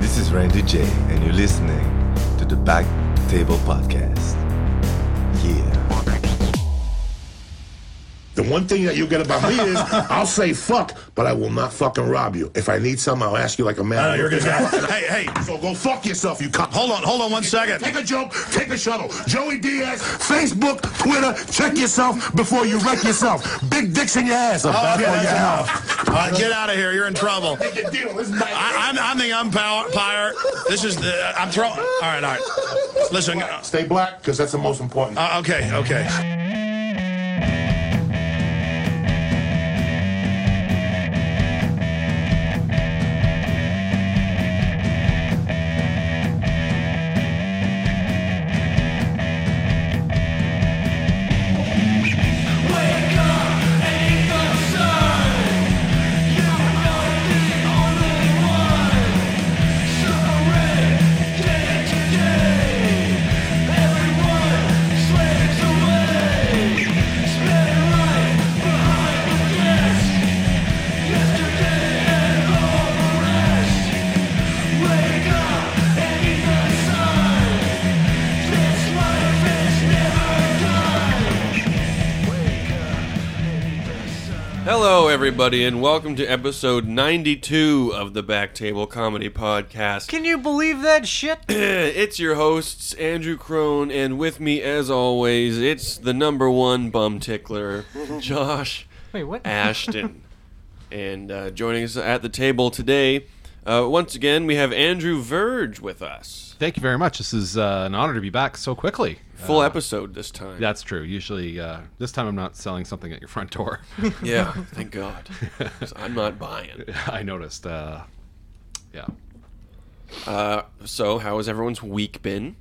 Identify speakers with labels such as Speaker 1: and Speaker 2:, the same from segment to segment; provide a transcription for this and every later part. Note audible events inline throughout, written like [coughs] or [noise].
Speaker 1: This is Randy J, and you're listening to the Back Table Podcast. Yeah.
Speaker 2: The one thing that you'll get about me is I'll say fuck, but I will not fucking rob you. If I need something, I'll ask you like a man.
Speaker 3: No, you're gonna
Speaker 2: [laughs]
Speaker 3: get-
Speaker 2: hey, hey, so go fuck yourself, you cop.
Speaker 3: Hold on, hold on one second.
Speaker 2: Take a joke, take a shuttle. Joey Diaz, Facebook, Twitter, check yourself before you wreck yourself. Big dicks in your ass.
Speaker 3: Oh, okay,
Speaker 2: Yeah,
Speaker 3: that's
Speaker 2: yeah.
Speaker 3: enough. All right, get out of here. You're in trouble.
Speaker 2: Make a deal. This is
Speaker 3: I, I'm, I'm the umpire. This is the. I'm throwing. All right, all right. Listen. uh,
Speaker 2: Stay black, because that's the most important.
Speaker 3: Uh, okay, okay.
Speaker 4: Hello, everybody, and welcome to episode 92 of the Back Table Comedy Podcast. Eh,
Speaker 5: Can you believe that shit? [coughs]
Speaker 4: it's your hosts, Andrew Crone, and with me, as always, it's the number one bum
Speaker 5: [laughs]
Speaker 4: tickler, Josh
Speaker 5: Wait, what? [laughs]
Speaker 4: Ashton. and uh, joining us at the table today, uh, once again, we have Andrew Verge with us.
Speaker 6: Thank you very much. This is uh, an honor to be back so quickly.
Speaker 4: Full episode this time.
Speaker 6: That's true. Usually, uh, this time I'm not selling something at your front door. [laughs]
Speaker 4: yeah, thank God. 'Cause I'm not buying.
Speaker 6: I noticed. Uh, yeah.
Speaker 4: So, how has everyone's week been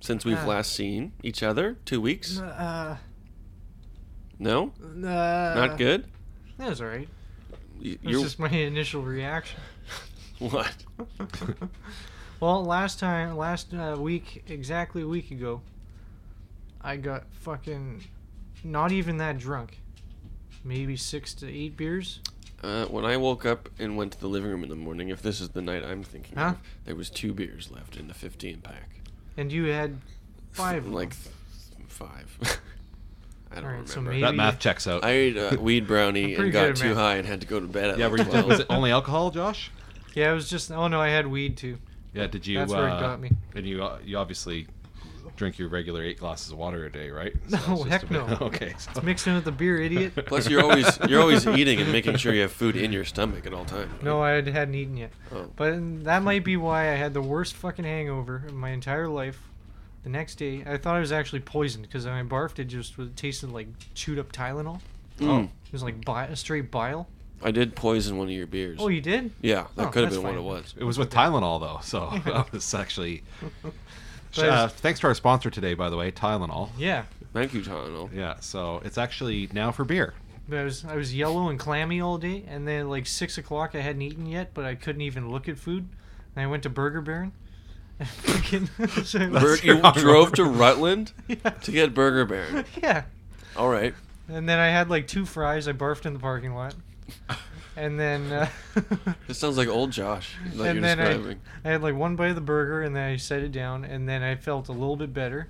Speaker 4: since we've last seen each other? Two weeks?
Speaker 5: Uh,
Speaker 4: No?
Speaker 5: uh,
Speaker 4: Not good?
Speaker 5: That was alright.
Speaker 4: Y-
Speaker 5: It's
Speaker 4: You're
Speaker 5: just my [laughs] initial reaction.
Speaker 4: [laughs] what?
Speaker 5: Well, last time, last uh, week, exactly a week ago, I got fucking not even that drunk. Maybe six to eight beers.
Speaker 4: Uh, when I woke up and went to the living room in the morning, if this is the night I'm thinking
Speaker 5: Huh?
Speaker 4: of, there was two beers left in the 15 pack.
Speaker 5: And you had five. of
Speaker 4: like
Speaker 5: them.
Speaker 4: th- five. [laughs] I don't
Speaker 5: Alright,
Speaker 4: remember.
Speaker 5: so maybe-
Speaker 6: That math checks out.
Speaker 4: I ate a weed
Speaker 5: [laughs]
Speaker 4: brownie
Speaker 5: pretty
Speaker 4: and
Speaker 5: good
Speaker 4: got
Speaker 5: at
Speaker 4: too
Speaker 5: math.
Speaker 4: high and had to go to bed. At
Speaker 6: yeah.
Speaker 4: like
Speaker 6: Were [laughs] you,
Speaker 4: 12.
Speaker 6: was it only alcohol, Josh?
Speaker 5: Yeah, it was just. Oh no, I had weed too.
Speaker 6: Yeah. Did you?
Speaker 5: That's
Speaker 6: uh,
Speaker 5: where it got me.
Speaker 6: And you, uh, you obviously drink your regular eight glasses of water a day, right? So
Speaker 5: [laughs] No,
Speaker 6: it's just
Speaker 5: heck
Speaker 6: a bit- [laughs]
Speaker 5: no.
Speaker 6: okay. So.
Speaker 5: Mixed in with the
Speaker 4: [laughs]
Speaker 5: beer, idiot.
Speaker 4: [laughs] Plus, you're always you're always eating and making sure you have food in your stomach at all times. right?
Speaker 5: No, I had- hadn't eaten yet.
Speaker 4: Oh.
Speaker 5: But that might be why I had the worst fucking hangover of my entire life. The next day, I thought I was actually poisoned because when I barfed, it just was, tasted like chewed up Tylenol.
Speaker 4: Mm.
Speaker 5: It was like bi- straight bile.
Speaker 4: I did poison one of your beers.
Speaker 5: Oh, you did?
Speaker 4: yeah, that
Speaker 5: Oh,
Speaker 4: could have
Speaker 5: that's
Speaker 4: been what
Speaker 5: fine.
Speaker 4: it was.
Speaker 6: It was with Tylenol though, so [laughs] that
Speaker 5: [laughs]
Speaker 6: was actually.
Speaker 5: But I
Speaker 6: Uh,
Speaker 5: was-
Speaker 6: thanks to our sponsor today, by the way, Tylenol.
Speaker 5: yeah.
Speaker 4: Thank you, Tylenol.
Speaker 5: [laughs]
Speaker 6: Yeah. So it's actually now for beer.
Speaker 5: But I was I was yellow and clammy all day, and then like six o'clock, I hadn't eaten yet, but I couldn't even look at food. And I went to Burger Baron. [laughs] And fucking, [laughs] so I was-
Speaker 4: Bert, you drove to Rutland to get Burger Baron.
Speaker 5: [laughs] yeah.
Speaker 4: All right.
Speaker 5: And then I had like two fries. I barfed in the parking lot. And then. Uh, [laughs]
Speaker 4: This sounds like old Josh that
Speaker 5: and
Speaker 4: you're
Speaker 5: then I,
Speaker 4: describing.
Speaker 5: I had like one bite of the burger and then I set it down and then I felt a little bit better.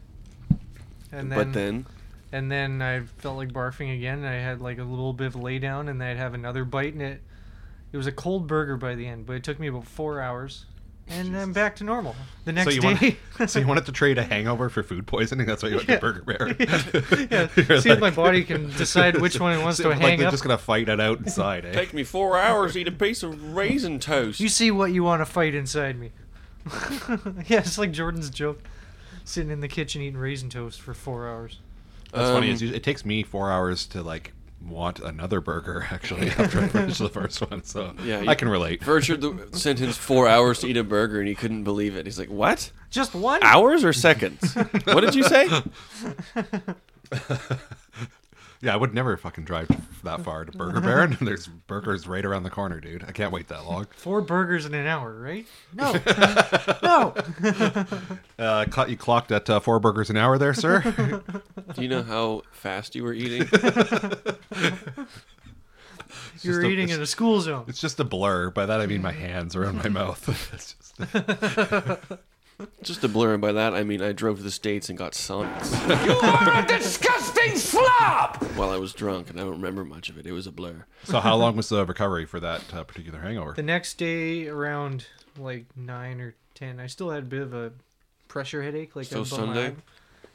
Speaker 5: And then,
Speaker 4: but then,
Speaker 5: and then I felt like barfing again. And I had like a little bit of lay down and then I'd have another bite and it it was a cold burger by the end, but it took me about four hours. And I'm back to normal the next
Speaker 6: you
Speaker 5: day. [laughs]
Speaker 6: Want, so you wanted to trade a hangover for food poisoning? That's why you went
Speaker 5: Yeah.
Speaker 6: to Burger
Speaker 5: [laughs]
Speaker 6: Bear. [laughs]
Speaker 4: [laughs]
Speaker 5: Yeah,
Speaker 6: You're
Speaker 5: see if my body
Speaker 6: [laughs]
Speaker 5: can decide which one it wants to
Speaker 6: like
Speaker 5: hang
Speaker 6: they're
Speaker 5: up.
Speaker 6: just gonna fight it out inside, [laughs] eh?
Speaker 4: take me four hours to eat a piece of raisin toast.
Speaker 5: You see what you want to fight inside me. [laughs] yeah, it's like Jordan's joke, sitting in the kitchen eating raisin toast for four hours.
Speaker 6: That's funny.
Speaker 4: Um,
Speaker 6: Is it takes me four hours to like want another burger [laughs] actually after I
Speaker 5: [laughs]
Speaker 6: finish the first one. So
Speaker 4: Yeah, you-
Speaker 6: I can relate.
Speaker 4: Virtual the sentence four hours to eat a burger and he couldn't believe it. He's like,
Speaker 5: [laughs]
Speaker 4: "What?
Speaker 5: Just one?
Speaker 4: Hours or
Speaker 5: [laughs]
Speaker 4: seconds? what did you say?"
Speaker 6: yeah, I would never fucking drive that far to
Speaker 5: [laughs]
Speaker 6: Burger Baron. [laughs] There's burgers right around the corner, dude. I can't wait that long.
Speaker 5: Four burgers in an hour, right? [laughs] No. no.
Speaker 6: Uh, clo- you clocked at uh, four burgers an hour there, sir.
Speaker 5: [laughs]
Speaker 4: Do you know how fast you were eating?
Speaker 5: you were
Speaker 6: just a-
Speaker 5: eating in a
Speaker 6: it's-
Speaker 5: school zone.
Speaker 6: It's just a blur. By that I mean my hands are in my mouth. [laughs] It's just-
Speaker 4: Just a blur, and by that I mean I drove to the states and
Speaker 7: [laughs]
Speaker 4: got sonnets
Speaker 7: Disgusting slob!
Speaker 4: while I was drunk, and I don't remember much of it. It was a blur.
Speaker 6: so how long was the recovery for that uh, particular hangover?
Speaker 5: The next day, around like nine or ten, I still had a bit of a pressure headache. Like
Speaker 4: So
Speaker 5: above my
Speaker 4: Sunday?
Speaker 5: eye.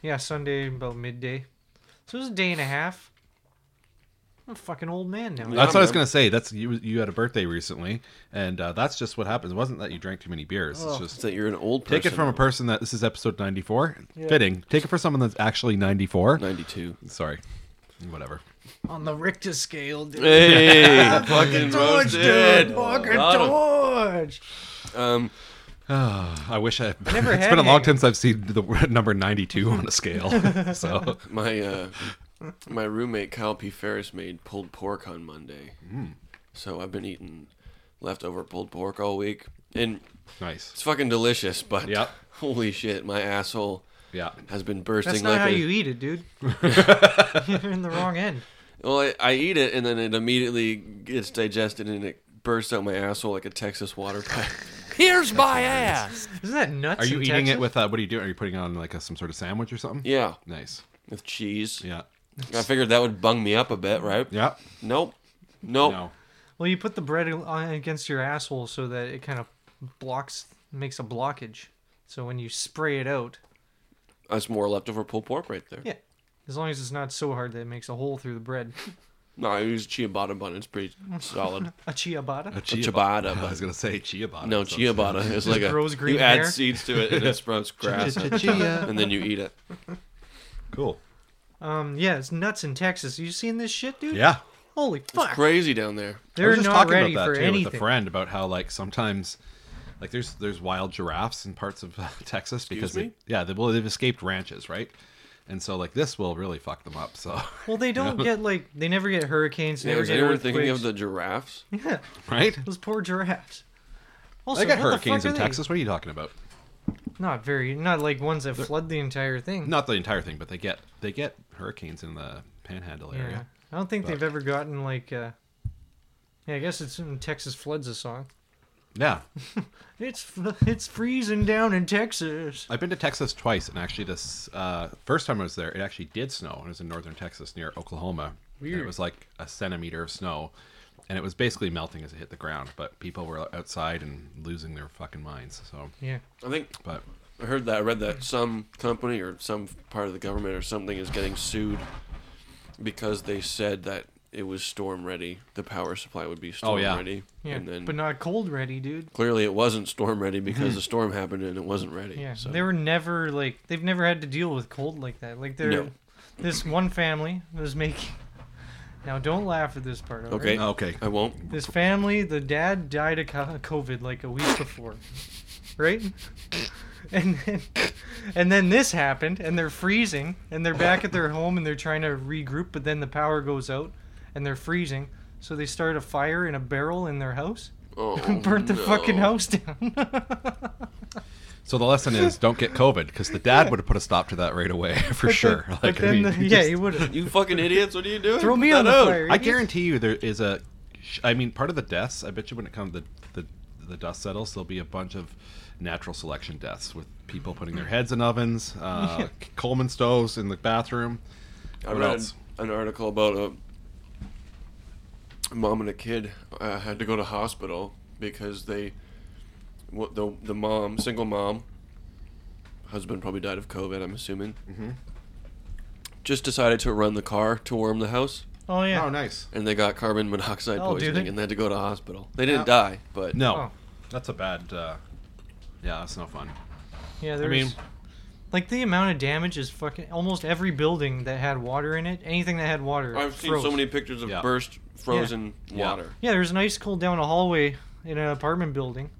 Speaker 5: yeah, Sunday about midday. So it was a day and a half. I'm a fucking old man now.
Speaker 6: That's what I was
Speaker 4: man.
Speaker 6: gonna say. That's you. You had a birthday recently, and uh, that's just what happens. It wasn't that you drank too many beers. It's
Speaker 4: It's
Speaker 6: just
Speaker 4: that you're an old person.
Speaker 6: take it from a person that this is episode ninety four. Fitting. Take it for someone that's actually ninety four.
Speaker 4: 92.
Speaker 6: Sorry, whatever.
Speaker 5: On the Richter scale, dude.
Speaker 4: Hey, [laughs] fucking roasted.
Speaker 5: Fucking George.
Speaker 4: Um,
Speaker 6: I wish I. [laughs]
Speaker 5: never
Speaker 6: it's
Speaker 5: had
Speaker 6: been a long
Speaker 5: hangovers.
Speaker 6: time since I've seen the word [laughs] number ninety two on
Speaker 5: [laughs]
Speaker 6: a scale. so
Speaker 4: my uh, my roommate Kyle P. Ferris made pulled pork on Monday,
Speaker 6: Hmm.
Speaker 4: so I've been eating leftover pulled pork all week, and
Speaker 6: nice.
Speaker 4: it's fucking delicious. But
Speaker 6: Yep.
Speaker 4: [laughs] holy shit, my asshole
Speaker 6: Yeah.
Speaker 4: has been bursting
Speaker 5: That's not
Speaker 4: like
Speaker 5: how
Speaker 4: a,
Speaker 5: you eat it, [laughs] dude. You're in the wrong end.
Speaker 4: Well, I, I eat it and then it immediately gets digested and it bursts out my asshole like a Texas water pipe. [laughs]
Speaker 7: Here's my ass!
Speaker 5: Isn't that nuts?
Speaker 6: Are you
Speaker 5: in
Speaker 6: eating
Speaker 5: Texas?
Speaker 6: it with? Uh, what are you doing? Are you putting it on like a, some sort of sandwich or something?
Speaker 4: yeah,
Speaker 6: Nice.
Speaker 4: with cheese.
Speaker 6: Yeah.
Speaker 4: I figured that would bung me up a bit, right?
Speaker 6: Yeah.
Speaker 4: Nope. Nope.
Speaker 6: No.
Speaker 5: Well, you put the bread on against your asshole so that it kind of blocks, makes a blockage. So when you spray it out,
Speaker 4: That's more leftover pulled pork right there.
Speaker 5: Yeah. As long as it's not so hard that it makes a hole through the
Speaker 6: [laughs]
Speaker 5: bread.
Speaker 4: No, I use ciabatta bun. It's
Speaker 5: [laughs]
Speaker 4: pretty solid.
Speaker 5: A ciabatta?
Speaker 4: A ciabatta
Speaker 6: [laughs] I
Speaker 4: bun.
Speaker 6: was gonna say chia bada.
Speaker 4: No, ciabatta is like a
Speaker 5: grows green
Speaker 4: you add
Speaker 5: hair?
Speaker 4: seeds to it and it sprouts
Speaker 5: [laughs]
Speaker 6: [laughs]
Speaker 4: grass and then you eat it.
Speaker 6: Cool.
Speaker 5: Um, yeah, it's nuts in Texas. You seen this shit, dude?
Speaker 6: Yeah.
Speaker 5: Holy fuck.
Speaker 4: Crazy down there.
Speaker 6: I
Speaker 5: They're
Speaker 6: was just
Speaker 5: not
Speaker 6: talking
Speaker 5: ready
Speaker 6: about that
Speaker 5: for
Speaker 6: too with a
Speaker 5: anything.
Speaker 6: friend about how like sometimes like there's there's wild giraffes in parts of [laughs] uh, Texas because
Speaker 4: me?
Speaker 6: They, yeah they well they've escaped ranches right and so like this will really fuck them up so [laughs]
Speaker 5: Well, they don't get like they never get hurricanes. They
Speaker 4: Yeah,
Speaker 5: never
Speaker 4: was
Speaker 5: get
Speaker 4: anyone thinking of
Speaker 5: earthquakes.
Speaker 4: the giraffes?
Speaker 5: [laughs] Yeah,
Speaker 6: right
Speaker 5: those poor giraffes. Also,
Speaker 6: they got
Speaker 5: what the
Speaker 6: hurricanes
Speaker 5: fuck
Speaker 6: in
Speaker 5: are they?
Speaker 6: Texas what are you talking about
Speaker 5: Not very, not like ones that flood the entire thing.
Speaker 6: not the entire thing but they get they get hurricanes in the Panhandle
Speaker 5: yeah.
Speaker 6: area
Speaker 5: I don't think they've ever gotten like. uh Yeah, I guess it's in Texas floods a song.
Speaker 6: yeah
Speaker 5: It's [laughs] it's freezing down in Texas.
Speaker 6: I've been to Texas twice and actually this uh, first time I was there it actually did snow and it was in northern Texas near Oklahoma and it
Speaker 5: Weird.
Speaker 6: was like a centimeter of snow and it was basically melting as it hit the ground but people were outside and losing their fucking minds so
Speaker 5: Yeah.
Speaker 4: I think
Speaker 6: but
Speaker 4: I heard that. I read that some company or some part of the government or something is getting sued because they said that it was storm ready. The power supply would be storm
Speaker 6: yeah.
Speaker 4: ready.
Speaker 5: Oh, Yeah,
Speaker 4: And then
Speaker 5: but not cold ready, dude.
Speaker 4: clearly it wasn't storm ready
Speaker 5: [laughs]
Speaker 4: because the storm happened and it wasn't ready.
Speaker 5: Yeah,
Speaker 4: So
Speaker 5: they were never like they've never had to deal with cold like that. Like they're
Speaker 4: No.
Speaker 5: this one family was making. [laughs] Now don't laugh at this part.
Speaker 4: Okay.
Speaker 5: alright?
Speaker 6: okay
Speaker 4: I
Speaker 5: [laughs]
Speaker 4: won't.
Speaker 5: This family, the dad died of co- COVID like a week before, right? And then, and then this happened, and they're freezing, and they're back at their home, and they're trying to regroup, but then the power goes out, and they're freezing, so they start a fire in a barrel in their house,
Speaker 4: Oh,
Speaker 5: burnt the
Speaker 4: no.
Speaker 5: fucking house down. [laughs]
Speaker 6: so the lesson is don't get COVID because
Speaker 5: [laughs]
Speaker 6: the dad would have put a stop to that right away [laughs] for sure
Speaker 5: But
Speaker 6: like I,
Speaker 5: then
Speaker 6: mean,
Speaker 5: the-
Speaker 6: you
Speaker 5: yeah,
Speaker 6: just-
Speaker 5: he would have.
Speaker 4: You fucking idiots! What are you doing?
Speaker 5: Throw me
Speaker 4: Put
Speaker 5: on
Speaker 4: that
Speaker 5: the
Speaker 4: out.
Speaker 5: fire.
Speaker 6: I guarantee you there is a I mean part of the deaths I bet you when it comes the the the dust settles there'll be a bunch of natural selection deaths with people putting their heads
Speaker 5: [laughs]
Speaker 6: in ovens uh, Coleman stoves in the bathroom
Speaker 4: I
Speaker 6: What
Speaker 4: read
Speaker 6: else?
Speaker 4: an article about a mom and a kid uh, had to go to hospital because they, what the the mom, single mom, husband probably died of COVID. I'm assuming. Mm-hmm. Just decided to run the car to warm the house,
Speaker 5: Oh yeah.
Speaker 6: oh nice
Speaker 4: and they got carbon monoxide
Speaker 5: Oh, do
Speaker 4: poisoning,
Speaker 5: they?
Speaker 4: and they had to go to hospital. They didn't die, but
Speaker 6: no
Speaker 5: Oh.
Speaker 6: that's a bad uh, yeah that's no fun
Speaker 5: Yeah,
Speaker 6: I
Speaker 5: there's
Speaker 6: mean
Speaker 5: like the amount of damage is fucking almost every building that had water in it, anything that had water.
Speaker 4: I've seen
Speaker 5: froze.
Speaker 4: so many pictures of
Speaker 6: Yeah.
Speaker 4: burst frozen
Speaker 6: Yeah.
Speaker 4: water.
Speaker 5: Yeah, there's an ice cold down a hallway in an apartment building,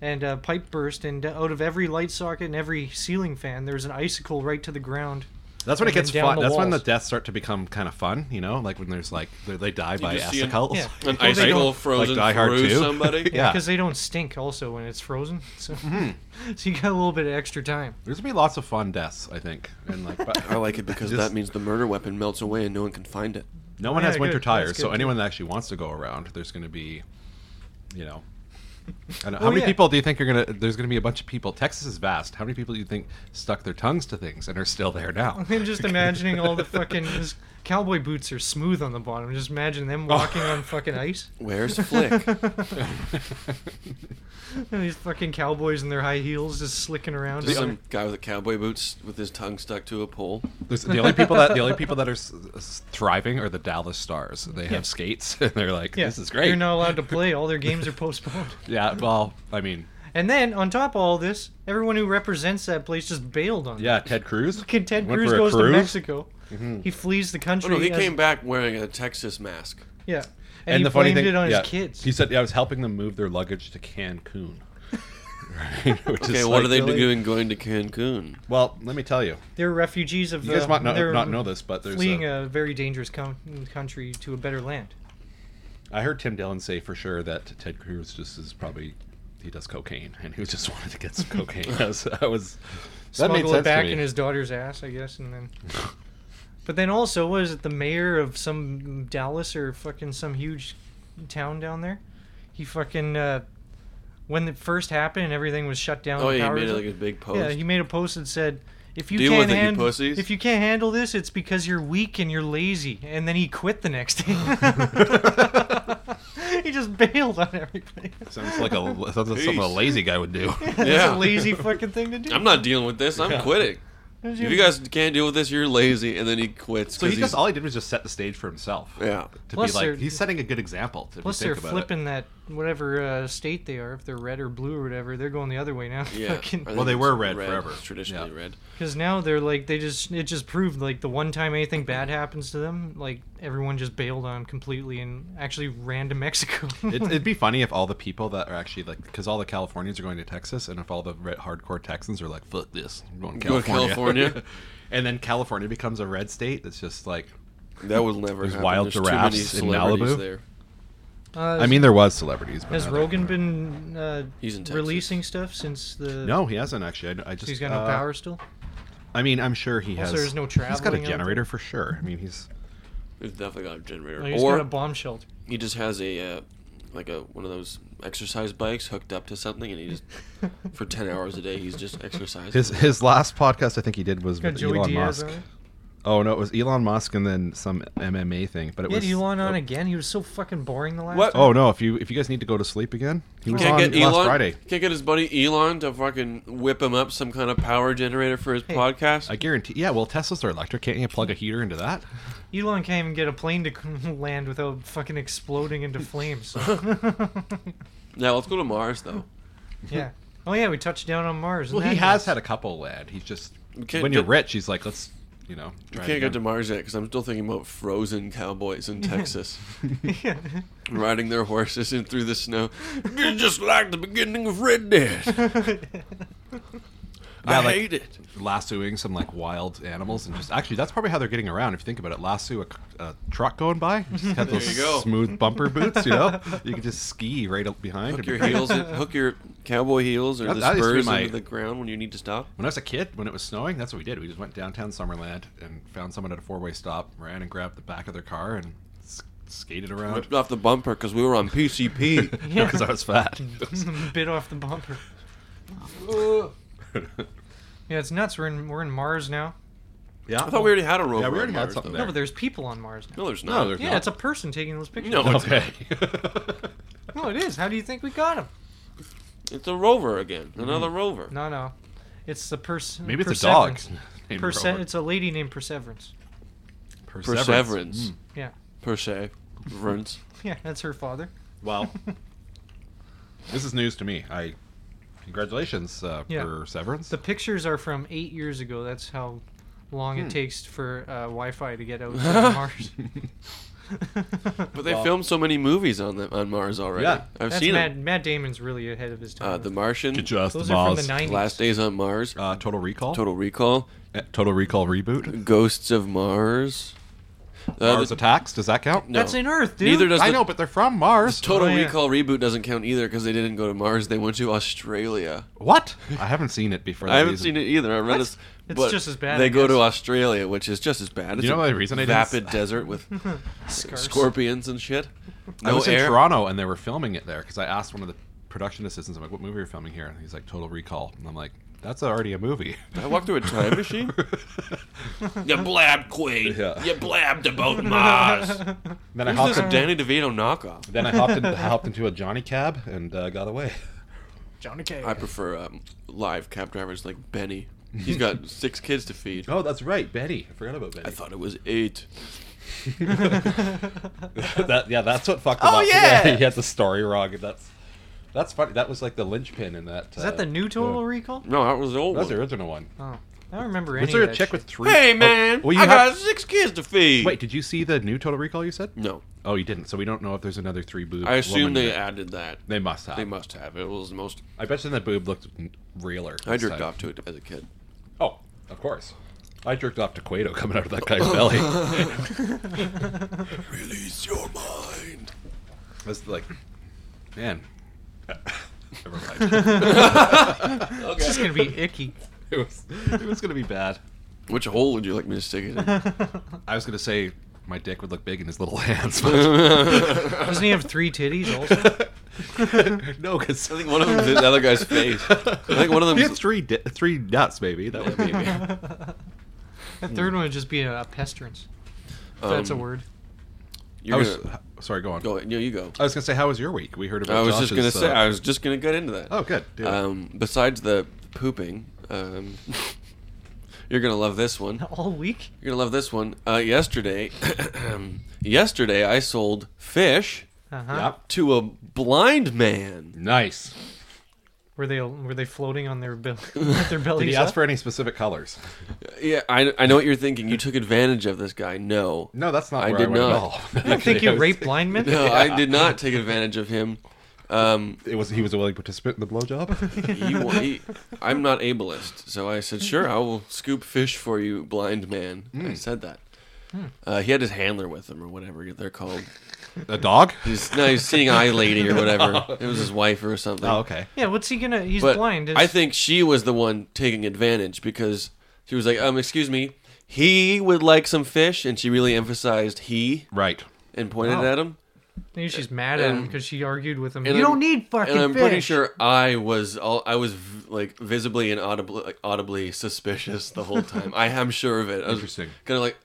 Speaker 5: and a pipe burst, and out of every light socket and every ceiling fan, there's an icicle right to the ground.
Speaker 6: That's when
Speaker 5: And
Speaker 6: it
Speaker 5: then
Speaker 6: gets
Speaker 5: down
Speaker 6: fun.
Speaker 5: the
Speaker 6: That's when the
Speaker 5: walls.
Speaker 6: deaths start to become kind of fun, you know, like when there's like they, they die by
Speaker 4: just see 'em-
Speaker 6: acicles.
Speaker 5: Yeah.
Speaker 4: An
Speaker 5: Well, they
Speaker 4: icicle
Speaker 5: don't-
Speaker 4: frozen
Speaker 6: like Die Hard
Speaker 4: through [laughs]
Speaker 6: 2. [laughs]
Speaker 4: somebody.
Speaker 6: Yeah.
Speaker 5: because they don't stink also when it's frozen. [laughs] So,
Speaker 6: Mm-hmm.
Speaker 5: [laughs] so you got a little bit of extra time. [laughs]
Speaker 6: There's gonna be lots of fun deaths, I think, and like but
Speaker 4: I like it because
Speaker 6: [laughs] Just-
Speaker 4: that means the murder weapon melts away and no one can find it.
Speaker 6: no one
Speaker 5: Yeah,
Speaker 6: has winter
Speaker 5: good. That's
Speaker 6: tires, so
Speaker 5: good.
Speaker 6: anyone that actually wants to go around, there's gonna be,
Speaker 5: [laughs]
Speaker 6: you know. I don't know.
Speaker 5: Oh,
Speaker 6: how many
Speaker 5: yeah.
Speaker 6: people do you think are gonna? There's gonna be a bunch of people. Texas is vast. How many people do you think stuck their tongues to things and are still there now?
Speaker 5: [laughs] I'm just imagining all the fucking this cowboy boots are smooth on the bottom. Just imagine them
Speaker 6: Oh.
Speaker 5: walking
Speaker 6: [laughs]
Speaker 5: on fucking ice.
Speaker 4: Where's Flick?
Speaker 5: And these fucking cowboys in their high heels just slicking around.
Speaker 4: Just some guy with a cowboy boots with his tongue stuck to a pole.
Speaker 6: There's, the only people that the only people that are s- s- thriving are the Dallas Stars. They have skates [laughs] and they're like,
Speaker 5: Yeah,
Speaker 6: "This is great."
Speaker 5: They're not
Speaker 6: [laughs]
Speaker 5: allowed to play. All their games are postponed.
Speaker 6: yeah. Well, I mean,
Speaker 5: And then on top of all this, everyone who represents that place just bailed on. it.
Speaker 6: yeah. Ted Cruz.
Speaker 5: Fucking Ted
Speaker 6: Went
Speaker 5: Cruz
Speaker 6: for a
Speaker 5: goes
Speaker 6: cruise? Mm-hmm.
Speaker 5: to Mexico. He flees the
Speaker 4: Oh
Speaker 5: country.
Speaker 4: no, he
Speaker 5: as-
Speaker 4: came back wearing a Texas mask.
Speaker 5: Yeah. And, he blamed it on
Speaker 6: yeah,
Speaker 5: his kids.
Speaker 6: He said, "Yeah, I was helping them move their luggage to Cancun." [laughs]
Speaker 5: [laughs]
Speaker 6: Right, [laughs] which is
Speaker 4: Okay, what
Speaker 6: like,
Speaker 4: are they
Speaker 6: really-
Speaker 4: doing going to Cancun?
Speaker 6: Well, let me tell you.
Speaker 5: They're refugees of
Speaker 6: You guys
Speaker 5: uh,
Speaker 6: might not,
Speaker 5: they're
Speaker 6: not know this, but there's
Speaker 5: fleeing
Speaker 6: a,
Speaker 5: a, very dangerous com- country to a better land.
Speaker 6: I heard Tim Dillon say for sure that Ted Cruz just is probably he does cocaine and he just [laughs] wanted to get some cocaine.
Speaker 5: [laughs]
Speaker 6: I was, I was that made
Speaker 5: Smuggle
Speaker 6: sense
Speaker 5: it back
Speaker 6: to me.
Speaker 5: in his daughter's ass, I guess, and
Speaker 6: [laughs]
Speaker 5: then. but then also, was it the mayor of some Dallas or fucking some huge town down there? He fucking uh, when it first happened and everything was shut down.
Speaker 4: Oh yeah,
Speaker 5: the
Speaker 4: he
Speaker 5: power
Speaker 4: made
Speaker 5: was-
Speaker 4: like a big post.
Speaker 5: Yeah, he made a post that said, "If you
Speaker 4: Deal
Speaker 5: can't
Speaker 4: with it, you
Speaker 5: handle
Speaker 4: pussies."
Speaker 5: if you can't handle this, it's because you're weak and you're lazy." And then he quit the next
Speaker 4: [laughs]
Speaker 5: day. [laughs] he just bailed on everybody.
Speaker 6: Sounds [laughs] like a sounds like something a
Speaker 4: Jeez.
Speaker 6: lazy guy would [laughs] do.
Speaker 5: [laughs] That's
Speaker 4: Yeah.
Speaker 5: a lazy fucking thing to do.
Speaker 4: I'm not dealing with this. I'm quitting. If you guys can't deal with this, you're lazy, and then he quits.
Speaker 6: so
Speaker 4: 'cause
Speaker 6: he just all he did was just set the stage for himself.
Speaker 4: yeah.
Speaker 6: To
Speaker 5: Plus
Speaker 6: be
Speaker 5: they're-
Speaker 6: like he's setting a good example. To
Speaker 5: Plus,
Speaker 6: think
Speaker 5: they're
Speaker 6: about
Speaker 5: flipping that whatever uh, state they are, if they're red or blue or whatever, they're going the other way now. [laughs]
Speaker 4: Yeah. I
Speaker 5: Because
Speaker 6: Well,
Speaker 4: think
Speaker 6: they
Speaker 4: it's
Speaker 6: were red forever.
Speaker 4: It's traditionally
Speaker 6: Yeah.
Speaker 4: red.
Speaker 5: now they're like they just it just proved like the one time anything bad happens to them, like everyone just bailed on completely and actually ran to Mexico. [laughs]
Speaker 6: It, it'd be funny if all the people that are actually like, because all the Californians are going to Texas, and if all the red, hardcore Texans are like, "Fuck this, I'm going to
Speaker 4: Go to
Speaker 6: California,",
Speaker 4: California.
Speaker 6: [laughs] and then California becomes a red state. That's just like,
Speaker 4: That will never
Speaker 6: There's
Speaker 4: happen.
Speaker 6: wild
Speaker 4: too many
Speaker 6: giraffes in
Speaker 4: celebrities
Speaker 6: Malibu.
Speaker 4: There.
Speaker 5: uh,
Speaker 6: I mean, there was celebrities, but
Speaker 5: has
Speaker 6: now
Speaker 5: Rogan been uh,
Speaker 4: He's in Texas.
Speaker 5: releasing stuff since the?
Speaker 6: they're- No, he hasn't actually. I, I just
Speaker 5: he's got no
Speaker 6: uh,
Speaker 5: power still.
Speaker 6: I mean, I'm sure he has.
Speaker 5: Also, there's no
Speaker 6: He's got a
Speaker 5: traveling out
Speaker 6: generator for sure. I mean, he's
Speaker 4: He's definitely got a generator.
Speaker 5: Like, he's
Speaker 4: or
Speaker 5: got a bomb shelter.
Speaker 4: he just has a uh, like a one of those exercise bikes hooked up to something, and he just for ten hours a day he's just exercising.
Speaker 6: his his last podcast I think he did was
Speaker 5: Got
Speaker 6: with
Speaker 5: Joey
Speaker 6: Elon
Speaker 5: Diaz
Speaker 6: Musk.
Speaker 5: on it.
Speaker 6: Oh no, it was Elon Musk and then some MMA thing, but it
Speaker 5: He
Speaker 6: was
Speaker 5: had Elon on again. He was so fucking boring the last.
Speaker 4: What?
Speaker 5: Time.
Speaker 6: Oh no! If you if you guys need to go to sleep again, he was on
Speaker 4: Can't get
Speaker 6: last
Speaker 4: Elon.
Speaker 6: Friday.
Speaker 4: Can't get his buddy Elon to fucking whip him up some kind of power generator for his podcast.
Speaker 6: I guarantee. Yeah, well, Teslas are electric. Can't you plug a heater into that?
Speaker 5: Elon can't even get a plane to [laughs] land without fucking exploding into flames.
Speaker 6: [laughs]
Speaker 4: now let's go to Mars though.
Speaker 5: Yeah. Oh yeah, we touched down on Mars.
Speaker 6: Well,
Speaker 5: and
Speaker 6: he
Speaker 5: that
Speaker 6: has
Speaker 5: goes.
Speaker 6: had a couple land. He's just
Speaker 4: can't
Speaker 6: when you're
Speaker 4: get-
Speaker 6: rich, he's like, let's you know.
Speaker 4: Can't
Speaker 6: Try it
Speaker 4: get to
Speaker 6: again.
Speaker 4: Mars yet because I'm still thinking about frozen cowboys in Texas, riding their horses in through the snow, It's just like the beginning of Red Dead. I
Speaker 6: like-
Speaker 4: hate it.
Speaker 6: lassoing some like wild animals and just actually that's probably how they're getting around. If you think about it, lasso a, a truck going by, just have those
Speaker 4: you go.
Speaker 6: smooth bumper boots. You know, you can just ski right up behind.
Speaker 4: Hook
Speaker 6: It'd be
Speaker 4: your
Speaker 6: great.
Speaker 4: heels, in, hook your cowboy heels or
Speaker 6: That-
Speaker 4: the
Speaker 6: that used to be
Speaker 4: spurs
Speaker 6: my-
Speaker 4: into the ground when you need to stop.
Speaker 6: When I was a kid, when it was snowing, that's what we did. We just went downtown Summerland and found someone at a four-way stop, ran and grabbed the back of their car and s- skated
Speaker 4: [laughs]
Speaker 6: around [laughs]
Speaker 4: Ripped off the bumper because we were on PCP.
Speaker 5: [laughs]
Speaker 6: because I
Speaker 4: [laughs]
Speaker 6: was fat.
Speaker 5: bit off the
Speaker 6: [laughs]
Speaker 5: bumper. yeah, it's nuts. We're in we're in Mars now.
Speaker 6: yeah,
Speaker 4: I thought we already had a rover.
Speaker 6: Yeah, we already
Speaker 4: on
Speaker 6: had
Speaker 4: Mars,
Speaker 6: something
Speaker 4: though.
Speaker 5: No,
Speaker 6: there.
Speaker 5: but there's people on Mars now.
Speaker 4: No, there's not.
Speaker 6: No, there's
Speaker 5: yeah,
Speaker 6: not.
Speaker 5: it's a person taking those pictures.
Speaker 4: No, it's
Speaker 6: [laughs] okay.
Speaker 5: no, it is. How do you think we got him?
Speaker 4: It's a rover again.
Speaker 6: Mm-hmm.
Speaker 4: Another rover.
Speaker 5: No, no, it's the person.
Speaker 6: [laughs] Maybe it's a dog.
Speaker 5: Perseverance.
Speaker 6: named
Speaker 5: Perse-
Speaker 6: Rover.
Speaker 5: it's a lady named Perseverance.
Speaker 6: Perseverance.
Speaker 4: Perseverance.
Speaker 6: Mm.
Speaker 5: Yeah, [laughs]
Speaker 4: Per se. Verns.
Speaker 5: yeah, that's her father.
Speaker 6: Well, this is news to me. I congratulations, uh,
Speaker 5: Yeah.
Speaker 6: Perseverance.
Speaker 5: The pictures are from eight years ago. That's how long it takes for uh, Wi-Fi to get out to Mars.
Speaker 4: But they filmed so many movies on the, on Mars already.
Speaker 6: Yeah.
Speaker 4: I've
Speaker 5: That's
Speaker 4: seen
Speaker 5: Matt,
Speaker 4: them.
Speaker 5: Matt Damon's really ahead of his time.
Speaker 4: Uh, the Martian.
Speaker 6: Just
Speaker 5: Those are from the 90s.
Speaker 4: Last Days on Mars.
Speaker 6: Uh, Total Recall.
Speaker 4: Total Recall.
Speaker 6: Total Recall reboot.
Speaker 4: Ghosts of Mars. Uh,
Speaker 6: Mars
Speaker 4: the-
Speaker 6: Attacks. Does that count?
Speaker 4: no.
Speaker 5: That's in Earth, dude.
Speaker 4: Neither does
Speaker 6: I
Speaker 4: the
Speaker 6: know, but they're from Mars.
Speaker 4: Total
Speaker 5: Oh, yeah.
Speaker 4: Recall reboot doesn't count either because they didn't go to Mars. They went to Australia.
Speaker 6: What? I haven't seen it before.
Speaker 4: I haven't seen it either. I read it.
Speaker 5: It's
Speaker 4: but
Speaker 5: just as bad,
Speaker 4: They
Speaker 5: I
Speaker 4: go to
Speaker 5: guess.
Speaker 4: Australia, which is just as bad. It's
Speaker 6: know
Speaker 4: a
Speaker 6: the reason I didn't s-
Speaker 4: vapid desert
Speaker 5: [laughs]
Speaker 4: with
Speaker 5: Scarce.
Speaker 4: scorpions and shit.
Speaker 6: I
Speaker 4: No
Speaker 6: was in
Speaker 4: air.
Speaker 6: Toronto and they were filming it there because I asked one of the production assistants, I'm like, what movie are you filming here? And he's like, Total Recall. And I'm like, that's already
Speaker 4: [laughs]
Speaker 6: a movie.
Speaker 4: I walked through a time
Speaker 6: [laughs]
Speaker 4: machine.
Speaker 7: You blabbed, Queen.
Speaker 6: Yeah.
Speaker 7: You blabbed about Mars.
Speaker 6: [laughs] then I
Speaker 4: Who's
Speaker 6: hopped
Speaker 4: this
Speaker 6: in,
Speaker 4: Danny DeVito knockoff?
Speaker 6: then I hopped, in, I hopped into a Johnny cab and uh, got away.
Speaker 5: Johnny Cage.
Speaker 4: I prefer um, live cab drivers like Benny. He's
Speaker 6: [laughs]
Speaker 4: got six kids to feed.
Speaker 6: Oh, that's right, Benny. I forgot about Benny.
Speaker 4: I thought it was eight.
Speaker 6: [laughs] that, yeah, that's what fucked him
Speaker 4: Oh,
Speaker 6: up. [laughs]
Speaker 4: yeah!
Speaker 6: he had the story wrong. and That's that's funny. That was like the linchpin in that.
Speaker 5: Is that the new Total Recall?
Speaker 4: No, that was the old
Speaker 6: That's
Speaker 4: one.
Speaker 6: the original one.
Speaker 5: Oh, I don't remember any
Speaker 6: Was there
Speaker 5: of
Speaker 6: a
Speaker 5: that
Speaker 6: chick
Speaker 5: shit.
Speaker 6: with three?
Speaker 4: Hey
Speaker 6: oh,
Speaker 4: man,
Speaker 6: well, you
Speaker 4: I
Speaker 6: have-
Speaker 4: got six kids to feed.
Speaker 6: Wait, did you see the new Total Recall? You said
Speaker 4: no.
Speaker 6: Oh, you didn't. So we don't know if there's another three boob.
Speaker 4: I assume
Speaker 6: woman
Speaker 4: they
Speaker 6: in it.
Speaker 4: added that.
Speaker 6: They must have.
Speaker 4: They must have. It was the most.
Speaker 6: I bet you that boob looked n- realer.
Speaker 4: I
Speaker 6: this
Speaker 4: jerked
Speaker 6: time.
Speaker 4: off to it as a kid.
Speaker 6: Oh, of course. I jerked off to Quato coming out of that guy's
Speaker 4: [laughs]
Speaker 6: belly. [laughs]
Speaker 4: Release your mind.
Speaker 6: That's like, man. [laughs] Never mind.
Speaker 5: [laughs] It's just gonna be icky.
Speaker 6: It was, it was gonna be bad.
Speaker 4: Which hole would you like me to stick it in?
Speaker 6: I was gonna say my dick would look big in his little [laughs] hands, but
Speaker 5: Doesn't he have three titties also?
Speaker 6: no, because
Speaker 4: I think one of them's in the other guy's face. I think one of
Speaker 6: he had
Speaker 4: them's.
Speaker 6: three di- three nuts, maybe. That would be
Speaker 5: That third one would just be a, a pesterance. If that's a
Speaker 4: Um,
Speaker 5: word.
Speaker 6: [laughs] I
Speaker 4: You're
Speaker 6: was
Speaker 4: gonna-
Speaker 6: sorry. Go on.
Speaker 4: Go. No, you go.
Speaker 6: I was gonna say, how was your week? We heard about.
Speaker 4: I was just
Speaker 6: Josh's,
Speaker 4: gonna say.
Speaker 6: uh,
Speaker 4: I was just gonna get into that.
Speaker 6: Oh, good. Do it.
Speaker 4: Um, besides the pooping, um, [laughs] you're gonna love this one.
Speaker 5: All week?
Speaker 4: You're gonna love this one. Uh, yesterday, [coughs] yesterday I sold fish
Speaker 5: Uh-huh.
Speaker 6: Yep.
Speaker 4: to a blind man.
Speaker 6: Nice.
Speaker 5: Were they were they floating on their bill with [laughs] their bellies?
Speaker 6: Did he ask
Speaker 5: up?
Speaker 6: for any specific colors?
Speaker 4: Yeah, I, I know what you're thinking. You took advantage of this guy. No,
Speaker 6: No, that's not
Speaker 4: I
Speaker 6: where
Speaker 4: did
Speaker 6: I went
Speaker 4: not.
Speaker 6: at [laughs] all.
Speaker 5: I think you raped blind men?
Speaker 4: no,
Speaker 6: [laughs]
Speaker 4: I did not take advantage of him. Um,
Speaker 6: It was he was a willing participant in the blowjob.
Speaker 4: he, wa-
Speaker 6: [laughs]
Speaker 4: he, I'm not ableist, so I said, "Sure, I will scoop fish for you, blind man." I
Speaker 6: Hmm.
Speaker 4: said that. Uh, he had his handler with him, or whatever they're called.
Speaker 6: a dog?
Speaker 4: He's, no, he's seeing eye lady or
Speaker 6: [laughs]
Speaker 4: whatever. It was his wife or something.
Speaker 6: Oh, okay.
Speaker 5: Yeah, what's he gonna he's
Speaker 4: But
Speaker 5: blind.
Speaker 4: I
Speaker 5: It's-
Speaker 4: think she was the one taking advantage because she was like, "Um, excuse me, he would like some fish," and she really emphasized "he"
Speaker 6: Right. Oh.
Speaker 4: and pointed at him.
Speaker 5: maybe she's mad at him
Speaker 4: and-
Speaker 5: because she argued with him. You
Speaker 4: And I'm-
Speaker 5: don't need fucking
Speaker 4: And I'm
Speaker 5: fish.
Speaker 4: pretty sure I was all I was v- like visibly and audibly like, audibly suspicious the whole time. I am sure of it. I was
Speaker 6: Interesting.
Speaker 4: Kind of like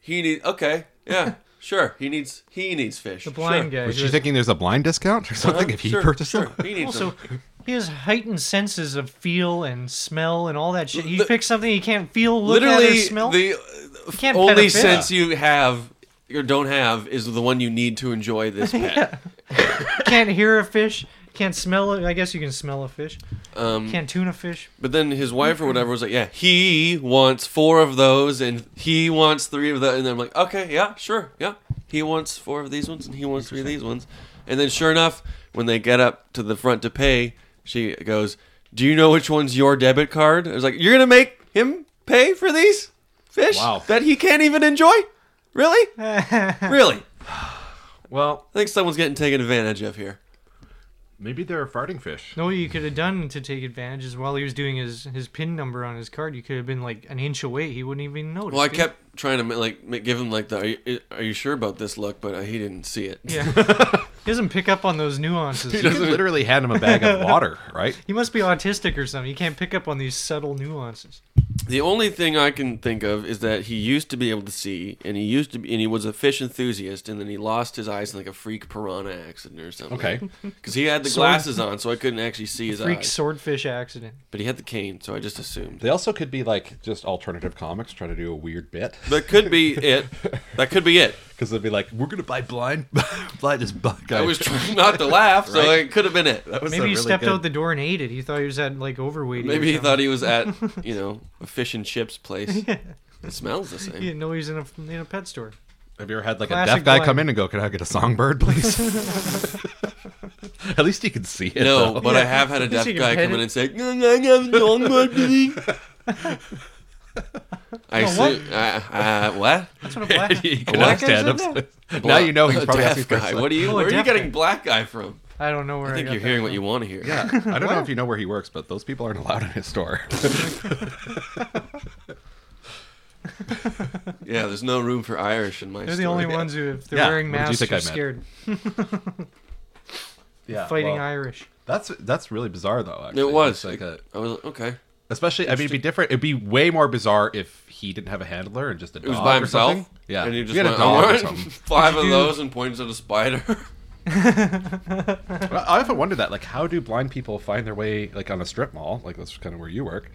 Speaker 4: he need okay yeah sure he needs he needs fish
Speaker 5: the blind
Speaker 4: sure.
Speaker 5: guy.
Speaker 6: Was
Speaker 5: who
Speaker 6: she
Speaker 5: has-
Speaker 6: thinking there's a blind discount or something if he
Speaker 4: sure,
Speaker 6: purchased
Speaker 4: sure,
Speaker 6: them?
Speaker 4: he needs
Speaker 5: also
Speaker 4: them.
Speaker 5: he has heightened senses of feel and smell and all that shit. He
Speaker 4: The-
Speaker 5: picks something he can't feel, look at, or
Speaker 4: literally
Speaker 5: smell.
Speaker 4: the
Speaker 5: You can't pet a
Speaker 4: only
Speaker 5: fish.
Speaker 4: sense you have or don't have is the one you need to enjoy this
Speaker 5: [laughs]
Speaker 4: pet.
Speaker 5: [laughs] can't hear a fish. Can't smell it. I guess you can smell a fish.
Speaker 4: Um,
Speaker 5: Can't tune a fish.
Speaker 4: But then his wife or whatever was like, "Yeah, he wants four of those, and he wants three of those." And I'm like, "Okay, yeah, sure, yeah." He wants four of these ones, and he wants three of these ones. And then, sure enough, when they get up to the front to pay, she goes, "Do you know which one's your debit card?" I was like, "You're gonna make him pay for these fish
Speaker 6: Wow.
Speaker 4: that he can't even enjoy? Really? really?
Speaker 6: Well,
Speaker 4: I think someone's getting taken advantage of here."
Speaker 6: maybe they're farting fish.
Speaker 5: No, what you could have done to take advantage is while he was doing his his pin number on his card, you could have been like an inch away. He wouldn't even notice.
Speaker 4: Well, I
Speaker 5: dude.
Speaker 4: kept trying to like ma- give him like the "Are you, are you sure about this?" look, but uh, he didn't see it.
Speaker 5: Yeah.
Speaker 4: [laughs]
Speaker 5: he doesn't pick up on those nuances.
Speaker 6: You could literally hand him a bag of water, [laughs] right?
Speaker 5: He must be autistic or something. He can't pick up on these subtle nuances.
Speaker 4: The only thing I can think of is that he used to be able to see, and he used to, be, and he was a fish enthusiast, and then he lost his eyes in like a freak piranha accident or something.
Speaker 6: Okay. [laughs]
Speaker 4: because he had the
Speaker 5: Sword-
Speaker 4: glasses on, so I couldn't actually see his
Speaker 5: Freak
Speaker 4: eyes.
Speaker 5: swordfish accident.
Speaker 4: But he had the cane, so I just assumed
Speaker 6: They also could be like just alternative comics trying to do a weird bit [laughs]
Speaker 4: that could be it. That could be it.
Speaker 6: because they'd be like, "We're gonna buy blind, [laughs] blind this blind guy."
Speaker 4: I was trying not to laugh, so
Speaker 6: Right.
Speaker 4: it could have been it.
Speaker 6: That was
Speaker 5: Maybe
Speaker 6: a
Speaker 5: he
Speaker 6: really
Speaker 5: stepped
Speaker 6: good-
Speaker 5: out the door and ate it. He thought he was at like overweight.
Speaker 4: Maybe he thought he was at
Speaker 6: [laughs]
Speaker 4: you know a fish and chips place. It smells the same.
Speaker 5: He didn't know he was in a in a pet
Speaker 6: [laughs]
Speaker 5: store.
Speaker 6: Have you ever had like a
Speaker 5: Classic
Speaker 6: deaf guy
Speaker 5: blind.
Speaker 6: come in and go, "Can I get a songbird, [laughs] please?" At least he can see it.
Speaker 4: No,
Speaker 6: though.
Speaker 4: but I have had a
Speaker 5: Just
Speaker 4: deaf
Speaker 5: so you
Speaker 4: guy
Speaker 5: can pet
Speaker 4: come in
Speaker 5: it.
Speaker 4: and say, "Can I have a dog, please?" I
Speaker 5: No, what?
Speaker 4: see. Uh, uh, what?
Speaker 5: That's what a black.
Speaker 6: [laughs] You
Speaker 5: a
Speaker 6: could
Speaker 5: black
Speaker 6: understand
Speaker 5: guy's in
Speaker 6: him.
Speaker 5: there?
Speaker 6: [laughs] now you know he's
Speaker 4: A
Speaker 6: probably
Speaker 4: deaf
Speaker 6: asking for
Speaker 4: guy. What are you?
Speaker 5: Oh, a
Speaker 4: where are you
Speaker 5: deaf
Speaker 4: getting
Speaker 5: guy.
Speaker 4: black guy from?
Speaker 5: I don't know where
Speaker 4: I think
Speaker 5: got
Speaker 4: you're
Speaker 5: that
Speaker 4: hearing
Speaker 5: from.
Speaker 4: what you want to hear.
Speaker 6: Yeah, [laughs] I don't know if you know where he works, but those people aren't allowed in his store.
Speaker 4: Yeah, there's no room for Irish in my.
Speaker 5: They're the
Speaker 4: store.
Speaker 5: only ones who, if they're
Speaker 6: Yeah,
Speaker 5: wearing
Speaker 6: what did you
Speaker 5: masks,
Speaker 6: think
Speaker 5: are
Speaker 6: I meant?
Speaker 5: scared.
Speaker 6: [laughs] yeah,
Speaker 5: Fighting
Speaker 6: well,
Speaker 5: Irish.
Speaker 6: That's that's really bizarre though. Actually.
Speaker 4: It was.
Speaker 6: It's like a,
Speaker 4: I was okay.
Speaker 6: especially. I mean, it'd be different. It'd be way more bizarre if he didn't have a handler and just a dog
Speaker 4: It was by
Speaker 6: or
Speaker 4: himself.
Speaker 6: something. Yeah,
Speaker 4: and he just
Speaker 6: had
Speaker 4: went,
Speaker 6: a dog
Speaker 4: "All
Speaker 6: or
Speaker 4: right,
Speaker 6: something. [laughs]
Speaker 4: five of
Speaker 5: you do-
Speaker 4: those and points at a spider.
Speaker 6: Well, I often wonder that, like, how do blind people find their way, like, on a strip mall? Like, that's kind of where you work.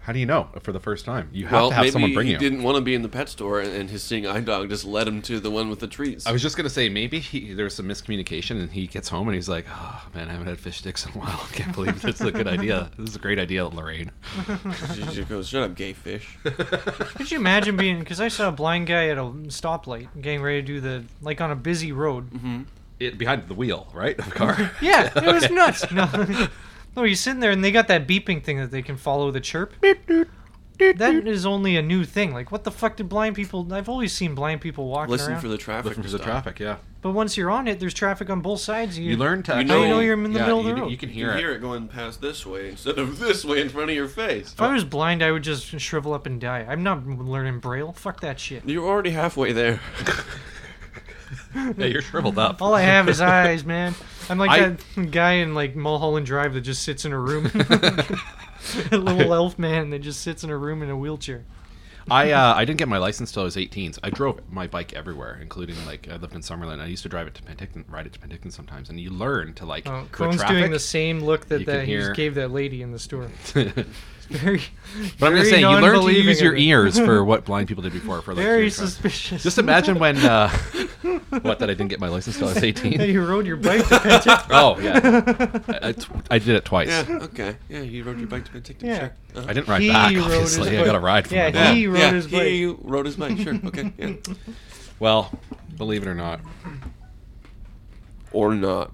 Speaker 6: How do you know for the first time? You have
Speaker 4: well,
Speaker 6: to have
Speaker 4: maybe
Speaker 6: someone bring
Speaker 4: he
Speaker 6: you.
Speaker 4: didn't want to be in the pet store, and, and his seeing eye dog just led him to the one with the trees.
Speaker 6: I was just gonna say maybe he, there was some miscommunication, and he gets home and he's like, "Oh man, I haven't had fish sticks in a while. [laughs] I can't believe this is a good idea. This is a great idea, Lorraine."
Speaker 4: She just goes, "Shut up, gay fish."
Speaker 5: Could you imagine being? Because I saw a blind guy at a stoplight getting ready to do the like on a busy road.
Speaker 6: It behind the wheel, right, of a car. [laughs]
Speaker 5: Yeah, [laughs] it was nuts. No, [laughs] no, he's sitting there and they got that beeping thing that they can follow the chirp. That is only a new thing. Like, what the fuck did blind people? I've always seen blind people walking
Speaker 4: Listen
Speaker 5: around.
Speaker 4: for the traffic.
Speaker 6: Looking
Speaker 4: to
Speaker 6: for the
Speaker 4: stop.
Speaker 6: traffic, yeah.
Speaker 5: but once you're on it, there's traffic on both sides. and
Speaker 6: You learn to.
Speaker 4: You
Speaker 5: How do you know
Speaker 4: No.
Speaker 5: you're in the
Speaker 6: yeah,
Speaker 5: middle of
Speaker 6: you,
Speaker 5: the road?
Speaker 6: You can
Speaker 4: You
Speaker 6: hear
Speaker 4: can
Speaker 6: it.
Speaker 4: hear it going past this way instead of [laughs] this way in front of your face.
Speaker 5: if I was blind, I would just shrivel up and die. I'm not learning braille. Fuck that shit.
Speaker 4: You're already halfway there. [laughs]
Speaker 6: Yeah, you're shriveled up.
Speaker 5: All I have is eyes, man. I'm like
Speaker 6: I-
Speaker 5: that guy in like Mulholland Drive that just sits in a room. [laughs] a little elf man that just sits in a room in a wheelchair.
Speaker 6: [laughs] I uh, I didn't get my license till I was 18. So I drove my bike everywhere, including like I lived in Summerlin. I used to drive it to Penticton, ride it to Penticton sometimes, and you learn to like
Speaker 5: Oh,
Speaker 6: for
Speaker 5: Crone's
Speaker 6: traffic.
Speaker 5: doing the same look that,
Speaker 6: you can
Speaker 5: that he
Speaker 6: hear-
Speaker 5: gave that lady in the
Speaker 6: [laughs]
Speaker 5: store. It's very,
Speaker 6: But I'm
Speaker 5: very
Speaker 6: just saying, you learn to
Speaker 5: non-believing
Speaker 6: use your
Speaker 5: of it. [laughs]
Speaker 6: ears for what blind people did before. For like
Speaker 5: Very
Speaker 6: your traffic.
Speaker 5: suspicious.
Speaker 6: Just imagine when
Speaker 5: [laughs]
Speaker 6: uh, what that I didn't get my license till I was 18.
Speaker 5: you rode your bike to Penticton.
Speaker 6: [laughs] Oh
Speaker 5: [laughs]
Speaker 6: yeah, I, I t- I did it twice.
Speaker 4: Yeah, okay. Yeah, you rode your bike to Penticton.
Speaker 5: Yeah.
Speaker 4: Sure. Uh-huh.
Speaker 6: I didn't ride
Speaker 5: He
Speaker 6: back.
Speaker 5: rode his
Speaker 6: Obviously, I
Speaker 5: bike.
Speaker 6: got a ride from
Speaker 5: Yeah,
Speaker 6: my
Speaker 5: he-
Speaker 6: mom.
Speaker 5: Yeah. rode his
Speaker 4: He rode his bike. Sure. Okay. Yeah.
Speaker 5: [laughs]
Speaker 6: Well, believe it or not.
Speaker 4: or not.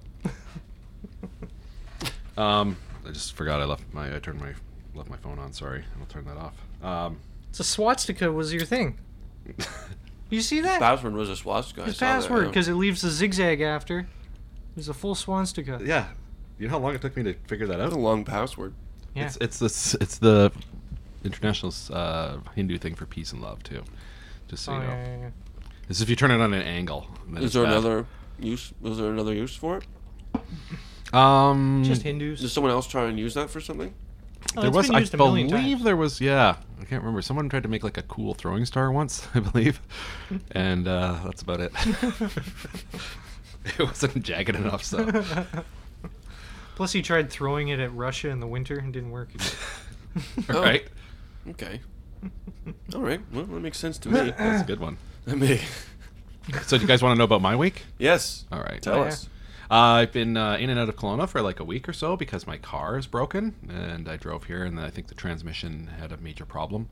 Speaker 6: Um, I just forgot I left my I turned my left my phone on. Sorry, I'll turn that off. Um,
Speaker 5: So swastika was your thing.
Speaker 6: [laughs]
Speaker 5: You see that?
Speaker 4: Password was a swastika. I
Speaker 5: His
Speaker 4: saw that,
Speaker 5: password
Speaker 4: yeah.
Speaker 5: because it leaves a zigzag after. It was a full swastika.
Speaker 6: yeah, you know how long it took me to figure that out?
Speaker 4: That's a long password.
Speaker 5: Yeah.
Speaker 6: It's it's this it's the international uh, Hindu thing for peace and love too. Just so
Speaker 5: Oh,
Speaker 6: you Hmm. know,
Speaker 5: yeah, yeah, yeah.
Speaker 6: it's if you turn it on an angle. then
Speaker 4: Is
Speaker 6: it's
Speaker 4: there
Speaker 6: bad.
Speaker 4: another use? Was there another use for it?
Speaker 6: Um,
Speaker 5: Just Hindus.
Speaker 4: Did someone else try and use that for something?
Speaker 5: Oh,
Speaker 6: there
Speaker 5: it's
Speaker 6: was
Speaker 5: been
Speaker 6: I
Speaker 5: used a million
Speaker 6: believe
Speaker 5: times.
Speaker 6: there was yeah I can't remember. Someone tried to make like a cool throwing star once [laughs]
Speaker 5: [laughs]
Speaker 6: I believe, and uh, that's about it. [laughs] it wasn't jagged
Speaker 5: [laughs]
Speaker 6: enough, so
Speaker 5: Plus, he tried throwing it at Russia in the winter and didn't
Speaker 6: [laughs]
Speaker 5: work.
Speaker 6: all right,
Speaker 5: [laughs]
Speaker 4: Okay. All right. Well, that makes sense to me. [laughs]
Speaker 6: that's a good one.
Speaker 4: That make-
Speaker 6: So do you guys want to know about my week?
Speaker 4: yes.
Speaker 6: All right,
Speaker 4: Tell
Speaker 5: Yeah.
Speaker 4: us.
Speaker 6: Uh, I've been uh, in and out of Kelowna for like a week or so because my car is broken, and I drove here, and I think the transmission had a major problem.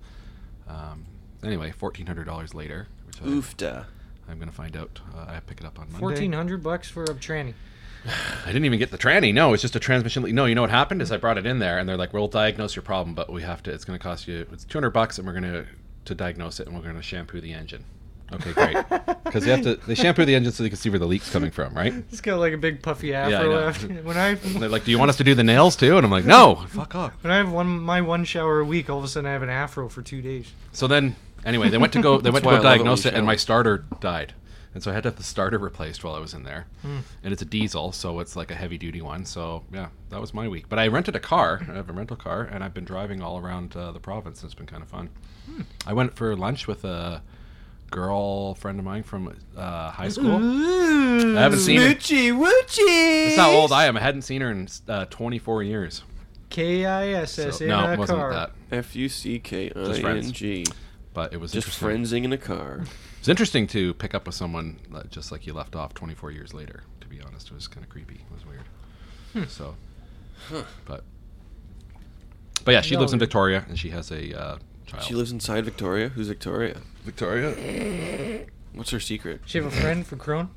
Speaker 6: Um, anyway, fourteen hundred dollars later, which I,
Speaker 4: Oofda.
Speaker 6: I'm going to find out. Uh, I pick it up on Monday.
Speaker 5: Fourteen hundred bucks for a tranny.
Speaker 6: I didn't even get the tranny. No, it's just a transmission. leak. No, you know what happened is I brought it in there, and they're like, "We'll diagnose your problem, but we have to. It's going to cost you. It's two hundred bucks, and we're going to to diagnose it, and we're going to shampoo the engine." Okay, great. Because they have to they shampoo the engine so they can see where the leak's coming from, right?
Speaker 5: It's got like a big puffy
Speaker 6: I
Speaker 5: afro
Speaker 6: know.
Speaker 5: after. When I
Speaker 6: [laughs] And they're like, "Do you want us to do the nails too?" And I'm like, "No, fuck off."
Speaker 5: when I have one my one shower a week, all of a sudden I have an afro for two days.
Speaker 6: So then, anyway, they went
Speaker 4: [laughs]
Speaker 6: to go. They went to
Speaker 4: why I
Speaker 6: go
Speaker 4: love it when
Speaker 6: diagnose
Speaker 4: you
Speaker 6: it, and
Speaker 4: shower.
Speaker 6: my starter died, and so I had to have the starter replaced while I was in there.
Speaker 4: Hmm.
Speaker 6: And it's a diesel, so it's like a heavy duty one. So yeah, that was my week. But I rented a car. I have a rental car, and I've been driving all around uh, the province. and It's been kind of fun.
Speaker 4: Hmm.
Speaker 6: I went for lunch with a girl friend of mine from uh, high school.
Speaker 5: Ooh.
Speaker 6: I haven't seen her.
Speaker 4: Moochie woochie.
Speaker 6: That's how old I am. I hadn't seen her in uh, 24 years.
Speaker 5: K I S
Speaker 6: So,
Speaker 5: S in
Speaker 6: no,
Speaker 5: a
Speaker 6: it wasn't
Speaker 5: car.
Speaker 6: that.
Speaker 4: F U C K I
Speaker 6: Just
Speaker 4: N
Speaker 6: friends.
Speaker 4: G.
Speaker 6: But it was
Speaker 4: Just
Speaker 6: interesting.
Speaker 4: friendsing in a [laughs] car.
Speaker 6: It's interesting to pick up with someone that just like you left off 24 years later. To be honest, it was kind of creepy. It was weird. So, but but yeah, she
Speaker 5: No,
Speaker 6: lives in
Speaker 5: dude.
Speaker 6: Victoria and she has a uh, child.
Speaker 4: She lives inside Victoria. Who's Victoria?
Speaker 6: Victoria.
Speaker 4: What's her secret?
Speaker 5: Did you have a friend for Crone?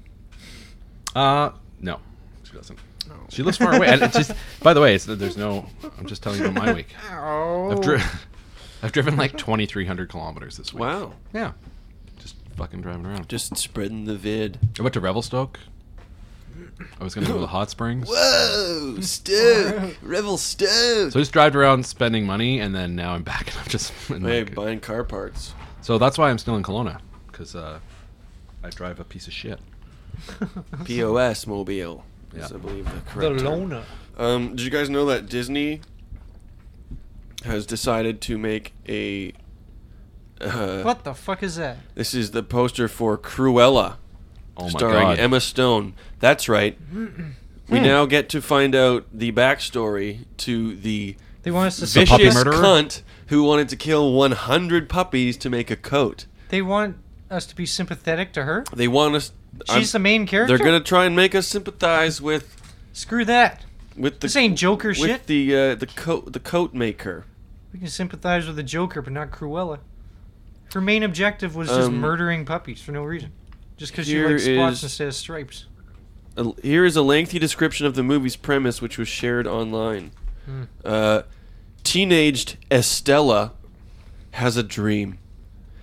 Speaker 6: Uh, no, she doesn't. She lives far away. And it's just, by the way, it's, there's no. I'm just telling you about my week. I've dri- [laughs] I've driven like 2,300 kilometers this week.
Speaker 4: Wow.
Speaker 6: Yeah. Just fucking driving around.
Speaker 4: Just spreading the vid.
Speaker 6: I went to Revelstoke. I was going to go to the hot springs.
Speaker 4: [laughs] Whoa, Stoke, Revel Stoke.
Speaker 6: So I just drove around spending money, and then now I'm back, [laughs] and I'm just. in,
Speaker 4: Hey,
Speaker 6: like-
Speaker 4: buying car parts.
Speaker 6: so that's why I'm still in Kelowna, because uh, I drive a piece of shit.
Speaker 4: POS mobile. Is
Speaker 6: Yeah.
Speaker 4: I believe the
Speaker 5: The
Speaker 4: correct term.
Speaker 5: loner.
Speaker 4: Um, did you guys know that Disney has decided to make a? Uh,
Speaker 5: What the fuck is that?
Speaker 4: This is the poster for Cruella,
Speaker 6: Oh my
Speaker 4: starring
Speaker 6: god!
Speaker 4: Emma Stone. That's right. we now get to find out the backstory to the
Speaker 5: They want us to
Speaker 6: The
Speaker 4: vicious
Speaker 6: puppy
Speaker 5: suspect-
Speaker 6: murderer?
Speaker 4: cunt who wanted to kill 100 puppies to make a coat.
Speaker 5: They want us to be sympathetic to her.
Speaker 4: They want us. I'm-
Speaker 5: She's the main character.
Speaker 4: They're gonna try and make us sympathize with
Speaker 5: screw that.
Speaker 4: with the
Speaker 5: This ain't Joker
Speaker 4: with
Speaker 5: shit.
Speaker 4: the uh, the coat the coat maker.
Speaker 5: We can sympathize with the Joker, but not Cruella. Her main objective was just
Speaker 4: Um,
Speaker 5: murdering puppies for no reason, just because she
Speaker 4: here
Speaker 5: likes spots
Speaker 4: is-
Speaker 5: instead of stripes.
Speaker 4: A- Here is a lengthy description of the movie's premise, which was shared online.
Speaker 5: Hmm.
Speaker 4: Uh, teenaged Estella has a dream.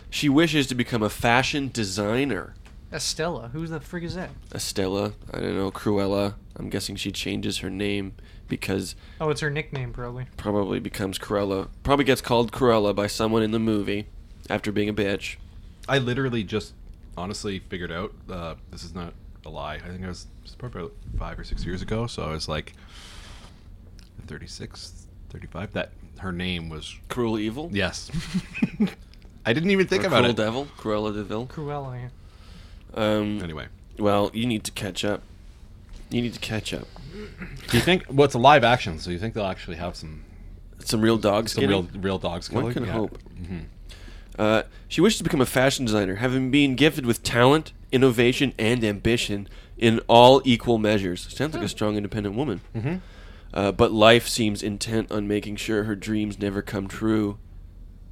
Speaker 4: She wishes to become a fashion designer.
Speaker 5: Estella, who the frick is that?
Speaker 4: Estella, I don't know, Cruella. I'm guessing she changes her name because
Speaker 5: Oh, it's her nickname probably.
Speaker 4: probably becomes Cruella. Probably gets called Cruella by someone in the movie after being a bitch.
Speaker 6: I literally just honestly figured out uh, this is not a lie. I think I was, it was probably about five or six years ago. So I was like 36, 35. That her name was
Speaker 4: Cruel evil. [laughs]
Speaker 6: yes. I didn't even think
Speaker 4: Or
Speaker 6: about
Speaker 4: Cruel
Speaker 6: it.
Speaker 4: devil. Cruella Deville.
Speaker 5: Cruella. Yeah.
Speaker 4: Um,
Speaker 6: Anyway,
Speaker 4: Well, you need to catch up. You need to catch up.
Speaker 6: do you think well, it's a live action? So you think they'll actually have some
Speaker 4: Some real dogs.
Speaker 6: some real real dogs?
Speaker 4: One
Speaker 6: killing?
Speaker 4: can
Speaker 6: Yeah.
Speaker 4: hope.
Speaker 5: Mm-hmm.
Speaker 4: Uh, she wishes to become a fashion designer, having been gifted with talent, innovation, and ambition in all equal measures. Sounds like a strong, independent woman. Mm-hmm. Uh, but life seems intent on making sure her dreams never come true.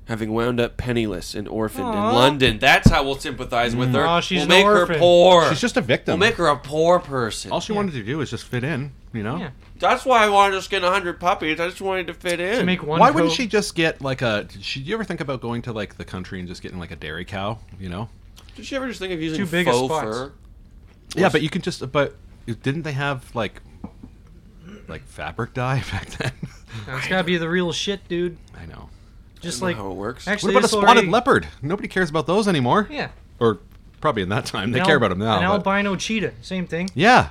Speaker 4: Having wound up penniless and orphaned
Speaker 5: Aw. Mm.
Speaker 4: in London, that's how we'll sympathize with her.
Speaker 5: Aw, she's
Speaker 4: we'll
Speaker 5: an
Speaker 4: make her
Speaker 5: orphan.
Speaker 4: poor.
Speaker 6: She's just a victim.
Speaker 4: we'll make her a poor person.
Speaker 6: All she wanted to do was just fit in. You
Speaker 4: Oh.
Speaker 6: know.
Speaker 5: yeah.
Speaker 4: That's why I wanted to skin 100 puppies. I just wanted to fit in.
Speaker 5: To make one.
Speaker 6: Why wouldn't
Speaker 5: coat-
Speaker 6: she just get like a? Did she, you ever think about going to like the country and just getting like a dairy cow? You know.
Speaker 4: Did you ever just think of using
Speaker 5: Too big a
Speaker 4: faux
Speaker 5: spot.
Speaker 4: fur?
Speaker 6: Yeah, but you can just. But didn't they have like, like fabric dye [laughs] back then?
Speaker 5: No, it's gotta be the real shit, dude.
Speaker 6: I know.
Speaker 5: Just
Speaker 4: I don't
Speaker 5: like
Speaker 4: know how it works.
Speaker 6: What
Speaker 5: actually,
Speaker 6: about a
Speaker 5: this
Speaker 6: spotted
Speaker 5: already-
Speaker 6: leopard? Nobody cares about those anymore.
Speaker 5: Yeah.
Speaker 6: Or probably in that time they
Speaker 5: An
Speaker 6: care
Speaker 5: al-
Speaker 6: about them now.
Speaker 5: An
Speaker 6: but-
Speaker 5: albino cheetah, same thing.
Speaker 6: yeah.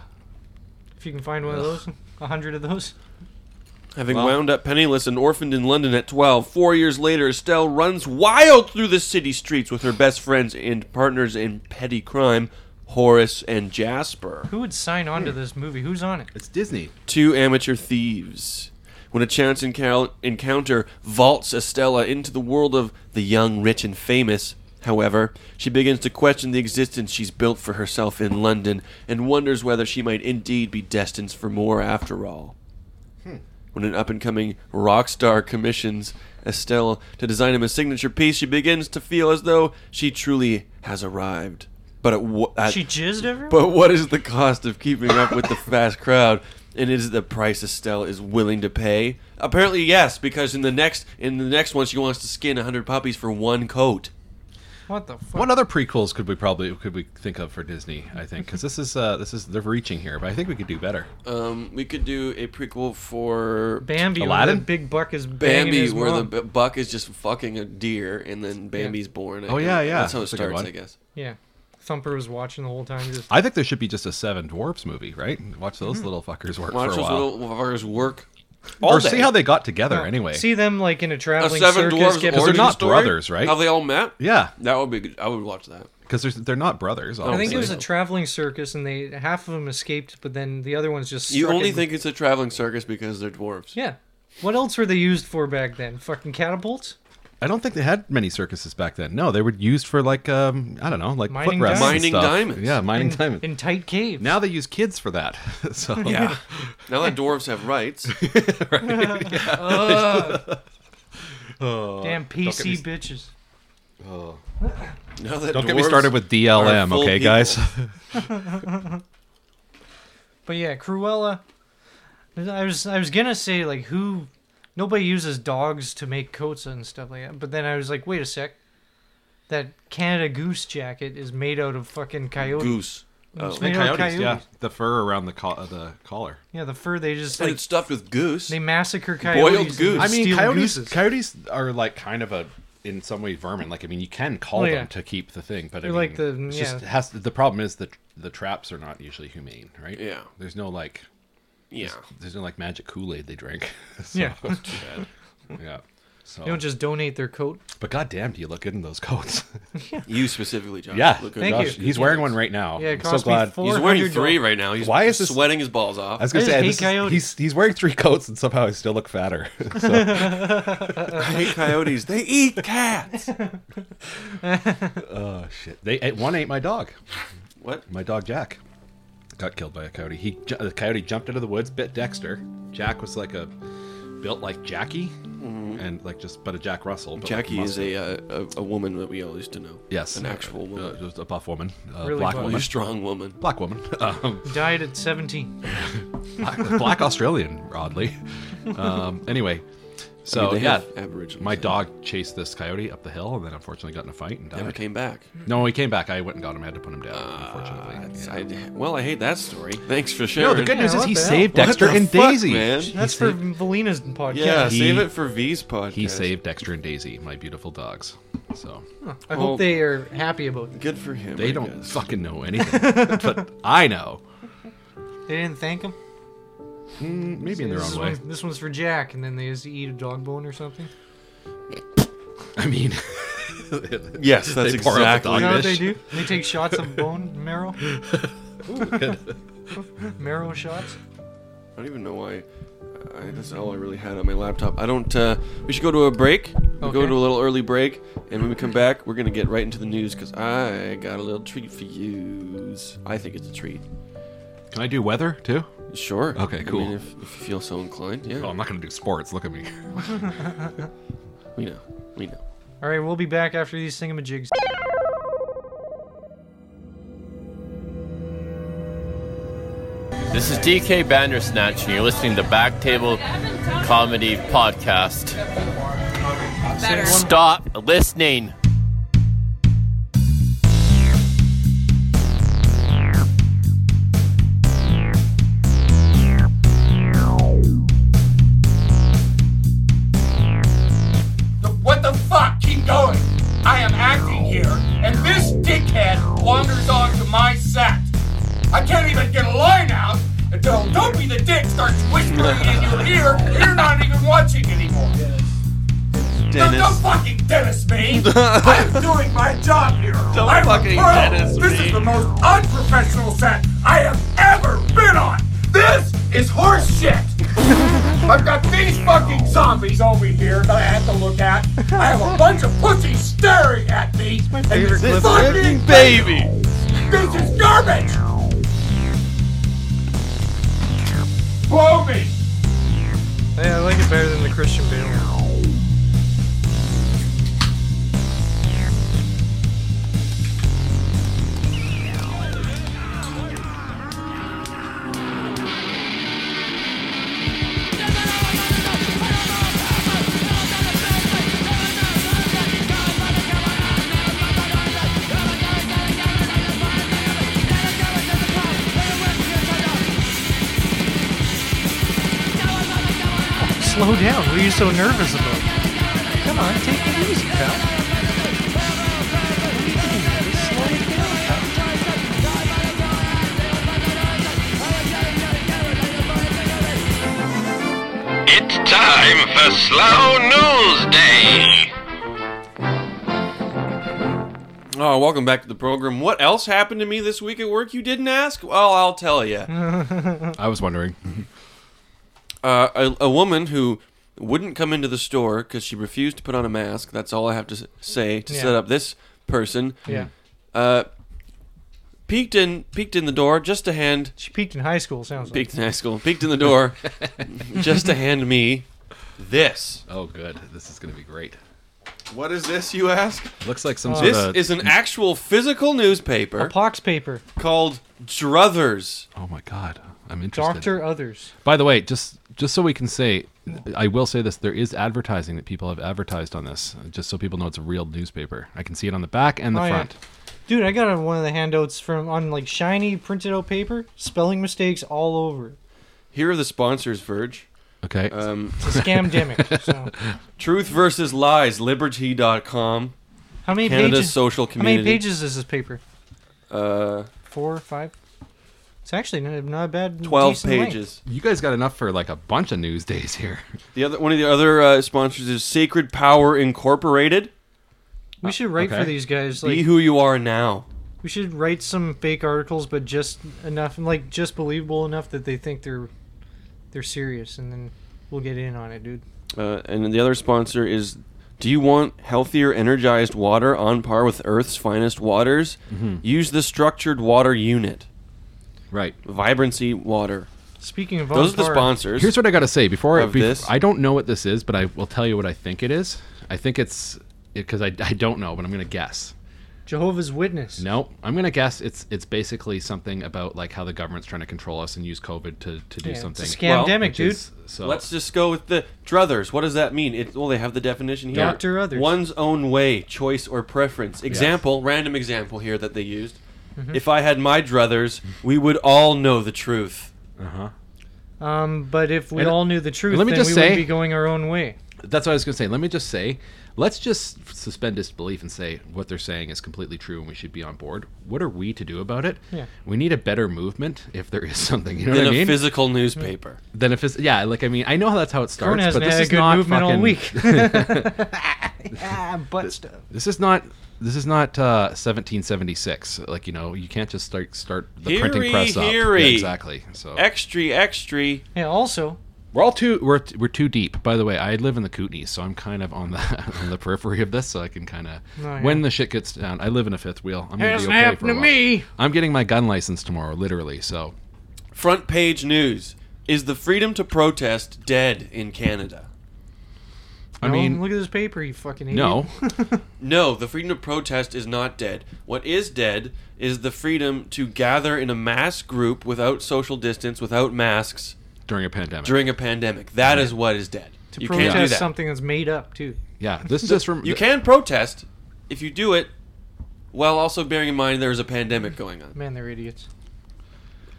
Speaker 5: If you can find one of those, a hundred of those. [laughs]
Speaker 4: Having wound up penniless and orphaned in London at 12, four years later, Estelle runs wild through the city streets with her best friends and partners in petty crime, Horace and Jasper,
Speaker 5: Who would sign on to this movie? Who's on it?
Speaker 6: It's Disney.
Speaker 4: two amateur thieves. When a chance encow- encounter vaults Estella into the world of the young, rich, and famous, however, she begins to question the existence she's built for herself in London and wonders whether she might indeed be destined for more after all. When an up and coming rock star commissions Estelle to design him a signature piece, she begins to feel as though she truly has arrived. But at, wha- at
Speaker 5: She jizzed everyone.
Speaker 4: but what is the cost of keeping up with the fast crowd? And is it the price Estelle is willing to pay? Apparently, yes, because in the next in the next one, she wants to skin hundred puppies for one coat.
Speaker 5: what the fuck?
Speaker 6: What other prequels could we probably could we think of for Disney? I think because this is uh this is they're reaching here, but I think we could do better.
Speaker 4: Um, we could do a prequel for
Speaker 5: Bambi. where
Speaker 6: Aladdin?
Speaker 5: the big buck is banging
Speaker 4: Bambi,
Speaker 5: his
Speaker 4: where
Speaker 5: mom.
Speaker 4: the b- buck is just fucking a deer, and then Bambi's born. I
Speaker 6: Oh, yeah, yeah.
Speaker 4: That's how it
Speaker 6: That's a good
Speaker 4: starts,
Speaker 6: one.
Speaker 4: I guess.
Speaker 5: yeah. Thumper was watching the whole time. Just
Speaker 6: I think there should be just a Seven Dwarfs movie, right? Watch those little fuckers work
Speaker 4: hmm. Watch
Speaker 6: for a
Speaker 4: those
Speaker 6: while,
Speaker 4: little fuckers work.
Speaker 6: or
Speaker 4: all
Speaker 6: see
Speaker 4: day.
Speaker 6: how they got together. Anyway,
Speaker 5: see them like in a
Speaker 4: A
Speaker 5: traveling
Speaker 4: Seven
Speaker 5: circus.
Speaker 4: Dwarfs
Speaker 5: Get
Speaker 6: they're
Speaker 4: origin
Speaker 6: not
Speaker 4: story?
Speaker 6: brothers, right?
Speaker 4: How they all met?
Speaker 6: yeah,
Speaker 4: That would be. Good. I would watch that.
Speaker 6: because they're not brothers.
Speaker 4: I
Speaker 5: I think
Speaker 6: obviously.
Speaker 5: it was a
Speaker 4: Obviously.
Speaker 5: traveling circus, and they half of them escaped, but then the other ones just.
Speaker 4: You
Speaker 5: struck
Speaker 4: only
Speaker 5: it.
Speaker 4: think it's a traveling circus because they're dwarves.
Speaker 5: Yeah. What else were they used for back then? Fucking catapults.
Speaker 6: I don't think they had many circuses back then. No, they were used for like um, I don't know, like
Speaker 5: Mining
Speaker 6: foot rests and
Speaker 4: diamonds. Mining
Speaker 6: stuff.
Speaker 4: diamonds.
Speaker 6: Yeah, mining
Speaker 5: In,
Speaker 6: diamonds.
Speaker 5: in tight caves.
Speaker 6: now they use kids for that. [laughs] so
Speaker 4: [laughs]
Speaker 6: yeah,
Speaker 4: Now that dwarves have rights,
Speaker 5: damn PC bitches.
Speaker 4: now that
Speaker 6: don't get me
Speaker 4: dwarves-
Speaker 6: started with
Speaker 4: are
Speaker 6: DLM,
Speaker 4: full
Speaker 6: okay,
Speaker 4: people.
Speaker 5: [laughs]
Speaker 6: guys.
Speaker 5: But yeah, Cruella. I was I was gonna say like who nobody uses dogs to make coats and stuff like that. But then I was like, wait a sec, that Canada goose jacket is made out of fucking coyote.
Speaker 4: Goose. Oh.
Speaker 5: It's
Speaker 6: And
Speaker 5: made out of
Speaker 6: coyotes, yeah.
Speaker 5: coyote.
Speaker 6: The fur around the col- uh, the collar.
Speaker 5: Yeah, the fur they just
Speaker 4: And
Speaker 5: like
Speaker 4: it's stuffed with goose.
Speaker 5: they massacre coyotes. and
Speaker 4: goose.
Speaker 6: I mean,
Speaker 5: steal
Speaker 6: coyotes.
Speaker 5: gooses.
Speaker 6: Coyotes are like kind of a, in some way, vermin. Like I mean, you can call
Speaker 5: Oh,
Speaker 6: them
Speaker 5: yeah.
Speaker 6: to keep the thing, but I
Speaker 5: They're
Speaker 6: mean,
Speaker 5: like the-
Speaker 6: it's
Speaker 5: yeah.
Speaker 6: just has the problem is that the traps are not usually humane, right?
Speaker 4: Yeah.
Speaker 6: There's no like,
Speaker 4: yeah.
Speaker 6: there's no like magic Kool Aid they drink. [laughs] So
Speaker 5: Yeah.
Speaker 6: it's too bad. Yeah. So,
Speaker 5: They don't just donate their coat.
Speaker 6: but goddamn, do you look good in those coats?
Speaker 4: [laughs]
Speaker 6: [laughs]
Speaker 4: You specifically, Josh.
Speaker 6: yeah.
Speaker 4: Look good.
Speaker 5: Thank
Speaker 6: Josh,
Speaker 5: you.
Speaker 6: He's wearing one right now.
Speaker 5: Yeah, it
Speaker 6: I'm so
Speaker 5: cost me
Speaker 6: glad.
Speaker 5: four-
Speaker 4: He's wearing
Speaker 5: $400.
Speaker 4: three right now. He's
Speaker 6: Why is this-
Speaker 4: sweating his balls off?
Speaker 6: I was
Speaker 5: I
Speaker 6: gonna say
Speaker 5: just hate
Speaker 6: this is-
Speaker 5: coyotes.
Speaker 6: he's he's wearing three coats and somehow I still look fatter. [laughs]
Speaker 5: [laughs]
Speaker 6: So,
Speaker 4: I hate coyotes. They [laughs] eat cats.
Speaker 6: oh shit! They ate, one ate my dog.
Speaker 4: what?
Speaker 6: My dog Jack got killed by a coyote. He ju- the coyote jumped into the woods, bit Dexter. Jack was like a built like Jackie, and like just but a Jack Russell. But
Speaker 4: Mm-hmm. Jackie
Speaker 6: like
Speaker 4: is a, uh, a a woman that we all used to know.
Speaker 6: yes,
Speaker 4: an actual
Speaker 6: uh,
Speaker 4: woman,
Speaker 6: just a buff woman, uh,
Speaker 5: Really
Speaker 6: black
Speaker 5: buff.
Speaker 4: a
Speaker 6: woman,
Speaker 4: strong woman.
Speaker 6: black woman, [laughs] um,
Speaker 5: Died at 17.
Speaker 6: black, black Australian, oddly. Um, anyway, so
Speaker 4: they
Speaker 6: yeah,
Speaker 4: have Aboriginals,
Speaker 6: my
Speaker 4: yeah.
Speaker 6: dog chased this coyote up the hill, and then unfortunately got in a fight and died.
Speaker 4: Never came back. Ah,
Speaker 6: No, he came back. I went and got him. I had to put him down, unfortunately.
Speaker 4: That's- I- well, I hate that story. Thanks for sharing.
Speaker 6: No, the good
Speaker 5: Yeah,
Speaker 6: news is
Speaker 5: what
Speaker 6: he
Speaker 5: the hell?
Speaker 6: saved
Speaker 4: What
Speaker 6: Dexter
Speaker 4: the
Speaker 6: and
Speaker 4: fuck,
Speaker 6: Daisy.
Speaker 4: man?
Speaker 5: That's for Valina's podcast.
Speaker 4: Yeah,
Speaker 6: He-
Speaker 4: save it for V's podcast.
Speaker 6: He saved Dexter and Daisy, my beautiful dogs. So
Speaker 5: I
Speaker 4: Well-
Speaker 5: hope they are happy about it.
Speaker 4: Oh, Good for him.
Speaker 6: they
Speaker 4: I
Speaker 6: don't
Speaker 4: guess.
Speaker 6: fucking know
Speaker 4: [laughs]
Speaker 6: anything, but I know.
Speaker 5: They didn't thank him.
Speaker 6: Maybe in their
Speaker 5: This,
Speaker 6: own way.
Speaker 5: one, this one's for Jack, and then they just eat a dog bone or something.
Speaker 6: I mean,
Speaker 4: [laughs] Yes, that's
Speaker 6: They pour out
Speaker 4: exactly.
Speaker 6: the
Speaker 5: You know what they
Speaker 6: Fish.
Speaker 5: do? They take shots of bone marrow. marrow shots.
Speaker 4: I don't even know why. uh, I, that's all I really had on my laptop. I don't. Uh, we should go to a break. We'll go
Speaker 5: Okay.
Speaker 4: to a little early break, and when we come back, we're gonna get right into the news because I got a little treat for you. I think it's a treat.
Speaker 6: can I do weather too?
Speaker 4: Sure.
Speaker 6: Okay,
Speaker 4: I mean,
Speaker 6: cool.
Speaker 4: if, if you feel so inclined, yeah.
Speaker 6: Oh, I'm not going to do sports. Look at me.
Speaker 4: We know. We know.
Speaker 5: All right, we'll be back after these thingamajigs.
Speaker 8: This is DK Bandersnatch, and you're listening to Back Table Comedy Podcast. Stop listening.
Speaker 9: What the fuck? Keep going. I am acting here, and this dickhead wanders onto my set. I can't even get a line out until Don't Be the Dick starts whispering in [laughs] your ear. You're not even watching anymore. No, don't fucking Dennis [laughs] me. I'm doing my job here. Don't I'm fucking Dennis This is the most unprofessional set I have ever been on. This is horse shit. I've got these fucking zombies over here that I have to look at. I have a bunch of pussies staring at me. My favorite and this fucking baby. This is garbage. Blow me.
Speaker 5: Yeah, I like it better than the Christian Bale. one. Slow down. What are you so nervous about? Come on, take it easy, pal. What are you doing? Just slow it down, pal.
Speaker 10: It's time for Slow News Day.
Speaker 4: Oh, welcome back to the program. What else happened to me this week at work? You didn't ask. Well, I'll tell you.
Speaker 6: I was wondering. [laughs]
Speaker 4: uh, a, a woman who wouldn't come into the store because she refused to put on a mask. That's all I have to s- say to
Speaker 5: Yeah.
Speaker 4: set up this person.
Speaker 5: Yeah.
Speaker 4: Uh, peeked in, peeked in the door just to hand.
Speaker 5: She peaked in high school, sounds like.
Speaker 4: Peeked in high school. Peeked in the door just to hand me this.
Speaker 6: Oh, good. This is going to be great.
Speaker 4: What is this? You ask.
Speaker 6: Looks like some
Speaker 5: Oh.
Speaker 6: sort
Speaker 4: This
Speaker 6: of.
Speaker 4: is an actual physical newspaper
Speaker 5: Pox paper.
Speaker 4: called Druthers.
Speaker 6: oh my god, I'm interested.
Speaker 5: Doctor Others.
Speaker 6: By the way, just just so we can say, I will say this: there is advertising that people have advertised on this, uh, just so people know it's a real newspaper. I can see it on the back and the
Speaker 5: Oh, yeah.
Speaker 6: front.
Speaker 5: Dude, I got one of the handouts from on like shiny printed out paper, spelling mistakes all over. it.
Speaker 4: Here are the sponsors, Verge.
Speaker 6: Okay,
Speaker 4: Um,
Speaker 5: It's a scam demic. So,
Speaker 4: Truth versus Lies, Liberty.com,
Speaker 5: how many
Speaker 4: Canada's
Speaker 5: pages?
Speaker 4: Social
Speaker 5: how many
Speaker 4: Community.
Speaker 5: pages is this paper?
Speaker 4: Uh,
Speaker 5: Four, five. It's actually not, not a bad.
Speaker 4: 12
Speaker 5: decent length.
Speaker 4: pages.
Speaker 6: you guys got enough for like a bunch of news days here. [laughs]
Speaker 4: The other One of the other uh, sponsors is Sacred Power Incorporated.
Speaker 5: We should write for
Speaker 6: okay.
Speaker 5: these guys.
Speaker 4: Be
Speaker 5: Like,
Speaker 4: who you are now.
Speaker 5: we should write some fake articles, but just enough, like just believable enough that they think they're they're serious, and then we'll get in on it, dude.
Speaker 4: Uh, and the other sponsor is Do you want healthier, energized water on par with Earth's finest waters?
Speaker 6: Mm-hmm.
Speaker 4: Use the structured water unit,
Speaker 6: Right.
Speaker 4: Vibrancy Water.
Speaker 5: Speaking of
Speaker 4: Those are the
Speaker 5: Ontar-
Speaker 4: sponsors.
Speaker 6: Here's what I got to say before I,
Speaker 4: Of
Speaker 6: bef-
Speaker 4: this?
Speaker 6: I don't know what this is, but I will tell you what I think it is. I think it's because I, I don't know, but I'm gonna guess.
Speaker 5: Jehovah's Witness.
Speaker 6: No, I'm gonna guess it's it's basically something about like how the government's trying to control us and use COVID to, to
Speaker 5: Yeah,
Speaker 6: do
Speaker 5: it's a
Speaker 6: something.
Speaker 5: scam demic,
Speaker 6: which
Speaker 5: dude.
Speaker 6: is- so
Speaker 4: Let's just go with the druthers. What does that mean? It, well, they have the definition here.
Speaker 5: Doctor others.
Speaker 4: One's own way, choice, or preference. Example, random example here that they used.
Speaker 6: Mm-hmm.
Speaker 4: If I had my druthers, we would all know the truth.
Speaker 5: Um, but if we
Speaker 6: And-
Speaker 5: all knew the truth,
Speaker 6: let me
Speaker 5: then
Speaker 6: just
Speaker 5: we
Speaker 6: say-
Speaker 5: would be going our own way.
Speaker 6: that's what I was gonna say. Let me just say, let's just suspend disbelief and say what they're saying is completely true and we should be on board. What are we to do about it?
Speaker 5: Yeah.
Speaker 6: We need a better movement if there is [laughs] something. You know
Speaker 4: Than
Speaker 6: what I
Speaker 4: a
Speaker 6: mean? Mm-hmm.
Speaker 4: physical newspaper.
Speaker 6: Then if it's yeah, like I mean, I know how that's how it starts,
Speaker 5: Corona
Speaker 6: but
Speaker 5: hasn't
Speaker 6: this
Speaker 5: had a
Speaker 6: is
Speaker 5: good
Speaker 6: not
Speaker 5: movement
Speaker 6: fucking,
Speaker 5: all
Speaker 6: [laughs]
Speaker 5: week. [laughs] ah, butt stuff.
Speaker 6: This is not. This is not uh, 1776. Like you know, you can't just start start the
Speaker 4: Heery,
Speaker 6: printing press up. Yeah,
Speaker 4: heery.
Speaker 6: exactly. So
Speaker 4: Extra, extra.
Speaker 5: Yeah. Also,
Speaker 6: we're all too we're we're too deep. By the way, I live in the Kootenays, so I'm kind of on the [laughs] on the periphery of this. So I can kind of
Speaker 5: Oh, yeah.
Speaker 6: when the shit gets down. I live in a fifth wheel. I'm gonna be
Speaker 5: Hasn't
Speaker 6: okay
Speaker 5: happened
Speaker 6: for a
Speaker 5: to
Speaker 6: while.
Speaker 5: me.
Speaker 6: I'm getting my gun license tomorrow, literally. So
Speaker 4: Front page news. Is the freedom to protest dead in Canada?
Speaker 6: I
Speaker 5: No,
Speaker 6: mean,
Speaker 5: look at this paper, you fucking idiot.
Speaker 6: no,
Speaker 4: No, the freedom to protest is not dead. What is dead is the freedom to gather in a mass group without social distance, without masks,
Speaker 6: [laughs] during a pandemic.
Speaker 4: during a pandemic. That is what is dead. you
Speaker 5: protest
Speaker 4: can't do that.
Speaker 5: something that's made up too.
Speaker 6: yeah, this is just from
Speaker 4: You can protest if you do it while also bearing in mind there is a pandemic going on,
Speaker 5: Man, they're idiots.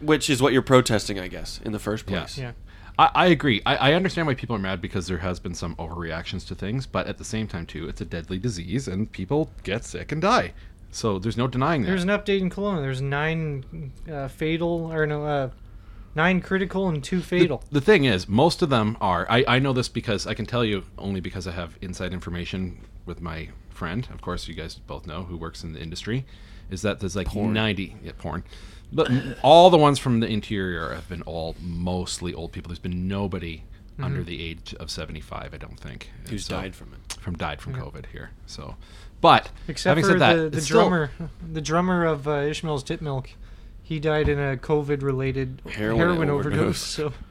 Speaker 4: which is what you're protesting, I guess, in the first place.
Speaker 5: Yeah.
Speaker 6: I, I agree. I, I understand why people are mad because there has been some overreactions to things, but at the same time, too, it's a deadly disease and people get sick and die. So there's no denying that.
Speaker 5: There's an update in Kelowna. There's nine uh, fatal, or no, uh, nine critical and two fatal.
Speaker 6: the thing is, most of them are. I, I know this because I can tell you only because I have inside information with my friend. Of course, you guys both know who works in the industry. Is that there's like 90 yeah, porn, but all the ones from the interior have been all mostly old people. There's been nobody
Speaker 5: Mm-hmm.
Speaker 6: under the age of 75, I don't think.
Speaker 4: Who's
Speaker 6: So-
Speaker 4: died from it?
Speaker 6: from died from COVID here. So, but
Speaker 5: Except
Speaker 6: having
Speaker 5: for
Speaker 6: said that,
Speaker 5: the, the
Speaker 6: it's still-
Speaker 5: drummer, the drummer of uh, Ishmael's Tit Milk. He died in a COVID-related heroin,
Speaker 4: Heroin
Speaker 5: overdose.
Speaker 4: overdose.
Speaker 6: [laughs]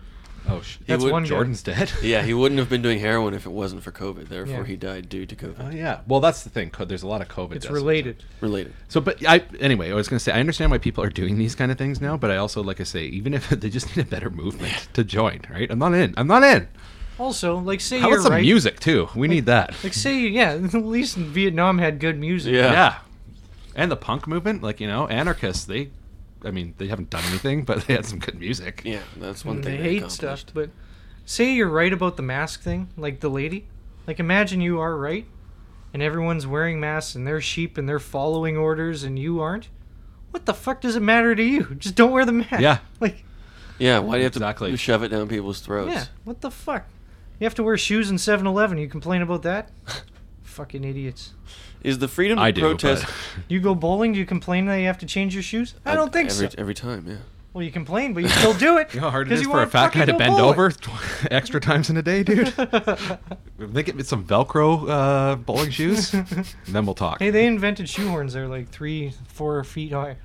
Speaker 5: So
Speaker 6: oh, sh-
Speaker 5: that's
Speaker 4: would-
Speaker 5: one guy. [laughs]
Speaker 6: Jordan's dead.
Speaker 4: Yeah, he wouldn't have been doing heroin if it wasn't for COVID. Therefore,
Speaker 5: Yeah.
Speaker 4: he died due to COVID.
Speaker 6: Oh yeah. Well, that's the thing. co- There's a lot of COVID.
Speaker 5: It's
Speaker 6: deaths.
Speaker 5: related.
Speaker 4: Related.
Speaker 6: So, but I anyway, I was going to say I understand why people are doing these kind of things now, but I also like I say, even if [laughs] they just need a better movement to join, right? I'm not in. I'm not in.
Speaker 5: Also, like say
Speaker 6: How
Speaker 5: you're
Speaker 6: about some
Speaker 5: right.
Speaker 6: music too? We
Speaker 5: [laughs]
Speaker 6: need that.
Speaker 5: Like say you- yeah, at least Vietnam had good music.
Speaker 4: Yeah.
Speaker 6: yeah. And the punk movement, like you know, anarchists. They, I mean, they haven't done anything, but they had some good music.
Speaker 4: Yeah, that's one
Speaker 5: and
Speaker 4: thing.
Speaker 5: they hate stuff. But say you're right about the mask thing, like the lady. Like imagine you are right, and everyone's wearing masks and they're sheep and they're following orders and you aren't. What the fuck does it matter to you? [laughs] Just don't wear the mask.
Speaker 6: Yeah.
Speaker 5: Like
Speaker 4: Yeah, why do you have to
Speaker 6: Exactly.
Speaker 4: shove it down people's throats?
Speaker 5: yeah. What the fuck? You have to wear shoes in 7-Eleven. You complain about
Speaker 6: [laughs]
Speaker 5: that? Fucking idiots.
Speaker 4: Is the freedom to
Speaker 6: I do.
Speaker 4: protest?
Speaker 6: but-
Speaker 5: You go bowling. Do you complain that you have to change your shoes? I don't think
Speaker 4: every,
Speaker 5: so.
Speaker 4: Every time, yeah.
Speaker 5: Well, you complain, but you still do it.
Speaker 6: [laughs] You know how hard it
Speaker 5: 'cause
Speaker 6: is
Speaker 5: you
Speaker 6: for a
Speaker 5: wanna
Speaker 6: fat guy
Speaker 5: fucking
Speaker 6: to
Speaker 5: go
Speaker 6: bend
Speaker 5: bowling.
Speaker 6: over [laughs] tw- extra times in a day, dude?
Speaker 5: [laughs]
Speaker 6: they get me some Velcro uh,
Speaker 5: [laughs]
Speaker 6: bowling shoes, and then we'll talk.
Speaker 5: Hey, they invented shoehorns. They're like three, four feet high.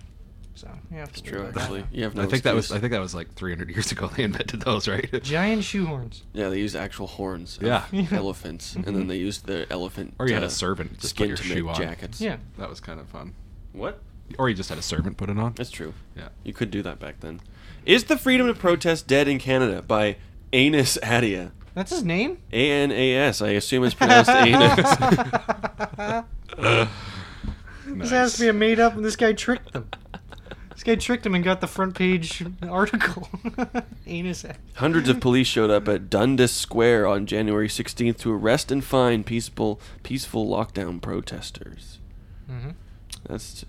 Speaker 5: So yeah, it's
Speaker 4: True, actually. You have no
Speaker 6: I think that was I
Speaker 4: excuse.
Speaker 6: think that was like 300 years ago they invented those, right?
Speaker 5: Giant shoehorns.
Speaker 4: Yeah, they used actual horns. of
Speaker 6: Yeah.
Speaker 4: [laughs] Elephants, and
Speaker 6: [laughs]
Speaker 4: then they used the elephant.
Speaker 6: Or you had
Speaker 4: uh,
Speaker 6: a servant just put
Speaker 4: skin
Speaker 6: your
Speaker 4: to
Speaker 6: shoe
Speaker 4: make
Speaker 6: on.
Speaker 4: jackets.
Speaker 5: Yeah,
Speaker 6: That was kind of fun.
Speaker 4: What?
Speaker 6: Or you just had a servant put it on.
Speaker 4: That's true.
Speaker 6: Yeah.
Speaker 4: You could do that back then. Is the freedom to protest dead in Canada by Anus Adia?
Speaker 5: That's his name?
Speaker 4: A N A S. I assume it's
Speaker 5: [laughs]
Speaker 4: pronounced anus.
Speaker 5: This has to be a made up, and this guy tricked them. This guy tricked him and got the front page article. [laughs] Anus.
Speaker 4: Hundreds of police showed up at Dundas Square on January 16th to arrest and fine peaceful peaceful lockdown protesters.
Speaker 6: Mm-hmm.
Speaker 4: That's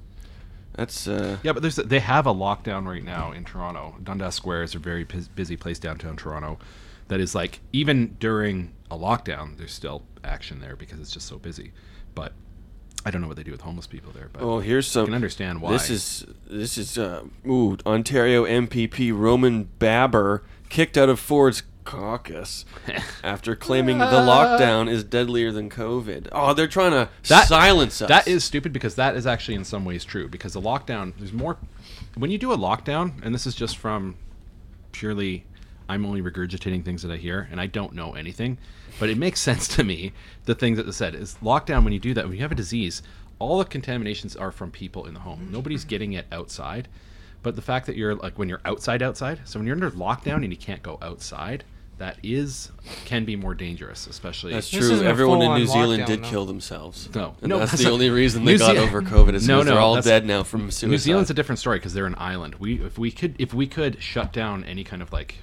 Speaker 4: that's uh,
Speaker 6: Yeah, but there's they have a lockdown right now in Toronto. Dundas Square is a very pus- busy place downtown Toronto. That is like even during a lockdown, there's still action there because it's just so busy. But I don't know what they do with homeless people there. But
Speaker 4: oh here's some.
Speaker 6: can understand why.
Speaker 4: This is this is uh, ooh Ontario MPP Roman Baber kicked out of Ford's
Speaker 6: [laughs]
Speaker 4: caucus after claiming the lockdown is deadlier than COVID. Oh, they're trying to
Speaker 6: That-
Speaker 4: silence us.
Speaker 6: That is stupid because that is actually in some ways true because the lockdown there's more when you do a lockdown and this is just from purely I'm only regurgitating things that I hear and I don't know anything but it makes [laughs] sense to me the things that they said is lockdown when you do that when you have a disease all the contaminations are from people in the home nobody's getting it outside but the fact that you're like when you're outside outside so when you're under lockdown and you can't go outside that is can be more dangerous especially
Speaker 4: That's
Speaker 5: This
Speaker 4: true.
Speaker 5: isn't a
Speaker 4: Everyone in
Speaker 5: full-on
Speaker 4: New Zealand
Speaker 5: lockdown,
Speaker 4: did
Speaker 5: though.
Speaker 4: kill themselves.
Speaker 6: No.
Speaker 4: and
Speaker 6: No,
Speaker 4: that's,
Speaker 6: that's
Speaker 4: the
Speaker 6: not-
Speaker 4: only reason they
Speaker 6: New
Speaker 4: got
Speaker 6: Zea-
Speaker 4: over COVID. Is
Speaker 6: No,
Speaker 4: because
Speaker 6: no,
Speaker 4: they're all
Speaker 6: that's-
Speaker 4: dead now from suicide.
Speaker 6: New Zealand's a different story because they're an island. We if we could if we could shut down any kind of like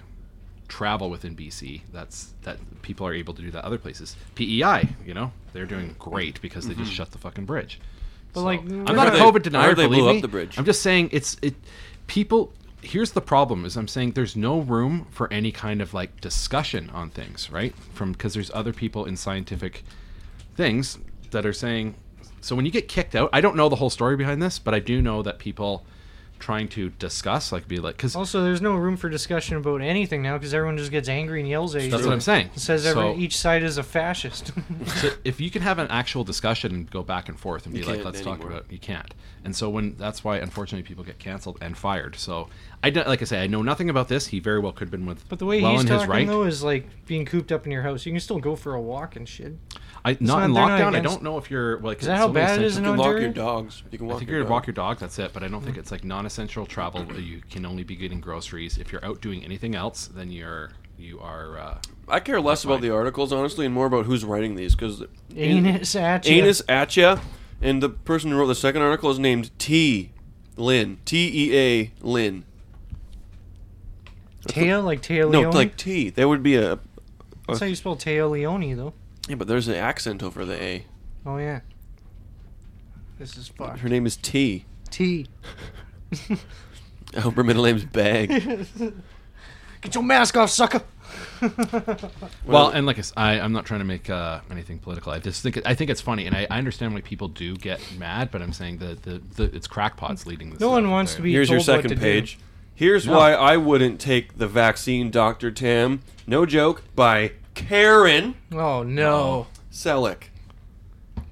Speaker 6: travel within BC, that's that people are able to do that other places. PEI, you know, they're doing great because they just shut the fucking bridge.
Speaker 5: Mm-hmm. But, like,
Speaker 6: I'm not a
Speaker 4: they-
Speaker 6: COVID denier.
Speaker 4: or they
Speaker 6: believe
Speaker 4: blew up
Speaker 6: me.
Speaker 4: the bridge.
Speaker 6: I'm just saying it's it. People, here's the problem: is I'm saying there's no room for any kind of like discussion on things, right? From because there's other people in scientific things that are saying. So when you get kicked out, I don't know the whole story behind this, but I do know that people trying to discuss, like, be like, because
Speaker 5: Also, there's no room for discussion about anything now because everyone just gets angry and yells at you.
Speaker 6: that's what I'm saying.
Speaker 5: It says every,
Speaker 6: So-
Speaker 5: each side is a fascist.
Speaker 6: [laughs]
Speaker 5: [laughs]
Speaker 6: So if you can have an actual discussion and go back and forth and be like,
Speaker 4: can't
Speaker 6: let's talk
Speaker 4: anymore.
Speaker 6: about it, you can't. And so when that's why unfortunately people get canceled and fired. So I don't, like I say, I know nothing about this. He very well could have been with
Speaker 5: but the way
Speaker 6: well
Speaker 5: he's
Speaker 6: in his
Speaker 5: talking
Speaker 6: right.
Speaker 5: though is like being cooped up in your house. You can still go for a walk and shit.
Speaker 6: I not in
Speaker 5: not- they're
Speaker 6: lockdown.
Speaker 5: not
Speaker 6: I
Speaker 5: against-
Speaker 6: don't know if you're like
Speaker 5: that how bad it is in
Speaker 4: You can walk your
Speaker 5: Ontario?
Speaker 4: dogs. You can
Speaker 6: I
Speaker 4: walk
Speaker 6: think
Speaker 4: your
Speaker 6: you're
Speaker 4: dog.
Speaker 6: to walk your dog. That's it. But I don't think it's like non-essential travel. where You can only be getting groceries. If you're out doing anything else, then you're you are. Uh,
Speaker 4: I care less about the articles, honestly, and more about who's writing these. Because
Speaker 5: Anus at ya.
Speaker 4: Anus Atcha, and the person who wrote the second article is named T. Lynn. T E A Lynn.
Speaker 5: Tail like Tail
Speaker 4: No,
Speaker 5: Leone.
Speaker 4: like T. There would be a.
Speaker 5: That's how you spell Tail Leone though.
Speaker 4: Yeah, but there's an accent over the A.
Speaker 5: Oh yeah. This is fucked.
Speaker 4: Her name is T. [laughs]
Speaker 5: T.
Speaker 4: I hope her middle name's
Speaker 5: [laughs]
Speaker 4: Bag.
Speaker 5: Get your mask off, sucker.
Speaker 6: Well, and like I s- I, am not trying to make uh, anything political. I just think it- I think it's funny, and I, I understand why people do get mad. But I'm saying that the, the it's crackpots leading this.
Speaker 5: No one
Speaker 6: out
Speaker 5: wants
Speaker 6: there.
Speaker 5: to be.
Speaker 4: Here's your
Speaker 5: told what to
Speaker 4: second
Speaker 5: do.
Speaker 4: page. Here's why I wouldn't take the vaccine, Dr. Tam. No joke, by Karen
Speaker 5: Oh no,
Speaker 4: Selleck.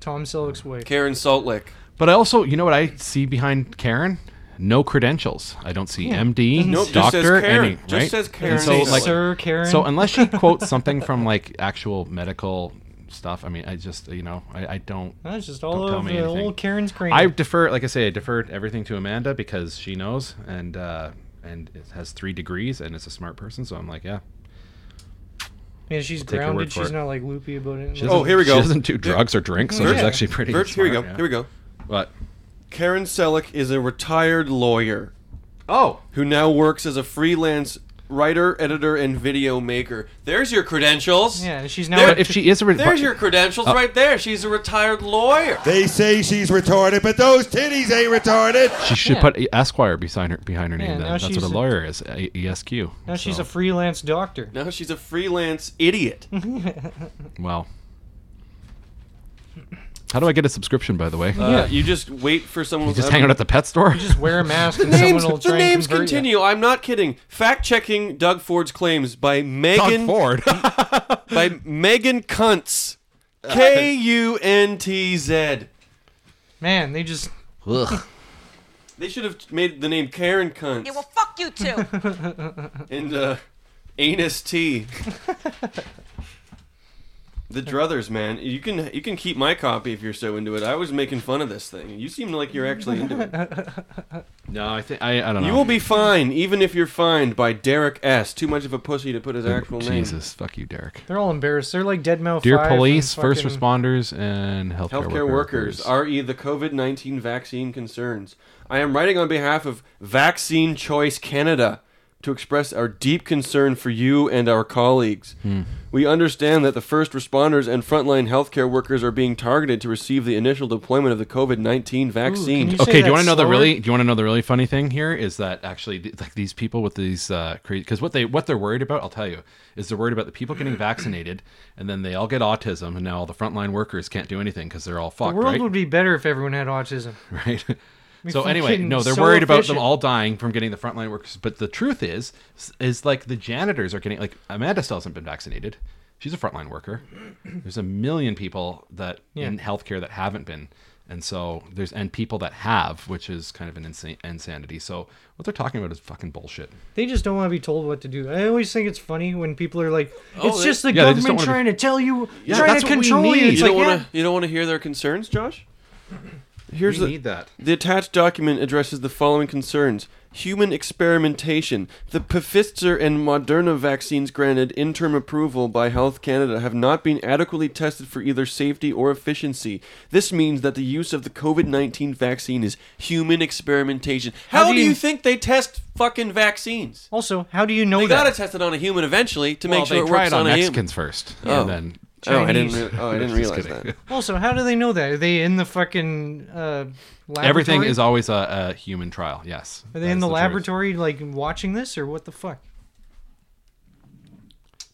Speaker 5: Tom Selleck's way.
Speaker 4: Karen Salt Lick.
Speaker 6: But I also, you know what I see behind Karen? No credentials. I don't see MD,
Speaker 4: Nope, just
Speaker 6: doctor,
Speaker 4: says Karen.
Speaker 6: any.
Speaker 4: Just
Speaker 6: right?
Speaker 4: says Karen
Speaker 6: And so,
Speaker 4: Selleck.
Speaker 6: like,
Speaker 5: Sir Karen.
Speaker 6: so unless she quotes something from like actual medical stuff, I mean, I just, you know, I, I don't.
Speaker 5: that's just all
Speaker 6: Don't tell
Speaker 5: over
Speaker 6: me
Speaker 5: the
Speaker 6: anything.
Speaker 5: old Karen's crane.
Speaker 6: I defer, like I say, I defer everything to Amanda because she knows and uh, and it has three degrees and is a smart person. So I'm like, yeah.
Speaker 5: Man, she's
Speaker 6: take your word
Speaker 5: grounded.
Speaker 6: for
Speaker 5: She's
Speaker 6: it.
Speaker 5: not like loopy about it.
Speaker 6: She
Speaker 4: Oh,
Speaker 6: doesn't-
Speaker 4: here we go.
Speaker 6: She doesn't do drugs or drink, so she's
Speaker 5: Yeah.
Speaker 6: actually pretty.
Speaker 4: Virch, here we go.
Speaker 6: smart, yeah.
Speaker 4: Here we go.
Speaker 6: But
Speaker 4: Karen Selleck is a retired lawyer
Speaker 6: oh,
Speaker 4: who now works as a freelance writer, editor, and video maker. There's your credentials.
Speaker 5: Yeah, and she's now.
Speaker 4: There-
Speaker 6: but if she is a re-
Speaker 4: There's your
Speaker 6: Uh,
Speaker 4: credentials right there. She's a retired lawyer.
Speaker 2: They say she's retarded, but those titties ain't retarded.
Speaker 6: She should
Speaker 5: Yeah.
Speaker 6: put Esquire behind her behind her name.
Speaker 5: Yeah,
Speaker 6: then.
Speaker 5: now
Speaker 6: That's what
Speaker 5: she's
Speaker 6: a
Speaker 5: a-
Speaker 6: lawyer is. E- ESQ.
Speaker 5: now [laughs] she's
Speaker 6: So,
Speaker 5: a freelance
Speaker 6: [laughs]
Speaker 5: doctor.
Speaker 4: Now she's a freelance idiot.
Speaker 5: Mm-hmm.
Speaker 6: well. How do I get a subscription? By the way,
Speaker 4: Uh, you just wait for someone.
Speaker 6: just hang out at the pet store. [laughs]
Speaker 5: Just wear a mask and
Speaker 4: Names,
Speaker 5: someone will
Speaker 4: the
Speaker 5: try
Speaker 4: names
Speaker 5: and convert ya.
Speaker 4: continue. I'm not kidding. Fact checking Doug Ford's claims by Megan [laughs]
Speaker 6: Ford.
Speaker 4: by Megan Kuntz, K U N T Z.
Speaker 5: Man, they just.
Speaker 4: They should have made the name Karen Kuntz
Speaker 9: fuck you too.
Speaker 4: and uh, Anus T. The druthers, man. You can you can keep my copy if you're so into it. I was making fun of this thing. You seem like you're actually into it.
Speaker 6: No, I think I, I don't know.
Speaker 4: You will be fine, even if you're fined by Derek S. Too much of a pussy to put his actual name.
Speaker 6: Jesus, fuck you, Derek.
Speaker 5: They're all embarrassed. They're like dead mouth.
Speaker 6: Dear
Speaker 5: Five and
Speaker 6: police, first
Speaker 5: fucking-
Speaker 6: responders, and healthcare,
Speaker 4: Healthcare workers, re the COVID nineteen vaccine concerns. I am writing on behalf of Vaccine Choice Canada to express our deep concern for you and our colleagues. We understand that the first responders and frontline healthcare workers are being targeted to receive the initial deployment of the COVID nineteen vaccine. Oh,
Speaker 5: you say
Speaker 6: Okay, do
Speaker 5: that
Speaker 6: you want to know the
Speaker 5: slower?
Speaker 6: really? Do you want to know the really funny thing here? Is that actually th- like these people with these uh, crazy? Because what they what they're worried about, I'll tell you, is they're worried about the people getting vaccinated, and then they all get autism, and now all the frontline workers can't do anything because they're all
Speaker 5: The
Speaker 6: fucked,
Speaker 5: world
Speaker 6: right?
Speaker 5: would be better if everyone had autism.
Speaker 6: right? [laughs] So anyway,
Speaker 5: fucking
Speaker 6: no, they're
Speaker 5: so
Speaker 6: worried about them
Speaker 5: efficient.
Speaker 6: all dying from getting the frontline workers. But the truth is, is like the janitors are getting like Amanda still hasn't been vaccinated. She's a frontline worker. [clears throat] There's a million people that
Speaker 5: Yeah.
Speaker 6: in healthcare that haven't been, and so there's and people that have, which is kind of an insane insanity. So what they're talking about is fucking bullshit.
Speaker 5: They just don't want to be told what to do. I always think it's funny when people are like, "It's
Speaker 4: they-
Speaker 5: just the
Speaker 6: Yeah, they just
Speaker 5: government
Speaker 6: don't wanna be-
Speaker 5: trying to tell you,
Speaker 6: Yeah,
Speaker 5: trying
Speaker 6: that's
Speaker 5: to
Speaker 6: what we
Speaker 5: control you."
Speaker 6: need.
Speaker 5: It's
Speaker 4: You
Speaker 5: like,
Speaker 4: don't
Speaker 5: yeah,
Speaker 4: want to. You don't want to hear their concerns, Josh. Here's
Speaker 6: We
Speaker 4: the
Speaker 6: need that.
Speaker 4: the attached document addresses the following concerns: human experimentation. The Pfizer and Moderna vaccines granted interim approval by Health Canada have not been adequately tested for either safety or efficiency. This means that the use of the COVID-19 vaccine is human experimentation. How, do, you... think they test fucking vaccines?
Speaker 5: Also, how do you know
Speaker 4: They
Speaker 5: that?
Speaker 4: gotta test it on a human eventually to
Speaker 6: Well,
Speaker 4: make sure
Speaker 6: they
Speaker 4: it
Speaker 6: try
Speaker 4: works
Speaker 6: it on,
Speaker 4: a human.
Speaker 6: Mexicans first,
Speaker 4: Oh.
Speaker 6: and then
Speaker 4: Oh, I didn't.
Speaker 5: Chinese.
Speaker 4: Re- oh, I didn't
Speaker 6: Just
Speaker 4: realize
Speaker 6: kidding.
Speaker 4: that.
Speaker 5: also, how do they know that? Are they in the fucking uh, laboratory?
Speaker 6: everything is always a, a human trial. Yes.
Speaker 5: Are
Speaker 6: That
Speaker 5: they in
Speaker 6: is
Speaker 5: the,
Speaker 6: truth.
Speaker 5: laboratory, like watching this, or what the fuck?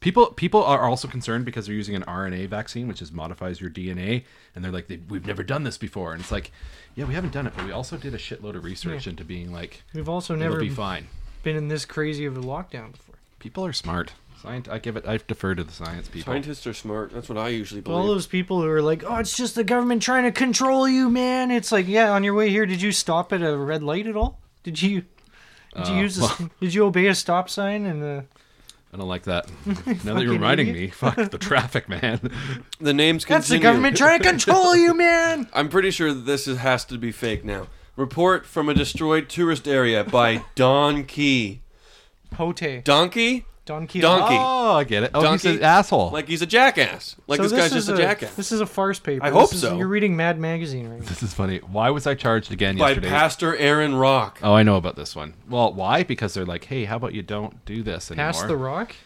Speaker 6: People people are also concerned because they're using an RNA vaccine, which is modifies your DNA, and they're like, they, "We've never done this before," and it's like, "Yeah, we haven't done it, but we also did a shitload of research into being like,
Speaker 5: We've also
Speaker 6: it'll
Speaker 5: never
Speaker 6: be fine."
Speaker 5: been in this crazy of a lockdown before.
Speaker 6: People are smart. Science, I give it. I defer to the science people.
Speaker 4: Scientists are smart. That's what I usually believe.
Speaker 5: All those people who are like, "Oh, it's just the government trying to control you, man." It's like, yeah, on your way here, did you stop at a red light at all? Did you? Did
Speaker 6: Uh,
Speaker 5: you use? A, Did you obey a stop sign and the?
Speaker 6: I don't
Speaker 5: [laughs]
Speaker 6: like that. now that you're reminding me, fuck the traffic, man.
Speaker 4: The names
Speaker 5: That's the
Speaker 4: continue.
Speaker 5: government trying
Speaker 4: [laughs]
Speaker 5: to control you, man.
Speaker 4: I'm pretty sure this is, has to be fake now. Report from a destroyed tourist area by Don Key.
Speaker 5: Pote.
Speaker 4: Donkey?
Speaker 5: Don Quixote.
Speaker 4: Donkey.
Speaker 6: oh, I get it. Oh, he's
Speaker 4: Donkey.
Speaker 6: an asshole.
Speaker 4: Like he's a jackass. Like
Speaker 5: So
Speaker 4: this guy's
Speaker 5: is
Speaker 4: just a, jackass.
Speaker 5: This is a farce paper.
Speaker 4: I
Speaker 5: This
Speaker 4: hope
Speaker 5: is-
Speaker 4: so.
Speaker 5: You're reading Mad Magazine right now.
Speaker 6: this is funny. Why was I charged again
Speaker 4: by
Speaker 6: yesterday?
Speaker 4: Pastor Aaron Rock.
Speaker 6: oh, I know about this one. Well, why? Because they're like, "Hey, how about you don't do this anymore?"
Speaker 5: Pass the rock.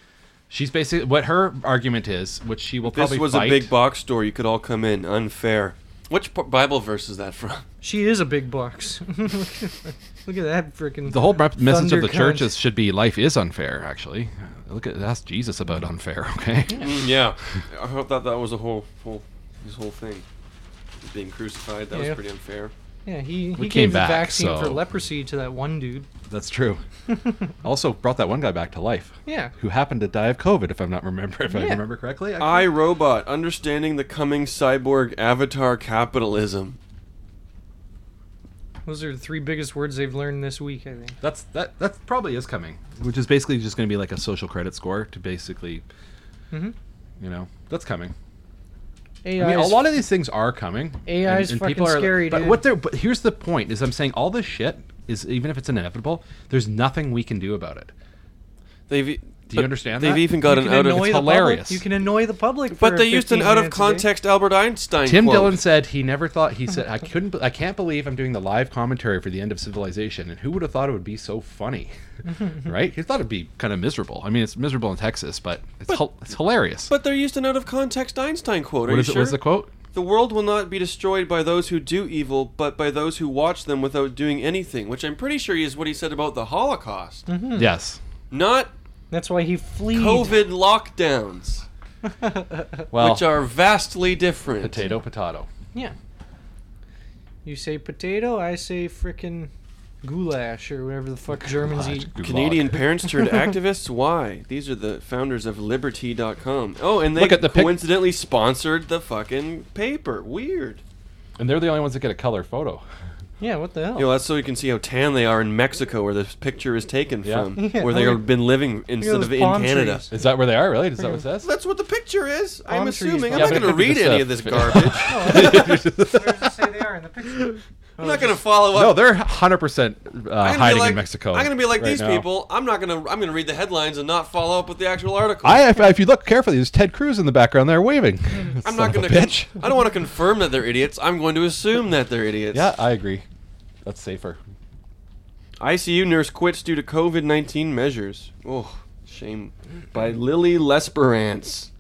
Speaker 6: She's basically what her argument is, which she will
Speaker 4: This
Speaker 6: probably
Speaker 4: was a
Speaker 6: fight.
Speaker 4: big box store. You could all come in. Unfair. Which p- Bible verse is that from?
Speaker 5: She is a big box. [laughs] Look at that freaking.
Speaker 6: The whole rep- message of the
Speaker 5: Thunder
Speaker 6: church
Speaker 5: cunt.
Speaker 6: is should be life is unfair. Actually, look at ask Jesus about unfair. [laughs] Okay,
Speaker 4: Mm, yeah. I hope that that was a whole, whole, his whole thing. Being crucified. That
Speaker 5: Yeah.
Speaker 4: was pretty unfair.
Speaker 5: Yeah, he, he
Speaker 6: came
Speaker 5: gave the
Speaker 6: back,
Speaker 5: vaccine for
Speaker 6: so-
Speaker 5: leprosy to that one dude. [laughs]
Speaker 6: that's true. also brought that one guy back to life.
Speaker 5: Yeah.
Speaker 6: who happened to die of COVID, if I'm not remember if I
Speaker 5: Yeah.
Speaker 6: remember correctly. actually.
Speaker 4: I Robot: Understanding the Coming Cyborg Avatar Capitalism.
Speaker 5: Those are the three biggest words they've learned this week, I think.
Speaker 6: that's that that probably is coming, which is basically just going to be like a social credit score to basically,
Speaker 5: Mm-hmm.
Speaker 6: you know, that's coming.
Speaker 5: AI
Speaker 6: I mean, a
Speaker 5: is-
Speaker 6: lot of these things are coming.
Speaker 5: AI is fucking scary,
Speaker 6: But
Speaker 5: dude.
Speaker 6: what they're but here's the point is I'm saying all this shit is even if it's inevitable, there's nothing we can do about it.
Speaker 4: They've. e-
Speaker 6: Do you
Speaker 4: but
Speaker 6: understand
Speaker 4: They've
Speaker 6: that?
Speaker 4: even got an
Speaker 5: can
Speaker 4: out of
Speaker 5: annoy the public-
Speaker 6: hilarious.
Speaker 5: You can annoy the public.
Speaker 4: But
Speaker 5: for
Speaker 4: they used an
Speaker 5: 15
Speaker 4: out of
Speaker 5: minutes a day.
Speaker 4: context Albert Einstein.
Speaker 6: Tim
Speaker 4: quote.
Speaker 6: Dillon said he never thought he said I couldn't I can't believe I'm doing the live commentary for the end of civilization and who would have thought it would be so funny, right? He thought it'd be kind of miserable. I mean, it's miserable in Texas, but it's hil- it's hilarious.
Speaker 4: But they're used an out of context Einstein quote. Are
Speaker 6: what
Speaker 4: you
Speaker 6: is it?
Speaker 4: sure?
Speaker 6: What's the quote?
Speaker 4: The world will not be destroyed by those who do evil, but by those who watch them without doing anything, which I'm pretty sure is what he said about the Holocaust.
Speaker 6: Hmm. Yes.
Speaker 4: Not
Speaker 5: That's why he fleed.
Speaker 4: COVID lockdowns,
Speaker 6: Well,
Speaker 4: which are vastly different.
Speaker 6: Oh. potato potato.
Speaker 5: Yeah. You say potato, I say frickin' goulash or whatever the fuck Germans eat.
Speaker 6: Gulag.
Speaker 4: Canadian parents
Speaker 6: [laughs]
Speaker 4: turned activists? Why? These are the founders of Liberty.com. Oh, and they
Speaker 6: Look at the pic-
Speaker 4: coincidentally sponsored the fucking paper. Weird.
Speaker 6: and they're the only ones that get a color photo.
Speaker 5: Yeah, what the hell?
Speaker 4: You know, that's so you can see how tan they are in Mexico, where this picture is taken
Speaker 5: [laughs]
Speaker 6: Yeah.
Speaker 4: from,
Speaker 5: Yeah,
Speaker 4: where they've
Speaker 5: look at-
Speaker 4: been living instead
Speaker 5: those
Speaker 4: of in
Speaker 5: palm
Speaker 4: Canada.
Speaker 5: trees.
Speaker 6: Is that where they are? Really? Is that what it
Speaker 4: So
Speaker 6: says?
Speaker 4: That's what the picture is.
Speaker 5: Palm
Speaker 4: I'm
Speaker 5: trees,
Speaker 4: assuming. I'm
Speaker 5: yeah,
Speaker 4: not
Speaker 6: but it
Speaker 4: going to
Speaker 6: could be
Speaker 4: read
Speaker 6: the
Speaker 4: any
Speaker 6: stuff.
Speaker 4: of
Speaker 5: [laughs]
Speaker 4: this garbage.
Speaker 6: [laughs]
Speaker 5: Where does it say [laughs] they are in the picture?
Speaker 4: I'm not going to follow up.
Speaker 6: No, they're 100% uh,
Speaker 4: I'm gonna be
Speaker 6: hiding
Speaker 4: like-
Speaker 6: in Mexico.
Speaker 4: I'm going to be like
Speaker 6: right
Speaker 4: these
Speaker 6: now.
Speaker 4: people. I'm not going to. I'm going to read the headlines and not follow up with the actual article.
Speaker 6: I, if, if you look carefully, there's Ted Cruz in the background there waving.
Speaker 4: [laughs] I'm not going to.
Speaker 6: bitch.
Speaker 4: I don't want to confirm that they're idiots. I'm going to assume that they're idiots.
Speaker 6: Yeah, I agree. That's safer.
Speaker 4: ICU nurse quits due to COVID 19 measures. Oh, shame. By Lily Lesperance.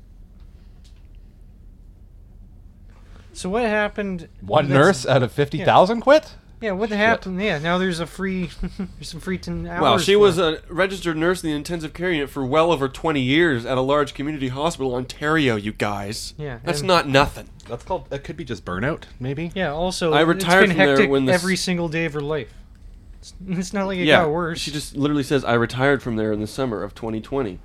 Speaker 5: So what happened?
Speaker 6: One
Speaker 5: that's-
Speaker 6: nurse out of 50,000 quit?
Speaker 5: Yeah, what happened? Yeah, now there's a free, [laughs] there's some free ten hours.
Speaker 4: Wow, she
Speaker 5: for
Speaker 4: was
Speaker 5: it.
Speaker 4: a registered nurse in the intensive care unit for well over 20 years at a large community hospital, Ontario, you guys.
Speaker 5: Yeah,
Speaker 4: That's
Speaker 5: and-
Speaker 4: not nothing.
Speaker 6: That's called, that could be just burnout, maybe.
Speaker 5: yeah. Also,
Speaker 4: I retired
Speaker 5: it's
Speaker 4: from
Speaker 5: been
Speaker 4: there
Speaker 5: hectic
Speaker 4: when this-
Speaker 5: every single day of her life. It's, it's not like it got worse.
Speaker 4: She just literally says, I retired from there in the summer of 2020.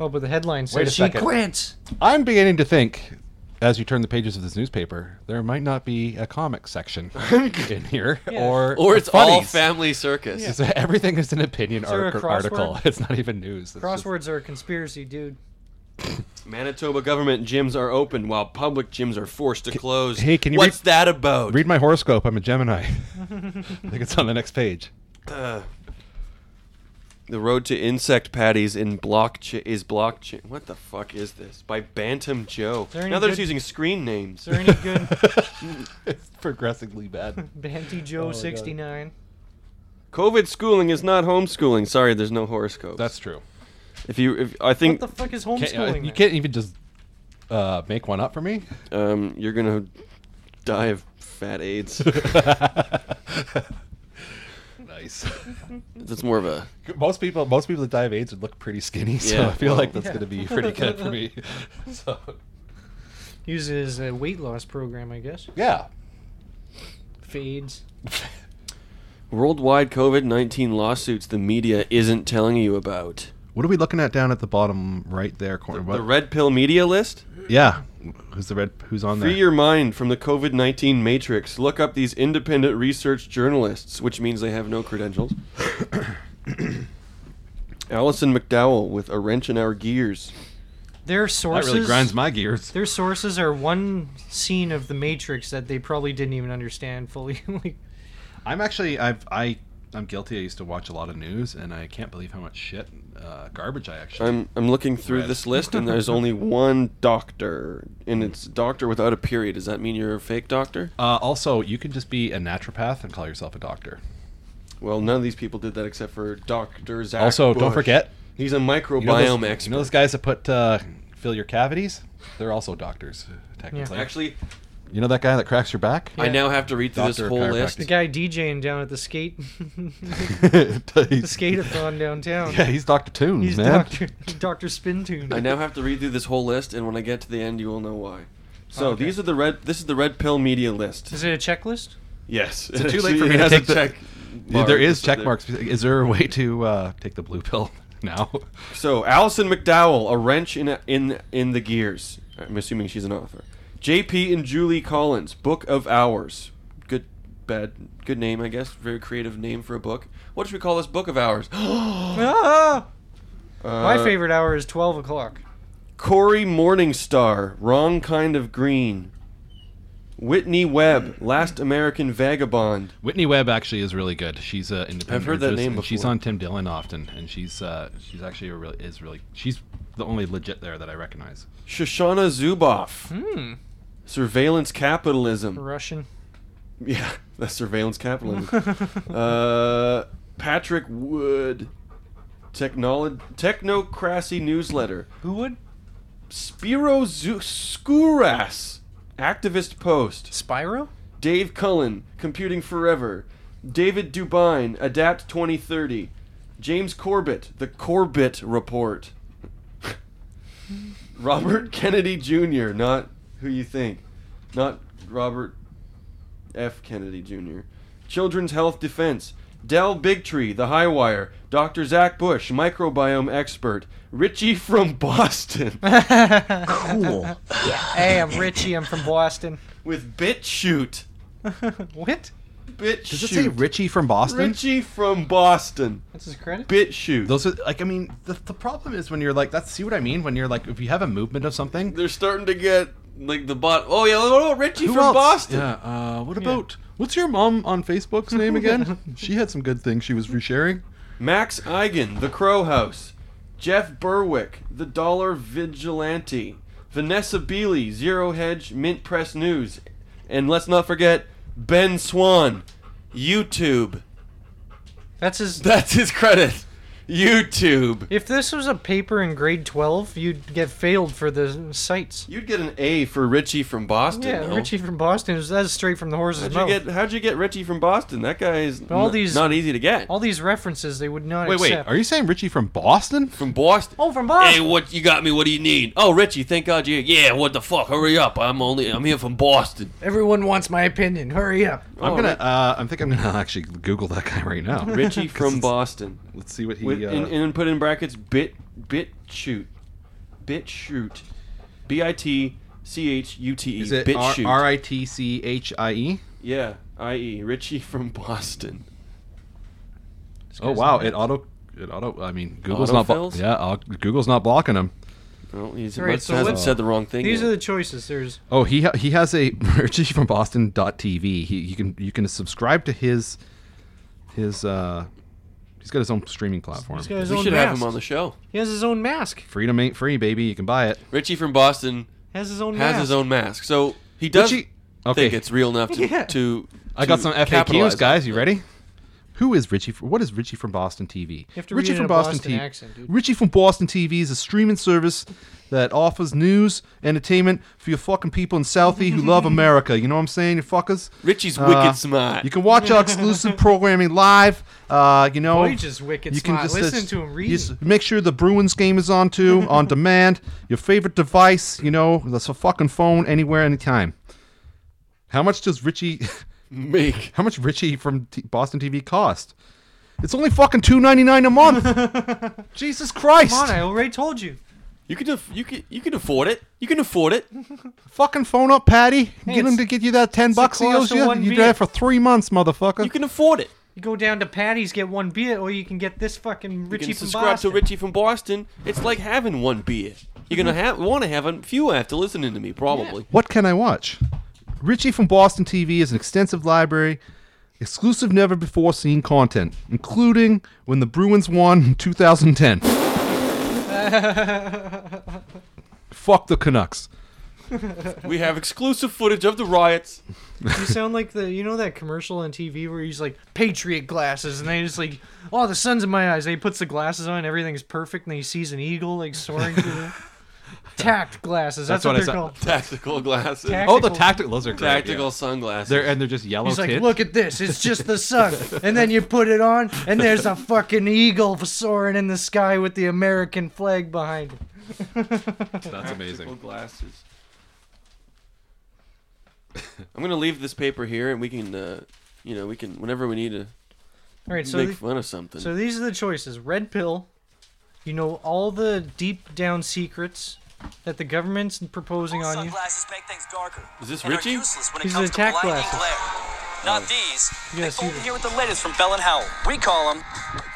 Speaker 5: oh, but the headline says
Speaker 6: a
Speaker 5: she
Speaker 6: second.
Speaker 5: quit.
Speaker 6: I'm beginning to think, as you turn the pages of this newspaper, there might not be a comic [laughs] section in here, or
Speaker 4: Or it's
Speaker 6: funnies.
Speaker 4: all family circus.
Speaker 6: It's- Everything is an opinion
Speaker 5: there a
Speaker 6: artic-
Speaker 5: crossword?
Speaker 6: article. [laughs] It's not even news. It's just-
Speaker 5: Crosswords are a conspiracy, dude.
Speaker 4: Manitoba government gyms are open while public gyms are forced to close.
Speaker 6: hey, can you
Speaker 4: What's
Speaker 6: read-
Speaker 4: that about?
Speaker 6: Read my horoscope. I'm a Gemini. [laughs] I think it's on the next page.
Speaker 4: The road to insect patties in blockchain is blockchain. What the fuck is this? By Bantam Joe.
Speaker 5: there any
Speaker 4: Now they're
Speaker 5: good-
Speaker 4: just using screen names.
Speaker 5: Is there any
Speaker 4: [laughs]
Speaker 5: good
Speaker 6: [laughs] It's progressively bad.
Speaker 5: Banty
Speaker 4: Oh
Speaker 5: Joe sixty nine?
Speaker 4: COVID schooling is not homeschooling. Sorry, there's no horoscope.
Speaker 6: That's true.
Speaker 4: if you. If, I
Speaker 5: What
Speaker 4: think
Speaker 5: the fuck is
Speaker 6: Can't- uh,
Speaker 5: homeschooling?
Speaker 6: you
Speaker 5: then?
Speaker 6: can't even just uh, make one up for me. [laughs]
Speaker 4: um, you're gonna die of fat AIDS. [laughs]
Speaker 6: Nice.
Speaker 4: That's more of a.
Speaker 6: [laughs] most people, most people that die of AIDS would look pretty skinny, so
Speaker 4: Yeah,
Speaker 6: I feel
Speaker 4: well.
Speaker 6: like that's going to be pretty good for me. [laughs] so
Speaker 5: Use it as a weight loss program, I guess.
Speaker 6: yeah,
Speaker 5: Fades.
Speaker 4: Worldwide COVID 19 lawsuits the media isn't telling you about.
Speaker 6: what are we looking at down at the bottom right there corner?
Speaker 4: The Red Pill Media List?
Speaker 6: yeah, who's the red? Who's on
Speaker 4: Free your mind from the COVID 19 matrix. Look up these independent research journalists, which means they have no credentials. [coughs] Allison McDowell with A Wrench in Our Gears.
Speaker 5: Their sources.
Speaker 6: That really grinds my gears.
Speaker 5: Their sources are one scene of the Matrix that they probably didn't even understand fully. [laughs] like,
Speaker 6: I'm actually I've I I'm guilty. I used to watch a lot of news, and I can't believe how much shit uh, garbage I actually.
Speaker 4: I'm, I'm looking through
Speaker 6: Red.
Speaker 4: this list, and there's
Speaker 6: [laughs]
Speaker 4: only one doctor, and it's doctor without a period. Does that mean you're a fake doctor?
Speaker 6: Uh, also, you can just be a naturopath and call yourself a doctor.
Speaker 4: Well, none of these people did that except for Dr. Zach.
Speaker 6: Also, don't
Speaker 4: Bush.
Speaker 6: forget
Speaker 4: He's a microbiome
Speaker 6: you know those-
Speaker 4: expert.
Speaker 6: You know those guys that put uh, fill your cavities? They're also doctors, technically.
Speaker 4: Actually,
Speaker 6: you know that guy that cracks your back?
Speaker 4: I now have to read through this
Speaker 6: Doctor of
Speaker 4: whole list.
Speaker 5: the guy DJing down at the skate, [laughs] the
Speaker 6: [laughs] he's,
Speaker 5: skate-a-thon downtown.
Speaker 6: yeah, he's Doctor Tunes,
Speaker 5: He's
Speaker 6: man.
Speaker 5: Doctor [laughs] Doctor Spintune.
Speaker 4: I now have to read through this whole list, and when I get to the end, you will know why.
Speaker 6: Oh,
Speaker 4: So these are the red. This is the red pill media list.
Speaker 5: Is it a checklist?
Speaker 4: Yes.
Speaker 6: it [laughs] too late for me to take the- there is check marks. Is there a way to uh, take the blue pill [laughs] now?
Speaker 4: So Allison McDowell, a wrench in in in the gears. I'm assuming she's an author. J.P. and Julie Collins, Book of Hours. Good, bad, good name, I guess. Very creative name for a book. What should we call this Book of Hours?
Speaker 5: Ah! My
Speaker 4: Uh,
Speaker 5: favorite hour is twelve o'clock.
Speaker 4: Corey Morningstar, Wrong Kind of Green. Whitney Webb, Last American Vagabond.
Speaker 6: Whitney Webb actually is really good. She's an independent.
Speaker 4: I've heard that
Speaker 6: actress,
Speaker 4: name
Speaker 6: and She's
Speaker 4: before.
Speaker 6: on Tim Dillon often, and she's uh, she's actually a really is really she's the only legit there that I recognize.
Speaker 4: Shoshana Zuboff. Surveillance capitalism.
Speaker 5: Russian.
Speaker 4: Yeah, [laughs] that's surveillance capitalism. uh, Patrick Wood. Technolo- Technocracy newsletter.
Speaker 5: Who would?
Speaker 4: Spiro Zu- Skouras. Activist post.
Speaker 5: Spyro?
Speaker 4: Dave Cullen, Computing Forever. David Dubine, Adapt 2030. James Corbett, The Corbett Report. [laughs] Robert Kennedy Jr., not who you think. Not Robert F. Kennedy Jr. Children's Health Defense. Dell Bigtree, The High Wire. Dr. Zach Bush, Microbiome Expert. Richie from [laughs]
Speaker 6: [laughs]
Speaker 4: Boston.
Speaker 5: Hey, I'm Richie. I'm from Boston.
Speaker 4: with BitChute.
Speaker 5: What?
Speaker 4: Bitch.
Speaker 6: Does it say Richie from Boston?
Speaker 4: Richie from Boston.
Speaker 5: That's his credit.
Speaker 4: Bit shoot.
Speaker 6: Those are like I mean the, the problem is when you're like that's see what I mean when you're like if you have a movement of something
Speaker 4: They're starting to get like the bot. Oh yeah, what about Richie
Speaker 6: who
Speaker 4: from
Speaker 6: else?
Speaker 4: Boston?
Speaker 6: Yeah. Uh, what about what's your mom on Facebook's name
Speaker 4: [laughs]
Speaker 6: again? she had some good things she was resharing.
Speaker 4: Max Eigen, The Crow House. Jeff Berwick, The Dollar Vigilante. Vanessa Bealey, Zero Hedge, Mint Press News. And let's not forget Ben Swan, YouTube. [laughs]
Speaker 5: That's his.
Speaker 4: That's his credit. YouTube.
Speaker 5: If this was a paper in grade 12, you'd get failed for the sites.
Speaker 4: You'd get an A for Richie from Boston.
Speaker 5: Yeah,
Speaker 4: though.
Speaker 5: Richie from Boston, is- that's straight from the horse's
Speaker 4: How'd you
Speaker 5: mouth.
Speaker 4: get? How'd you get Richie from Boston? That guy is
Speaker 5: all
Speaker 4: n-
Speaker 5: these-
Speaker 4: not easy to get.
Speaker 5: All these references they would not
Speaker 6: Wait, wait.
Speaker 5: accept.
Speaker 6: Are you saying Richie from Boston?
Speaker 4: from Boston.
Speaker 5: oh, from
Speaker 7: Hey,
Speaker 5: Boston!
Speaker 7: what you got me? What do you need?
Speaker 4: Oh, Richie, thank God you. Yeah, what the fuck? Hurry up! I'm only. I'm here from Boston.
Speaker 5: Everyone wants my opinion. Hurry up.
Speaker 4: Oh,
Speaker 6: I'm gonna. Uh, I think I'm gonna actually Google that guy right now. [laughs]
Speaker 4: [laughs] Richie from Boston.
Speaker 6: Let's see what he.
Speaker 4: Oh, With,
Speaker 6: uh,
Speaker 4: and, and put in brackets bit bit shoot, bit shoot, b i t c h u t
Speaker 6: is
Speaker 4: e
Speaker 6: it
Speaker 4: bit
Speaker 6: R-
Speaker 4: shoot.
Speaker 6: R-I-T-C-H-I-E?
Speaker 4: yeah, i e Richie from Boston.
Speaker 6: Oh wow! It auto. It auto. I mean, Google's not. Blo-
Speaker 4: Autofills?
Speaker 6: yeah, uh, Google's not blocking him.
Speaker 4: Well, he's
Speaker 5: Right,
Speaker 4: must-
Speaker 5: so
Speaker 4: hasn't
Speaker 5: let's-
Speaker 4: said the wrong thing.
Speaker 5: These
Speaker 4: yet.
Speaker 5: are the choices. There's
Speaker 6: Oh, he ha- he has a [laughs] Richie from Boston TV. He you can you can subscribe to his his uh he's got his own streaming platform.
Speaker 5: he's got his
Speaker 4: we
Speaker 5: own
Speaker 4: should
Speaker 5: mask.
Speaker 4: have him on the show.
Speaker 5: he has his own mask.
Speaker 6: Freedom ain't free, baby. You can buy it.
Speaker 4: Richie from Boston
Speaker 5: Has his own
Speaker 4: has
Speaker 5: mask.
Speaker 4: his own mask, so he does
Speaker 6: Richie-
Speaker 4: think
Speaker 6: Okay,
Speaker 4: it's real enough to.
Speaker 5: [laughs] Yeah.
Speaker 4: to
Speaker 6: I got
Speaker 4: to
Speaker 6: some FAQs,
Speaker 4: capitalize. [laughs]
Speaker 6: guys. You ready? Who is Richie? From, what is Richie from Boston TV?
Speaker 5: have to read it
Speaker 6: Richie
Speaker 5: in
Speaker 6: from
Speaker 5: a Boston
Speaker 6: TV.
Speaker 5: accent, dude.
Speaker 6: Richie from Boston TV is a streaming service that offers news, entertainment for your fucking people in Southie
Speaker 5: [laughs]
Speaker 6: who love America. You know what I'm saying, you fuckers?
Speaker 4: Richie's
Speaker 6: Uh,
Speaker 4: wicked smart.
Speaker 6: You can watch our
Speaker 5: [laughs]
Speaker 6: exclusive programming live. Uh, you know,
Speaker 5: Boy's just wicked smart. Listen to him read.
Speaker 6: just make sure the Bruins game is on too,
Speaker 5: [laughs]
Speaker 6: on demand. Your favorite device, you know, that's a fucking phone, anywhere, anytime. How much does Richie? [laughs]
Speaker 4: Make
Speaker 6: How much Richie from T- Boston TV cost? It's only fucking two ninety nine
Speaker 5: [laughs]
Speaker 6: a month. Jesus Christ!
Speaker 5: Come on, I already told you.
Speaker 4: you can aff- you can you can afford it. You can afford it.
Speaker 6: fucking phone up, Patty. get
Speaker 5: it's-
Speaker 6: him to get you that ten bucks he
Speaker 5: cost
Speaker 6: owes
Speaker 5: of
Speaker 6: you.
Speaker 5: one
Speaker 6: You
Speaker 5: beer.
Speaker 6: did that for three months, motherfucker.
Speaker 4: You can afford it.
Speaker 5: You go down to Patty's, get one beer, or you can get this fucking
Speaker 4: You
Speaker 5: [laughs] Richie
Speaker 4: can
Speaker 5: from
Speaker 4: subscribe
Speaker 5: Boston.
Speaker 4: to Richie from Boston. It's like having one beer. You're gonna have want to have a few after listening to me, probably.
Speaker 6: What can I watch? Richie from Boston TV is an extensive library, exclusive never before seen content, including when the Bruins won
Speaker 5: [laughs]
Speaker 6: in 2010. Fuck the Canucks.
Speaker 4: We have exclusive footage of the riots. [laughs]
Speaker 5: You sound like the you know that commercial on TV where he's like Patriot glasses, and they just like, oh, the sun's in my eyes. And he puts the glasses on, everything's perfect, and then he sees an eagle like soaring through
Speaker 6: [laughs]
Speaker 5: the tact glasses. That's,
Speaker 6: That's
Speaker 5: what,
Speaker 6: what I
Speaker 5: they're
Speaker 6: said.
Speaker 5: called.
Speaker 4: Tactical glasses.
Speaker 5: Tac-
Speaker 6: Oh, the
Speaker 5: Tactical-
Speaker 6: tactical. Those are great.
Speaker 4: Tactical
Speaker 6: yeah.
Speaker 4: sunglasses.
Speaker 6: They're and they're just yellow.
Speaker 5: He's like,
Speaker 6: tint.
Speaker 5: look at this, it's just the
Speaker 6: [laughs]
Speaker 5: sun, and then you put it on, and there's a fucking eagle soaring in the sky with the American flag behind it.
Speaker 6: That's
Speaker 4: Tactical
Speaker 6: amazing.
Speaker 4: glasses. [laughs] I'm gonna leave this paper here, and we can, uh, you know, we can whenever we need to
Speaker 5: All right, so
Speaker 4: make
Speaker 5: the-
Speaker 4: fun of something.
Speaker 5: So these are the choices: red pill. You know all the deep down secrets that the government's proposing on you.
Speaker 9: Sunglasses make things darker.
Speaker 4: Is this
Speaker 9: and are
Speaker 4: Richie?
Speaker 9: useless when it
Speaker 5: These are
Speaker 9: comes
Speaker 5: the
Speaker 9: to
Speaker 5: tack
Speaker 9: blinding
Speaker 5: glasses.
Speaker 9: glare.
Speaker 8: Oh.
Speaker 9: Not these.
Speaker 5: You gotta see
Speaker 9: they only
Speaker 5: them.
Speaker 9: here with the latest from Bell and Howell. We call them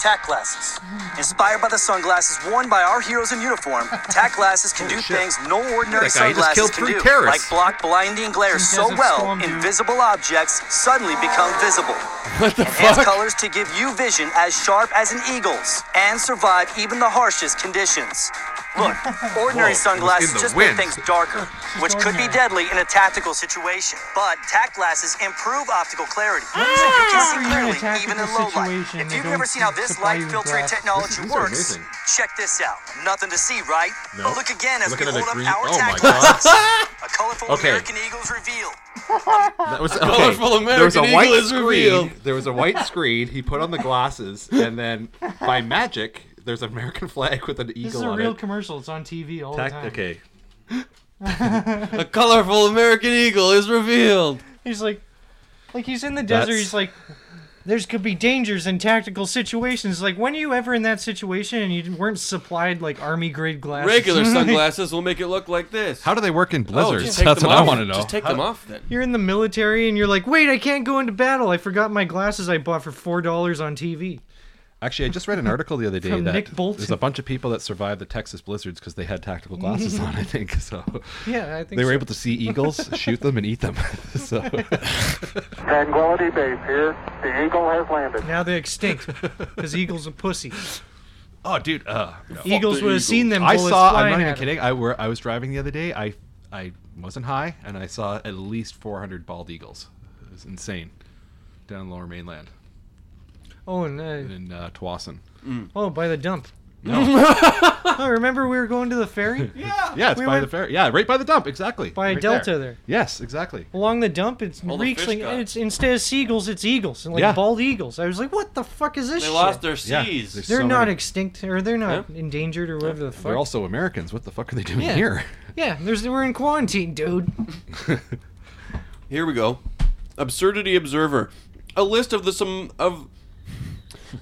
Speaker 9: tack glasses. Inspired by the sunglasses worn by our heroes in uniform, tack glasses
Speaker 5: Oh,
Speaker 9: can do things no ordinary
Speaker 8: Look at that guy, he just
Speaker 9: sunglasses
Speaker 8: killed
Speaker 9: can
Speaker 8: three
Speaker 9: do,
Speaker 8: terrorists.
Speaker 9: like block blinding glare
Speaker 5: He
Speaker 9: so
Speaker 5: doesn't
Speaker 9: well,
Speaker 5: storm, dude.
Speaker 9: invisible objects suddenly become
Speaker 8: [laughs]
Speaker 9: visible.
Speaker 4: what the
Speaker 9: Enhance
Speaker 4: fuck?
Speaker 9: colors to give you vision as sharp as an eagle's and survive even the harshest conditions.
Speaker 8: [laughs]
Speaker 9: Look, ordinary sunglasses
Speaker 8: the
Speaker 9: just
Speaker 8: wind.
Speaker 9: make things darker, which could be deadly in a tactical situation. But tack glasses improve optical clarity, so you can see
Speaker 5: Are you Ah! in a
Speaker 9: clearly even in
Speaker 5: tactical
Speaker 9: low light.
Speaker 5: situation,
Speaker 9: If
Speaker 5: they
Speaker 9: you've
Speaker 5: don't
Speaker 9: never seen how this
Speaker 5: supply
Speaker 9: light
Speaker 5: you with
Speaker 9: filtering
Speaker 5: glasses?
Speaker 6: These
Speaker 9: technology
Speaker 6: are
Speaker 9: works,
Speaker 6: amazing.
Speaker 9: check this out. Nothing to see, right? But look again as
Speaker 6: Looking at a
Speaker 9: we hold up
Speaker 6: green- oh
Speaker 9: our
Speaker 6: my God.
Speaker 9: tack glasses. A colorful
Speaker 6: Okay.
Speaker 9: American Eagle's reveal.
Speaker 6: That was
Speaker 4: colorful
Speaker 6: there was a
Speaker 4: American
Speaker 6: white
Speaker 4: eagle is
Speaker 6: screen.
Speaker 4: revealed.
Speaker 6: There was a white screen. He put on the glasses, and then by magic, there's an American flag with an eagle
Speaker 5: This is a
Speaker 6: on
Speaker 5: real
Speaker 6: it.
Speaker 5: commercial. It's on TV all
Speaker 6: Tac-
Speaker 5: the time.
Speaker 6: okay,
Speaker 4: A colorful American eagle is revealed.
Speaker 5: He's like, like he's in the desert.
Speaker 6: That's-
Speaker 5: He's like, There's could be dangers in tactical situations. Like when are you ever in that situation and you weren't supplied like army grade glasses?
Speaker 4: Regular sunglasses will make it look like this. Oh,
Speaker 6: How do they work in blizzards?
Speaker 4: just take
Speaker 6: That's
Speaker 4: them
Speaker 6: what I
Speaker 4: off.
Speaker 6: want to know.
Speaker 4: Just take
Speaker 6: How
Speaker 4: them
Speaker 6: do-
Speaker 4: off then.
Speaker 5: You're in the military and you're like, wait, I can't go into battle. I forgot my glasses I bought for four dollars on TV.
Speaker 6: Actually, I just read an article the other day
Speaker 5: From
Speaker 6: that
Speaker 5: Nick Bolton.
Speaker 6: there's a bunch of people that survived the Texas blizzards because they had tactical glasses on. I think so.
Speaker 5: Yeah, I think
Speaker 6: they were
Speaker 5: so.
Speaker 6: able to see eagles, shoot them, and eat them. [laughs] so
Speaker 11: Tranquility Base here. The Eagle has landed.
Speaker 5: Now they're extinct because eagles are
Speaker 6: [laughs]
Speaker 5: pussy.
Speaker 6: Oh, dude. Uh,
Speaker 5: Fuck Eagles the would have Eagles. seen them
Speaker 6: I
Speaker 5: bullets
Speaker 6: saw. I'm
Speaker 5: flying
Speaker 6: not even
Speaker 5: at 'em.
Speaker 6: kidding. I were. I was driving the other day. I I wasn't high, and I saw at least 400 bald eagles. It was insane. Down lower mainland
Speaker 5: Oh, and uh,
Speaker 6: in uh, Tawasin.
Speaker 5: oh, by the dump.
Speaker 6: No.
Speaker 5: [laughs] oh, remember we were going to the
Speaker 6: [laughs]
Speaker 5: ferry? Yeah.
Speaker 6: yeah, it's by the ferry. Yeah, right by the dump. Exactly.
Speaker 5: By a
Speaker 6: Right
Speaker 5: delta there.
Speaker 6: Yes, exactly.
Speaker 5: Along the dump, it's
Speaker 4: the
Speaker 5: reeks
Speaker 4: fish
Speaker 5: like
Speaker 4: got-
Speaker 5: it's instead of seagulls, it's eagles and like
Speaker 6: Yeah.
Speaker 5: bald eagles. I was like, what the fuck is this?
Speaker 4: They
Speaker 5: shit?
Speaker 4: lost their
Speaker 6: Yeah,
Speaker 4: C's.
Speaker 6: there's
Speaker 5: They're
Speaker 6: so
Speaker 5: not
Speaker 6: many.
Speaker 5: extinct, or they're not endangered, or whatever the fuck.
Speaker 6: They're also Americans. What the fuck are they doing
Speaker 5: Yeah.
Speaker 6: here?
Speaker 5: Yeah, there's we're in quarantine, dude.
Speaker 4: Here we go. Absurdity Observer. A list of the some of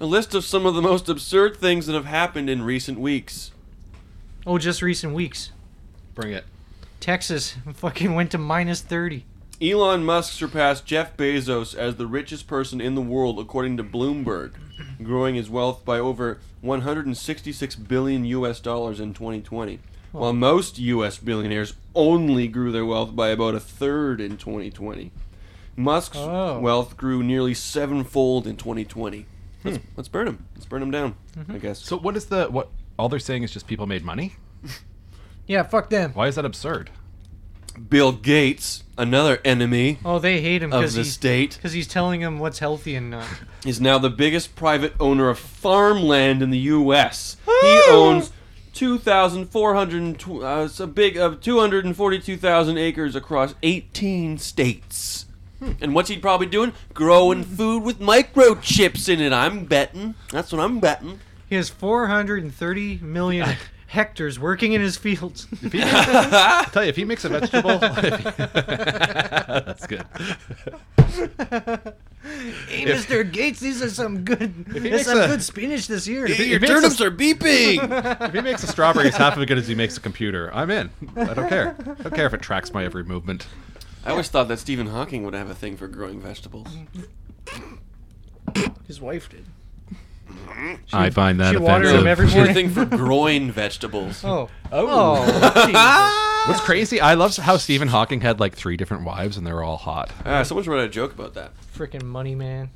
Speaker 4: a list of some of the most absurd things that have happened in recent weeks.
Speaker 5: Oh, just recent weeks,
Speaker 6: Bring it.
Speaker 5: Texas [laughs] fucking went to minus thirty.
Speaker 4: Elon Musk surpassed Jeff Bezos as the richest person in the world according to Bloomberg, growing his wealth by over 166 billion US dollars in 2020. While most US billionaires only grew their wealth by about a third in 2020. Musk's
Speaker 5: Oh.
Speaker 4: wealth grew nearly sevenfold in 2020. Let's,
Speaker 5: Hmm.
Speaker 4: let's burn him. Let's burn him down,
Speaker 5: Mm-hmm.
Speaker 4: I guess.
Speaker 6: So what is the what? All they're saying is just people made money.
Speaker 5: Yeah, fuck them.
Speaker 6: Why is that absurd?
Speaker 4: Bill Gates, another enemy
Speaker 5: Oh, they hate him
Speaker 4: of
Speaker 5: because
Speaker 4: the
Speaker 5: he's
Speaker 4: state,
Speaker 5: because he's telling them what's healthy and not.
Speaker 4: is now the biggest private owner of farmland in the U.S. He owns 2,400, uh, it's a big of 242,000 acres across 18 states.
Speaker 5: Hmm.
Speaker 4: And what's he probably doing? Growing food with microchips in it. I'm betting. That's what I'm betting.
Speaker 5: He has 430 million
Speaker 6: [laughs]
Speaker 5: hectares working in his fields.
Speaker 6: I tell you, if he makes a vegetable, [laughs] that's good.
Speaker 5: hey, Mr. Gates, these are some good,
Speaker 6: makes
Speaker 5: there's some
Speaker 6: a-
Speaker 5: good spinach this year.
Speaker 6: Your turnips
Speaker 4: are
Speaker 5: [laughs]
Speaker 4: beeping.
Speaker 6: If he makes a strawberry as half as good as he makes a computer, I'm in. I don't care. I don't care if it tracks my every movement.
Speaker 4: I always thought that Stephen Hawking would have a thing for growing vegetables.
Speaker 5: His wife did.
Speaker 6: I find that
Speaker 5: she watered him
Speaker 6: offensive.
Speaker 5: every
Speaker 4: She had a thing
Speaker 5: morning.
Speaker 4: for growing
Speaker 5: [laughs]
Speaker 4: vegetables.
Speaker 5: Oh, oh,
Speaker 6: What's crazy? I love how Stephen Hawking had like three different wives, and they're all hot.
Speaker 4: Ah, someone's wrote a joke about that.
Speaker 5: freaking money man.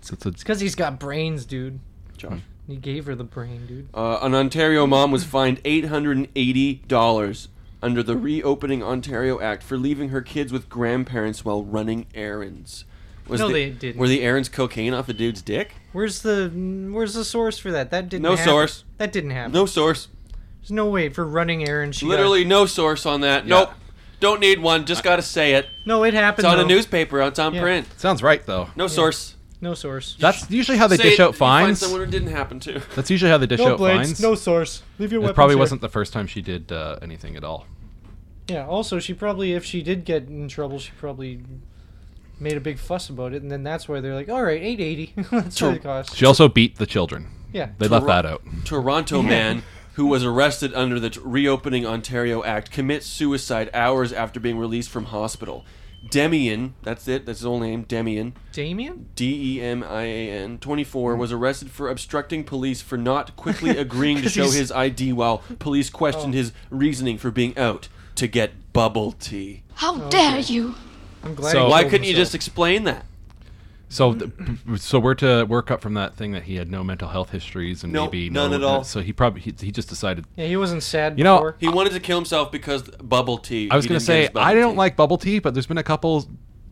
Speaker 6: So it's a-
Speaker 5: Because he's got brains, dude.
Speaker 4: Josh.
Speaker 5: He gave her the brain, dude.
Speaker 4: Uh, an Ontario mom was fined $880 under the Reopening Ontario Act for leaving her kids with grandparents while running errands. Was
Speaker 5: No,
Speaker 4: the-
Speaker 5: they didn't.
Speaker 4: Were the errands cocaine off the dude's dick?
Speaker 5: Where's the Where's the source for that? That didn't.
Speaker 4: No
Speaker 5: happen.
Speaker 4: source.
Speaker 5: That didn't happen.
Speaker 4: No source.
Speaker 5: There's no way for running errands. She got-
Speaker 4: Literally no source on that. Nope. Don't need one. Just got to say it.
Speaker 5: no, it happened.
Speaker 4: It's on a
Speaker 5: though.
Speaker 4: newspaper. It's on
Speaker 5: Yeah.
Speaker 4: print.
Speaker 6: sounds right though.
Speaker 4: No source.
Speaker 5: No source.
Speaker 6: That's usually how they
Speaker 4: Say
Speaker 6: dish
Speaker 4: it,
Speaker 6: out
Speaker 4: you find
Speaker 6: fines.
Speaker 4: someone it didn't happen to.
Speaker 6: That's usually how they dish out fines.
Speaker 5: source. Leave your
Speaker 6: it probably wasn't the first time she did uh, anything at all.
Speaker 5: Yeah. Also, she probably, if she did get in trouble, she probably made a big fuss about it, and then that's why they're like, "All right, eight eighty. [laughs] That's what it costs."
Speaker 6: She also beat the children.
Speaker 5: Yeah.
Speaker 6: They left that out.
Speaker 4: Toronto man who was arrested under the Reopening Ontario Act commits suicide hours after being released from hospital. Demian, that's it, that's his whole name, Demian,
Speaker 5: Damien.
Speaker 4: D E M I A N, 24, was arrested for obstructing police for not
Speaker 6: [laughs]
Speaker 4: quickly agreeing to
Speaker 5: 'Cause
Speaker 4: show
Speaker 5: he's-
Speaker 4: his ID while police
Speaker 6: Oh.
Speaker 4: questioned his reasoning for being out to get bubble tea.
Speaker 12: How dare you?
Speaker 5: I'm glad.
Speaker 6: Oh, So-
Speaker 5: he
Speaker 4: Why
Speaker 5: killed
Speaker 4: couldn't you
Speaker 5: himself.
Speaker 4: just explain that?
Speaker 6: So, th- so we're to work up from that thing that he had no mental health histories and
Speaker 4: No,
Speaker 6: maybe
Speaker 4: none
Speaker 6: no,
Speaker 4: at all.
Speaker 6: So he probably he, he just decided.
Speaker 5: Yeah, he wasn't sad.
Speaker 6: You know,
Speaker 5: before.
Speaker 4: He wanted to kill himself because bubble tea.
Speaker 6: I was
Speaker 4: He
Speaker 6: gonna
Speaker 4: didn't get
Speaker 6: say
Speaker 4: his bubble
Speaker 6: I don't
Speaker 4: tea.
Speaker 6: like bubble tea, but there's been a couple.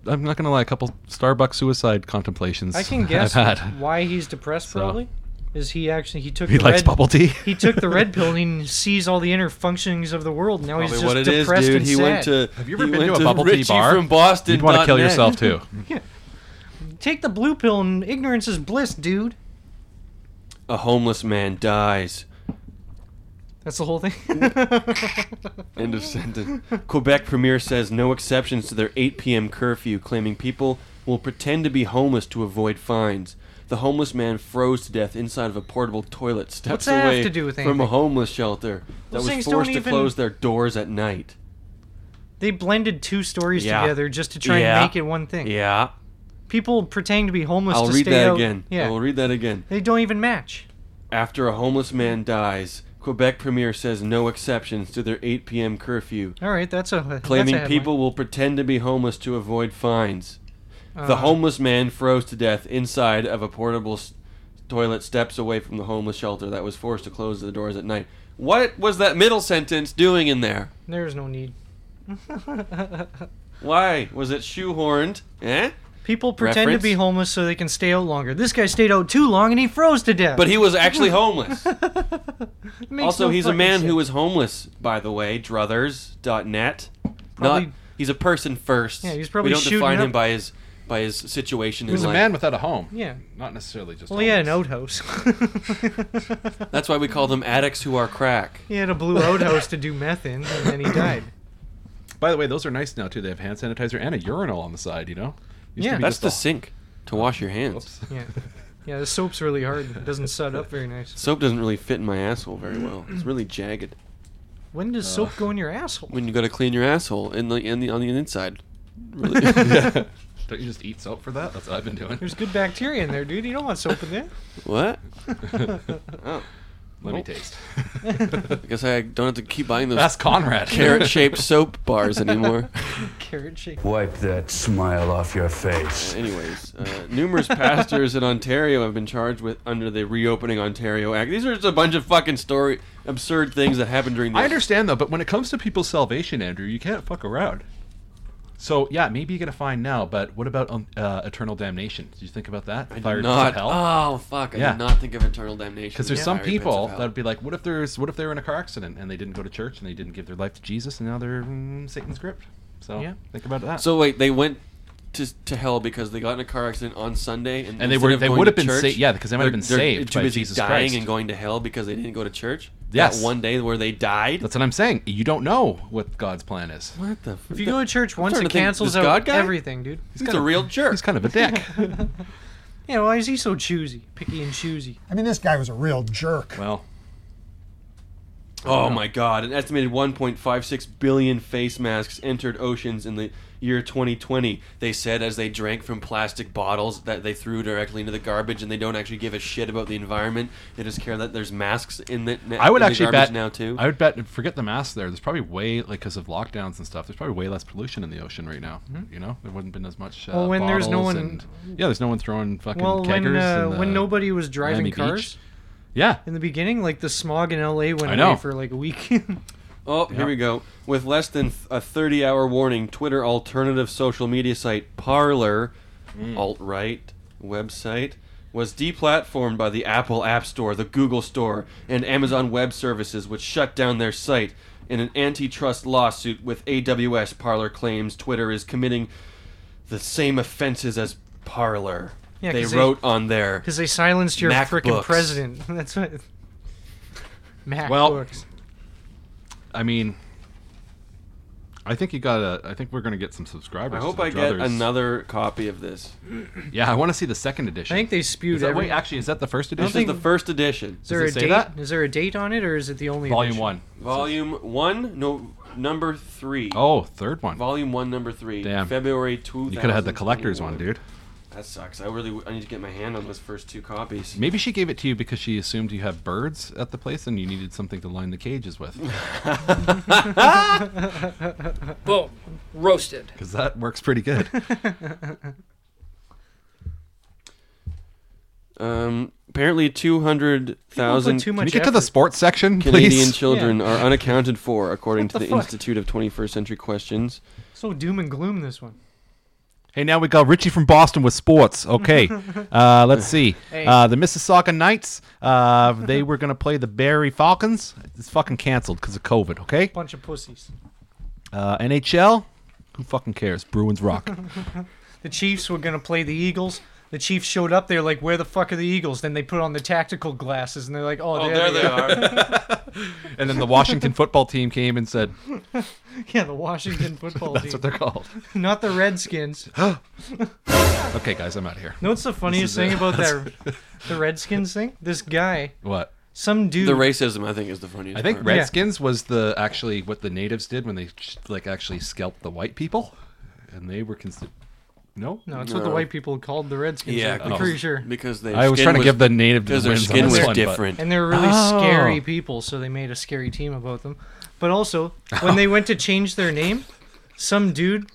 Speaker 6: I'm not gonna lie, a couple Starbucks suicide contemplations
Speaker 5: I can guess
Speaker 6: [laughs] I've had.
Speaker 5: why he's depressed. Probably is he actually he took
Speaker 6: He
Speaker 5: the
Speaker 6: likes
Speaker 5: red,
Speaker 6: bubble tea.
Speaker 5: he took the
Speaker 6: [laughs]
Speaker 5: red pill and he sees all the inner functionings of the world. Now he's
Speaker 4: Probably
Speaker 5: just
Speaker 4: what it is,
Speaker 5: depressed
Speaker 4: dude.
Speaker 5: and
Speaker 4: He
Speaker 5: sad.
Speaker 4: went to.
Speaker 6: Have you ever
Speaker 4: he
Speaker 6: been to
Speaker 4: went
Speaker 6: a bubble tea
Speaker 4: Richie
Speaker 6: bar?
Speaker 4: from Boston.
Speaker 6: You'd want to
Speaker 4: dot
Speaker 6: kill
Speaker 4: net.
Speaker 5: [laughs]
Speaker 6: yourself too.
Speaker 5: Take the blue pill and ignorance is bliss, dude.
Speaker 4: A homeless man dies.
Speaker 5: That's the whole thing. [laughs]
Speaker 4: [laughs] End of sentence. Quebec premier says no exceptions to their 8 p.m. curfew, claiming people will pretend to be homeless to avoid fines. The homeless man froze to death inside of a portable toilet steps
Speaker 5: that have
Speaker 4: away
Speaker 5: to do with
Speaker 4: from a
Speaker 5: anything?
Speaker 4: homeless shelter that
Speaker 5: Those
Speaker 4: was
Speaker 5: things don't
Speaker 4: forced to
Speaker 5: even-
Speaker 4: close their doors at night.
Speaker 5: They blended two stories
Speaker 4: Yeah.
Speaker 5: together just to try
Speaker 4: Yeah.
Speaker 5: and make it one thing.
Speaker 4: Yeah.
Speaker 5: People pretending to be homeless
Speaker 4: I'll
Speaker 5: to
Speaker 4: read
Speaker 5: stay
Speaker 4: that
Speaker 5: out.
Speaker 4: again.
Speaker 5: Yeah.
Speaker 4: I will read that again.
Speaker 5: They don't even match.
Speaker 4: After a homeless man dies, Quebec premier says no exceptions to their 8 p.m. curfew,
Speaker 5: All right, that's a that's a
Speaker 4: claiming
Speaker 5: headline.
Speaker 4: people will pretend to be homeless to avoid fines. the
Speaker 5: Uh.
Speaker 4: homeless man froze to death inside of a portable s- toilet steps away from the homeless shelter that was forced to close the doors at night. What was that middle sentence doing in there?
Speaker 5: There's no need.
Speaker 4: Why was it shoehorned? Eh?
Speaker 5: People pretend
Speaker 4: Reference?
Speaker 5: to be homeless so they can stay out longer. This guy stayed out too long and he froze to death.
Speaker 4: But he was
Speaker 5: [laughs]
Speaker 4: actually homeless.
Speaker 5: It makes
Speaker 4: also,
Speaker 5: no
Speaker 4: he's a
Speaker 5: fucking
Speaker 4: man
Speaker 5: sense.
Speaker 4: who is homeless, by the way. Druthers.net. Not,
Speaker 6: Probably-
Speaker 4: he's a person first.
Speaker 5: Yeah, he's probably
Speaker 4: We don't
Speaker 5: shooting
Speaker 4: define
Speaker 5: up-
Speaker 4: him by his by his situation
Speaker 6: He was
Speaker 4: in
Speaker 6: a
Speaker 4: life.
Speaker 6: man without a home.
Speaker 5: Yeah.
Speaker 6: Not necessarily just.
Speaker 5: Well, he had an outhouse.
Speaker 4: That's why we call them addicts who are crack.
Speaker 5: [laughs] he had a blue outhouse to do meth in, and then he died.
Speaker 6: By the way, those are nice now too. They have hand sanitizer and a urinal on the side. You know.
Speaker 5: Yeah.
Speaker 4: That's the
Speaker 6: sink.
Speaker 4: sink to wash your hands.
Speaker 5: Yeah, yeah. The soap's really hard. It doesn't set up very nice.
Speaker 4: Soap doesn't really fit in my asshole very well. It's really jagged.
Speaker 5: When does soap go in your asshole?
Speaker 4: When you got to clean your asshole in the in the on the inside. Really.
Speaker 5: [laughs]
Speaker 6: Don't you just eat soap for that? That's what I've been doing.
Speaker 5: There's good bacteria in there, dude. You don't want soap in there.
Speaker 4: What? Oh.
Speaker 6: Let me
Speaker 4: Well,
Speaker 6: taste.
Speaker 4: I guess I don't have to keep buying those [laughs]
Speaker 6: Ask Conrad.
Speaker 4: carrot-shaped soap bars anymore.
Speaker 5: Carrot shake.
Speaker 12: Wipe that smile off your face.
Speaker 4: Anyways, uh, numerous pastors in Ontario have been charged with under the Reopening Ontario Act. These are just a bunch of fucking story absurd things that happened during the
Speaker 6: I understand though, but when it comes to people's salvation, Andrew, you can't fuck around. So yeah, maybe you get a fine now, but what about um, uh, eternal damnation? Did you think about that? I
Speaker 4: not. Oh fuck! I did not think of eternal damnation.
Speaker 6: Because there's
Speaker 4: Yeah.
Speaker 6: some
Speaker 4: Fiery pits
Speaker 6: people
Speaker 4: of hell.
Speaker 6: that would be like, what if there's what if they were in a car accident and they didn't go to church and they didn't give their life to Jesus and now they're in Satan's grip. So
Speaker 5: Yeah.
Speaker 6: think about that.
Speaker 4: So wait, they went to to hell because they got in a car accident on Sunday, and,
Speaker 6: And they
Speaker 4: instead
Speaker 6: were-
Speaker 4: of
Speaker 6: they
Speaker 4: going
Speaker 6: would have
Speaker 4: to
Speaker 6: been sa-
Speaker 4: church,
Speaker 6: yeah, because they might have
Speaker 4: they're-
Speaker 6: been
Speaker 4: they're
Speaker 6: saved
Speaker 4: too
Speaker 6: by
Speaker 4: busy
Speaker 6: Jesus
Speaker 4: dying
Speaker 6: Christ.
Speaker 4: and going to hell because they didn't go to church.
Speaker 6: Yes.
Speaker 4: that one day where they died.
Speaker 6: That's what I'm saying. You don't know what God's plan is.
Speaker 4: What the?
Speaker 5: If you go
Speaker 4: [laughs]
Speaker 5: to church
Speaker 4: I'm
Speaker 5: once,
Speaker 4: starting
Speaker 5: it
Speaker 4: to think-
Speaker 5: cancels
Speaker 4: this
Speaker 5: out
Speaker 4: God guy?
Speaker 5: everything, dude.
Speaker 4: He's a real jerk.
Speaker 6: He's kind of
Speaker 4: [laughs]
Speaker 6: a dick.
Speaker 5: Yeah, why is he so choosy, picky and choosy?
Speaker 13: I mean, this guy was a real jerk.
Speaker 6: well,
Speaker 4: Oh my God! An estimated 1.56 billion face masks entered oceans in the year 2020. They said as they drank from plastic bottles that they threw directly into the garbage, and they don't actually give a shit about the environment. They just care that there's masks in the.
Speaker 6: I would
Speaker 4: in the
Speaker 6: actually
Speaker 4: garbage
Speaker 6: bet
Speaker 4: now too.
Speaker 6: I would bet. Forget the mask there. There's probably way like because of lockdowns and stuff. There's probably way less pollution in the ocean right now. You know, there wouldn't been as much. Uh,
Speaker 5: Mm-hmm. Well, when there's no
Speaker 6: bottles
Speaker 5: one-
Speaker 6: and- yeah, there's no one throwing fucking
Speaker 5: well,
Speaker 6: keggers.
Speaker 5: when uh,
Speaker 6: in the
Speaker 5: when nobody was driving
Speaker 6: Miami Beach.
Speaker 5: cars
Speaker 6: Yeah.
Speaker 5: in the beginning, like the smog in L.A. went
Speaker 6: I know.
Speaker 5: away for like a week. [laughs]
Speaker 4: Oh, here
Speaker 6: Yeah.
Speaker 4: we go. With less than th- a 30 hour warning, Twitter alternative social media site Parler,
Speaker 5: Mm.
Speaker 4: alt right website, was deplatformed by the Apple App Store, the Google Store, and Amazon Web Services, which shut down their site in an antitrust lawsuit with AWS. Parler claims Twitter is committing the same offenses as Parler.
Speaker 5: Yeah,
Speaker 4: they
Speaker 5: 'cause they-
Speaker 4: wrote on their
Speaker 5: Because they silenced your frickin'
Speaker 4: MacBooks.
Speaker 5: president. [laughs] That's what. MacBooks.
Speaker 6: Well- I mean, I think you gotta. I think we're gonna get some subscribers.
Speaker 4: I
Speaker 6: to
Speaker 4: hope
Speaker 6: the
Speaker 4: I get
Speaker 6: Druthers.
Speaker 4: another copy of this.
Speaker 6: Yeah, I want to see the second edition.
Speaker 5: I think they spewed
Speaker 6: Is that,
Speaker 5: every-
Speaker 6: wait, actually, is that the first
Speaker 4: This
Speaker 6: edition?
Speaker 4: is the first edition.
Speaker 5: Is there
Speaker 6: Does
Speaker 5: a
Speaker 6: it say
Speaker 5: date?
Speaker 6: that?
Speaker 5: Is there a date on it, or is it the only
Speaker 6: Volume
Speaker 5: edition?
Speaker 6: one.
Speaker 4: Volume one, no, number three.
Speaker 6: Oh, third one.
Speaker 4: Volume one, number three.
Speaker 6: Damn.
Speaker 4: February two.
Speaker 6: You could have had the collector's one, dude.
Speaker 4: That sucks. I really, w- I need to get my hand on those first two copies.
Speaker 6: Maybe she gave it to you because she assumed you have birds at the place and you needed something to line the cages with.
Speaker 14: Boom. Roasted.
Speaker 6: Because that works pretty good.
Speaker 4: Um, apparently two hundred thousand.
Speaker 5: People put too much
Speaker 6: Can you get to the effort. sports section,
Speaker 4: Canadian
Speaker 6: please?
Speaker 4: children
Speaker 5: Yeah.
Speaker 4: are unaccounted for, according
Speaker 5: What
Speaker 4: to
Speaker 5: the
Speaker 4: the,
Speaker 5: fuck?
Speaker 4: Institute of Twenty First Century Questions.
Speaker 5: So doom and gloom this one.
Speaker 6: Hey, now we got Richie from Boston with sports. Okay, uh, let's see.
Speaker 5: Hey.
Speaker 6: Uh, the Mississauga Knights, uh, they were going to play the Barry Falcons. It's fucking canceled because of COVID, okay?
Speaker 5: Bunch of pussies.
Speaker 6: Uh, NHL, who fucking cares? Bruins rock.
Speaker 5: The Chiefs were gonna play the Eagles. The Chiefs showed up. They're like, "Where the fuck are the Eagles?" Then they put on the tactical glasses, and they're like, "Oh,
Speaker 4: Oh,
Speaker 5: there,
Speaker 4: there
Speaker 5: [laughs] they are."
Speaker 6: And then the Washington football team came and said,
Speaker 5: [laughs] yeah, the
Speaker 6: [laughs]
Speaker 5: Washington football
Speaker 6: That's
Speaker 5: team.
Speaker 6: what they're called.
Speaker 5: Not the Redskins.
Speaker 6: "Okay, guys, I'm out of here."
Speaker 5: No, what's the funniest thing about that
Speaker 6: [laughs]
Speaker 5: the Redskins thing? This guy.
Speaker 6: What?
Speaker 5: Some dude.
Speaker 4: The racism, I think, is the funniest.
Speaker 6: I think
Speaker 4: part.
Speaker 6: Redskins was the actually what the natives did when they like actually scalped the white people, and they were considered. No,
Speaker 5: No, it's what the
Speaker 4: No.
Speaker 5: white people called the Redskins.
Speaker 4: Yeah,
Speaker 5: I'm
Speaker 6: oh.
Speaker 5: pretty sure.
Speaker 4: Because they.
Speaker 6: I was trying to give the native
Speaker 4: because their
Speaker 6: wins on
Speaker 4: skin
Speaker 6: this
Speaker 4: was
Speaker 6: one, but-
Speaker 4: different.
Speaker 5: And they're really
Speaker 6: Oh.
Speaker 5: scary people, so they made a scary team about them. But also, when they went to change their name, some dude,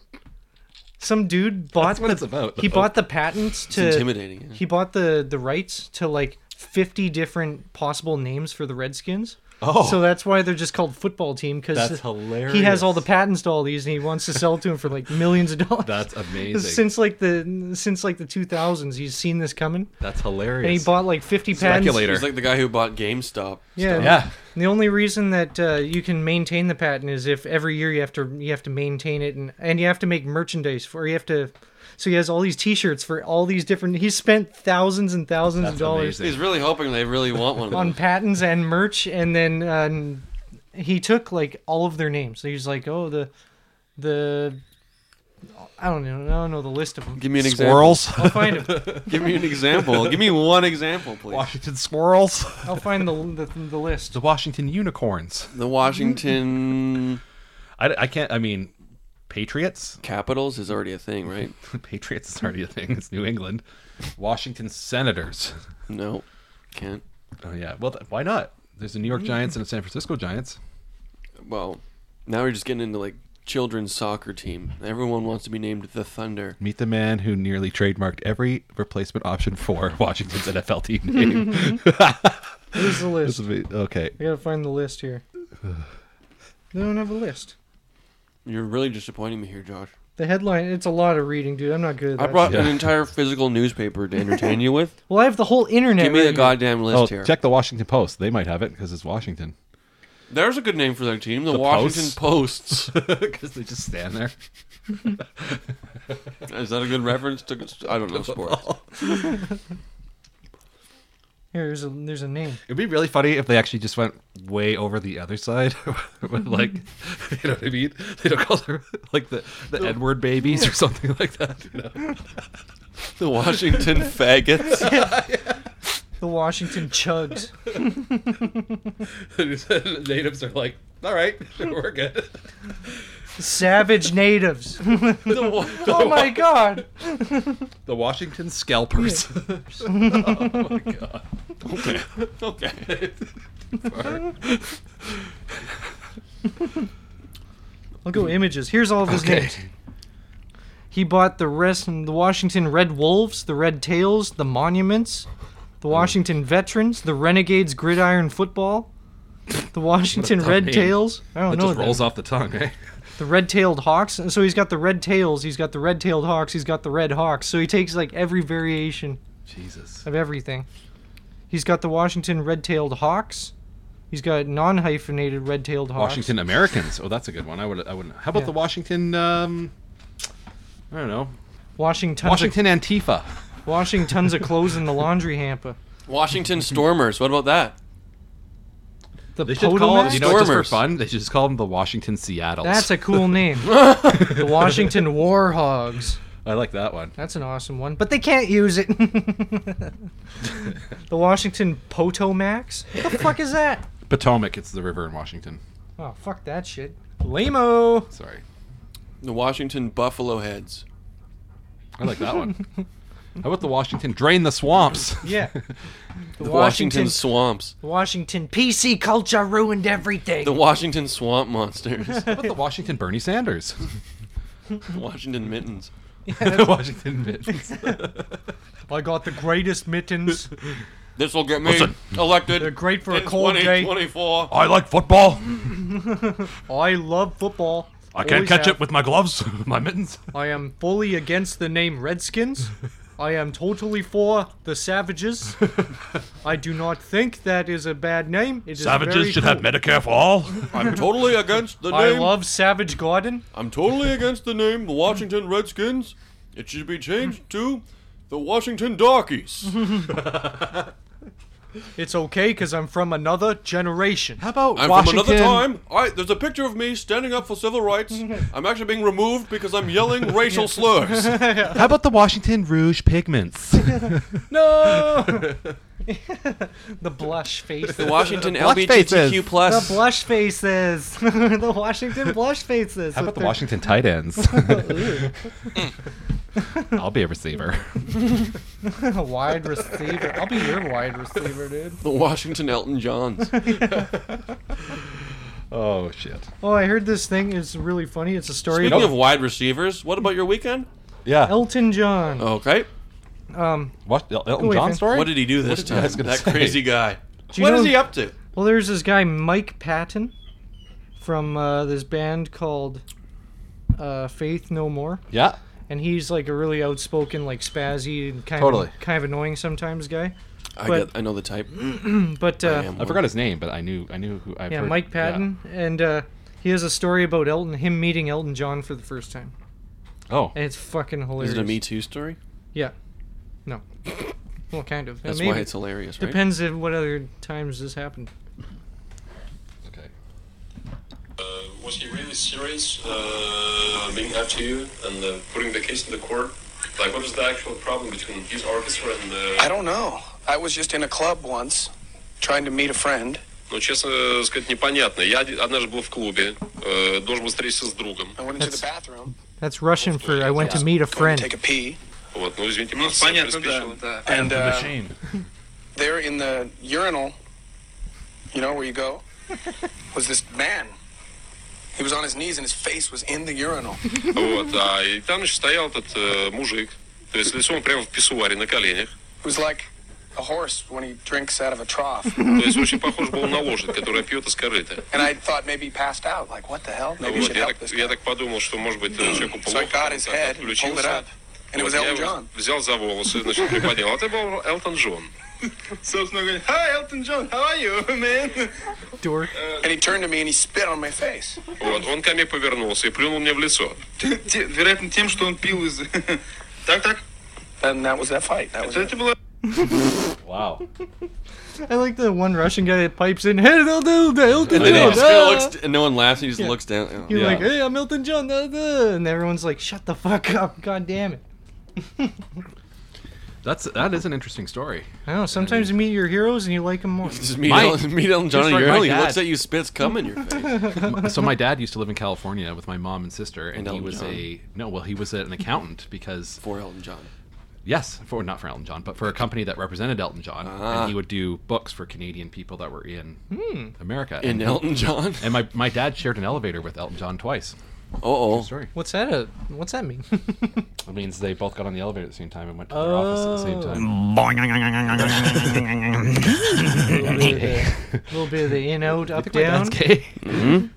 Speaker 5: some dude bought
Speaker 6: That's what
Speaker 5: the,
Speaker 6: Oh. it's about,
Speaker 5: He
Speaker 6: though.
Speaker 5: bought the patents
Speaker 4: It's
Speaker 5: to
Speaker 4: intimidating, yeah.
Speaker 5: He bought the the rights to like fifty different possible names for the Redskins.
Speaker 6: Oh.
Speaker 5: so that's why they're just called football team because
Speaker 6: That's
Speaker 5: he has
Speaker 6: hilarious.
Speaker 5: all the patents to all these, and he wants to sell to him for like millions of dollars.
Speaker 6: That's
Speaker 5: [laughs]
Speaker 6: amazing.
Speaker 5: Since like the since like the two thousands, he's seen this coming.
Speaker 6: That's
Speaker 5: And he
Speaker 6: hilarious.
Speaker 5: bought like fifty patents.
Speaker 4: He's like the guy who bought GameStop.
Speaker 5: Yeah.
Speaker 4: stuff.
Speaker 6: "Oh,
Speaker 5: And The only reason that uh, you can maintain the patent is if every year you have to you have to maintain it and and you have to make merchandise for you have to. So he has all these T-shirts for all these different. He's spent thousands and thousands of dollars
Speaker 4: He's really hoping they really want one of
Speaker 5: on
Speaker 4: them.
Speaker 5: patents and merch, and then um, he took like all of their names. So he's like, oh the the. I don't know. I don't know the
Speaker 4: [laughs]
Speaker 5: list of them.
Speaker 4: Give me an
Speaker 6: Squirrels?
Speaker 5: example. I'll find them.
Speaker 4: Give me an example. Give me one example, please.
Speaker 6: [laughs] Washington squirrels,
Speaker 5: I'll find the the, the list.
Speaker 6: the Washington unicorns.
Speaker 4: The Washington
Speaker 6: I, I can't. I mean, Patriots. [laughs]
Speaker 4: Capitals is already a thing, right?
Speaker 6: Patriots is already a thing. It's New England. Washington Senators.
Speaker 4: No, can't.
Speaker 6: Oh yeah. Well, th- why not? There's the New York Giants and the San Francisco Giants.
Speaker 4: Well, now we're just getting into like children's soccer team. Everyone wants to be named the Thunder.
Speaker 6: Meet the man who nearly trademarked every replacement option for [laughs] Washington's NFL team name. [laughs]
Speaker 5: Here's the list.
Speaker 6: This would be- okay.
Speaker 5: I gotta find the list here. [sighs] They don't have a list.
Speaker 4: You're really disappointing me here, Josh.
Speaker 5: The headline, it's a lot of reading, dude. I'm not good at
Speaker 4: I
Speaker 5: that.
Speaker 4: brought
Speaker 5: shit.
Speaker 4: an entire physical newspaper to entertain you
Speaker 5: [laughs]
Speaker 4: with.
Speaker 5: Well, I have the whole internet.
Speaker 4: Give me
Speaker 5: right
Speaker 4: a
Speaker 5: here.
Speaker 4: goddamn list
Speaker 6: Oh,
Speaker 4: here.
Speaker 6: check the Washington Post. They might have it because it's Washington. [laughs]
Speaker 4: There's a good name for their team, the,
Speaker 6: The
Speaker 4: Washington
Speaker 6: [laughs]
Speaker 4: Posts.
Speaker 6: Because they just stand there.
Speaker 4: Is that a good reference to? I don't know sports.
Speaker 5: Here, there's a there's a name.
Speaker 6: It'd be really funny if they actually just went way over the other side, [laughs] with like, you know what I mean? They don't call her like the the Edward babies or something like that. You know? [laughs]
Speaker 4: The Washington Faggots.
Speaker 5: The Washington Chugs.
Speaker 6: Natives are like, all right, [laughs] we're good.
Speaker 4: [laughs]
Speaker 5: Savage Natives.
Speaker 6: [laughs] The, wa-
Speaker 5: oh my god.
Speaker 6: the Washington scalpers. [laughs] oh my god. [laughs]
Speaker 4: okay. Okay.
Speaker 5: I'll go images. Here's all of his names. He bought the rest the Washington Red Wolves, the Red Tails, the Monuments, the Washington Veterans, the Renegades Gridiron Football, the Washington
Speaker 6: tough
Speaker 5: Red
Speaker 6: name.
Speaker 5: Tails. I don't
Speaker 6: That
Speaker 5: know.
Speaker 6: just
Speaker 5: them.
Speaker 6: rolls off the tongue, eh?
Speaker 5: the red-tailed hawks. So he's got the red tails, he's got the red-tailed hawks, he's got the red hawks. So he takes like every variation
Speaker 6: Jesus.
Speaker 5: of everything. He's got the Washington red-tailed hawks. He's got non-hyphenated red-tailed hawks.
Speaker 6: Washington Americans. Oh, that's a good one. I would. I wouldn't. How about
Speaker 5: Yeah.
Speaker 6: the Washington? Um, I don't know.
Speaker 5: Washington.
Speaker 6: Washington Antifa.
Speaker 5: Of, washing tons of clothes
Speaker 6: [laughs]
Speaker 5: in the laundry hamper.
Speaker 4: Washington Stormers. What about that?
Speaker 5: The
Speaker 6: They should call
Speaker 5: Potomac?
Speaker 6: you know just for
Speaker 4: Stormers.
Speaker 6: fun. They should just call them the Washington Seattles.
Speaker 5: That's a cool
Speaker 6: [laughs]
Speaker 5: name. the Washington War Hogs.
Speaker 6: I like that one.
Speaker 5: That's an awesome one, but they can't use it. [laughs] the Washington Potomacs? What the fuck is that?
Speaker 6: Potomac. It's the river in Washington.
Speaker 5: Oh, fuck that shit. Lamo.
Speaker 6: Sorry.
Speaker 4: The Washington Buffalo Heads.
Speaker 6: I like that one. How about the Washington drain
Speaker 5: [laughs]
Speaker 6: the swamps? [laughs]
Speaker 5: Yeah. The,
Speaker 4: The Washington,
Speaker 5: Washington
Speaker 4: Swamps.
Speaker 5: Washington PC culture ruined everything.
Speaker 4: The Washington Swamp Monsters. [laughs]
Speaker 6: How about the Washington Bernie Sanders?
Speaker 5: [laughs]
Speaker 6: [laughs]
Speaker 4: The Washington Mittens.
Speaker 6: the Washington Mittens.
Speaker 5: I got the greatest mittens.
Speaker 4: This will get me
Speaker 6: Listen.
Speaker 4: elected.
Speaker 5: They're great for a cold day.
Speaker 4: 24.
Speaker 6: I like football.
Speaker 5: I love football.
Speaker 6: I can't
Speaker 5: Always
Speaker 6: catch
Speaker 5: have.
Speaker 6: it with my gloves, [laughs] my mittens.
Speaker 5: I am fully against the name Redskins. I am totally for the Savages. I do not think that is a bad name. It is very cool.
Speaker 6: Medicare for all.
Speaker 4: I'm totally against the
Speaker 5: [laughs] I
Speaker 4: name.
Speaker 5: love Savage Garden.
Speaker 4: I'm totally against the name, the Washington Redskins. It should be changed to the the Washington
Speaker 5: [laughs]
Speaker 4: Darkies.
Speaker 5: It's okay because I'm from another generation. How
Speaker 6: about
Speaker 4: I'm from another time. All right, there's a picture of me standing up for civil
Speaker 5: [laughs]
Speaker 4: rights. I'm actually being removed because I'm yelling racial
Speaker 5: [laughs]
Speaker 4: slurs.
Speaker 6: How about the Washington Rouge pigments?
Speaker 5: [laughs] no. [laughs] the blush faces.
Speaker 15: The Washington
Speaker 6: Blush
Speaker 15: LGBTQ
Speaker 6: faces.
Speaker 15: plus.
Speaker 5: The blush faces. [laughs] the Washington blush faces.
Speaker 6: How
Speaker 5: with
Speaker 6: about the
Speaker 5: their-
Speaker 6: Washington tight ends?
Speaker 5: Ooh.
Speaker 6: [laughs] I'll be a receiver.
Speaker 5: [laughs] wide receiver. I'll be your wide receiver, dude.
Speaker 4: the Washington Elton
Speaker 5: [laughs]
Speaker 4: Johns.
Speaker 6: oh shit.
Speaker 5: Oh, I heard this thing is really funny. It's a story
Speaker 4: Speaking
Speaker 5: about
Speaker 4: of wide receivers, what about your weekend?
Speaker 6: Yeah.
Speaker 5: Elton John.
Speaker 4: Okay.
Speaker 5: Um,
Speaker 6: What El-
Speaker 5: Go
Speaker 6: Elton
Speaker 5: away,
Speaker 6: John
Speaker 5: Fran.
Speaker 6: story?
Speaker 4: What did he do this
Speaker 6: What did you
Speaker 4: time?
Speaker 6: guys gonna
Speaker 4: That
Speaker 6: say?
Speaker 4: crazy guy.
Speaker 5: Do you
Speaker 4: What
Speaker 5: know-
Speaker 4: is he up to?
Speaker 5: Well, there's this guy Mike Patton from uh, this band called uh, Faith No More.
Speaker 6: Yeah.
Speaker 5: And he's like a really outspoken, like spazzy, and kind
Speaker 6: Totally.
Speaker 5: of kind of annoying sometimes guy.
Speaker 4: I
Speaker 5: But-
Speaker 4: get. I know the type.
Speaker 5: but
Speaker 4: I
Speaker 5: uh,
Speaker 4: am
Speaker 6: I forgot his name, but I knew I knew who I
Speaker 5: yeah,
Speaker 6: heard.
Speaker 5: Mike Patton, and uh, he has a story about Elton, him meeting Elton John for the first time.
Speaker 6: Oh.
Speaker 5: And it's fucking hilarious.
Speaker 4: Is it a Me Too story?
Speaker 5: Yeah. No. [laughs] Well, kind of.
Speaker 4: That's
Speaker 5: Maybe.
Speaker 4: why it's hilarious, right?
Speaker 5: Depends on what other times this happened.
Speaker 6: Okay.
Speaker 16: Was he really serious uh, being after you and uh, putting the case in the court? Like, what was the actual problem between his orchestra and uh, the...
Speaker 17: I don't know. I was just in a club once, trying to meet a friend.
Speaker 16: Ну, честно сказать, непонятно. Я оди- однажды был в клубе, э, должен был встретиться с другом.
Speaker 5: That's Russian for I went to meet a friend.
Speaker 16: Вот, ну, извините,
Speaker 17: Ну,
Speaker 16: просто
Speaker 17: понятно,
Speaker 16: приспичило.
Speaker 17: да, да. And, uh, There in the urinal, you know where you go, was this man. He was on his knees and his face was in the urinal.
Speaker 16: Вот, да, и там, значит, стоял этот э, мужик, то есть лицом прямо в писсуаре на коленях.
Speaker 17: It was like a horse when he drinks out of a trough.
Speaker 16: То есть очень похож был на лошадь, которая пьет из корыта.
Speaker 17: And I thought maybe he passed out. Like, what the hell? Maybe you
Speaker 16: Вот,
Speaker 17: should
Speaker 16: я
Speaker 17: help.
Speaker 16: так, я так подумал, что, может быть, э, человеку
Speaker 17: So I
Speaker 16: плохо,
Speaker 17: got
Speaker 16: он
Speaker 17: his
Speaker 16: так
Speaker 17: head, pulled it
Speaker 16: отключился.
Speaker 17: up, and it
Speaker 16: Вот,
Speaker 17: was
Speaker 16: я его
Speaker 17: Elton John.
Speaker 16: взял за волосы, значит, приподнял. Это был Элтон Джон.
Speaker 17: Собственно говоря, hi Elton John, how are you, man?
Speaker 5: Dork.
Speaker 17: And he turned to me and he spit on my face.
Speaker 16: Вот, он ко мне повернулся и плюнул мне в лицо.
Speaker 17: Вероятно, тем, что он пил из... Так, так. And that was that fight. That was it.
Speaker 5: [laughs]
Speaker 6: Wow.
Speaker 5: I like the one Russian guy that pipes in, "Hey, Elton, Elton, Elton
Speaker 4: And then he
Speaker 5: John."
Speaker 4: just kinda
Speaker 5: ah!"
Speaker 4: looks- and no one laughs. He just looks down.
Speaker 5: You're like, "Hey, I'm Elton John," da, da," and everyone's like, "Shut the fuck up, god damn it."
Speaker 6: That's that is an interesting story.
Speaker 5: I know. Sometimes you meet your heroes and you like them more.
Speaker 4: Just meet, Elton, meet Elton John
Speaker 6: Just
Speaker 4: in
Speaker 6: like
Speaker 4: your
Speaker 6: my
Speaker 4: alley, He
Speaker 6: dad.
Speaker 4: looks at you, spits cum in your face.
Speaker 6: M- so my dad used to live in California with my mom and sister, and, he
Speaker 4: Elton
Speaker 6: was
Speaker 4: John.
Speaker 6: a no. Well, he was an accountant because
Speaker 4: for Elton John.
Speaker 6: Yes, for not for Elton John, but for a company that represented Elton John,
Speaker 4: Ah.
Speaker 6: and he would do books for Canadian people that were in
Speaker 5: Hmm.
Speaker 6: America.
Speaker 4: In
Speaker 6: And-
Speaker 4: Elton John?
Speaker 6: and my, my dad shared an elevator with Elton John twice.
Speaker 4: Oh,
Speaker 6: sorry.
Speaker 5: What's that? A, what's that mean?
Speaker 6: It means they both got on the elevator at the same time and went to their office at the
Speaker 5: Oh.
Speaker 6: same
Speaker 5: a little bit of
Speaker 6: time.
Speaker 5: the, little bit of the in out up
Speaker 6: my
Speaker 5: down.
Speaker 6: dad's gay. Mhm.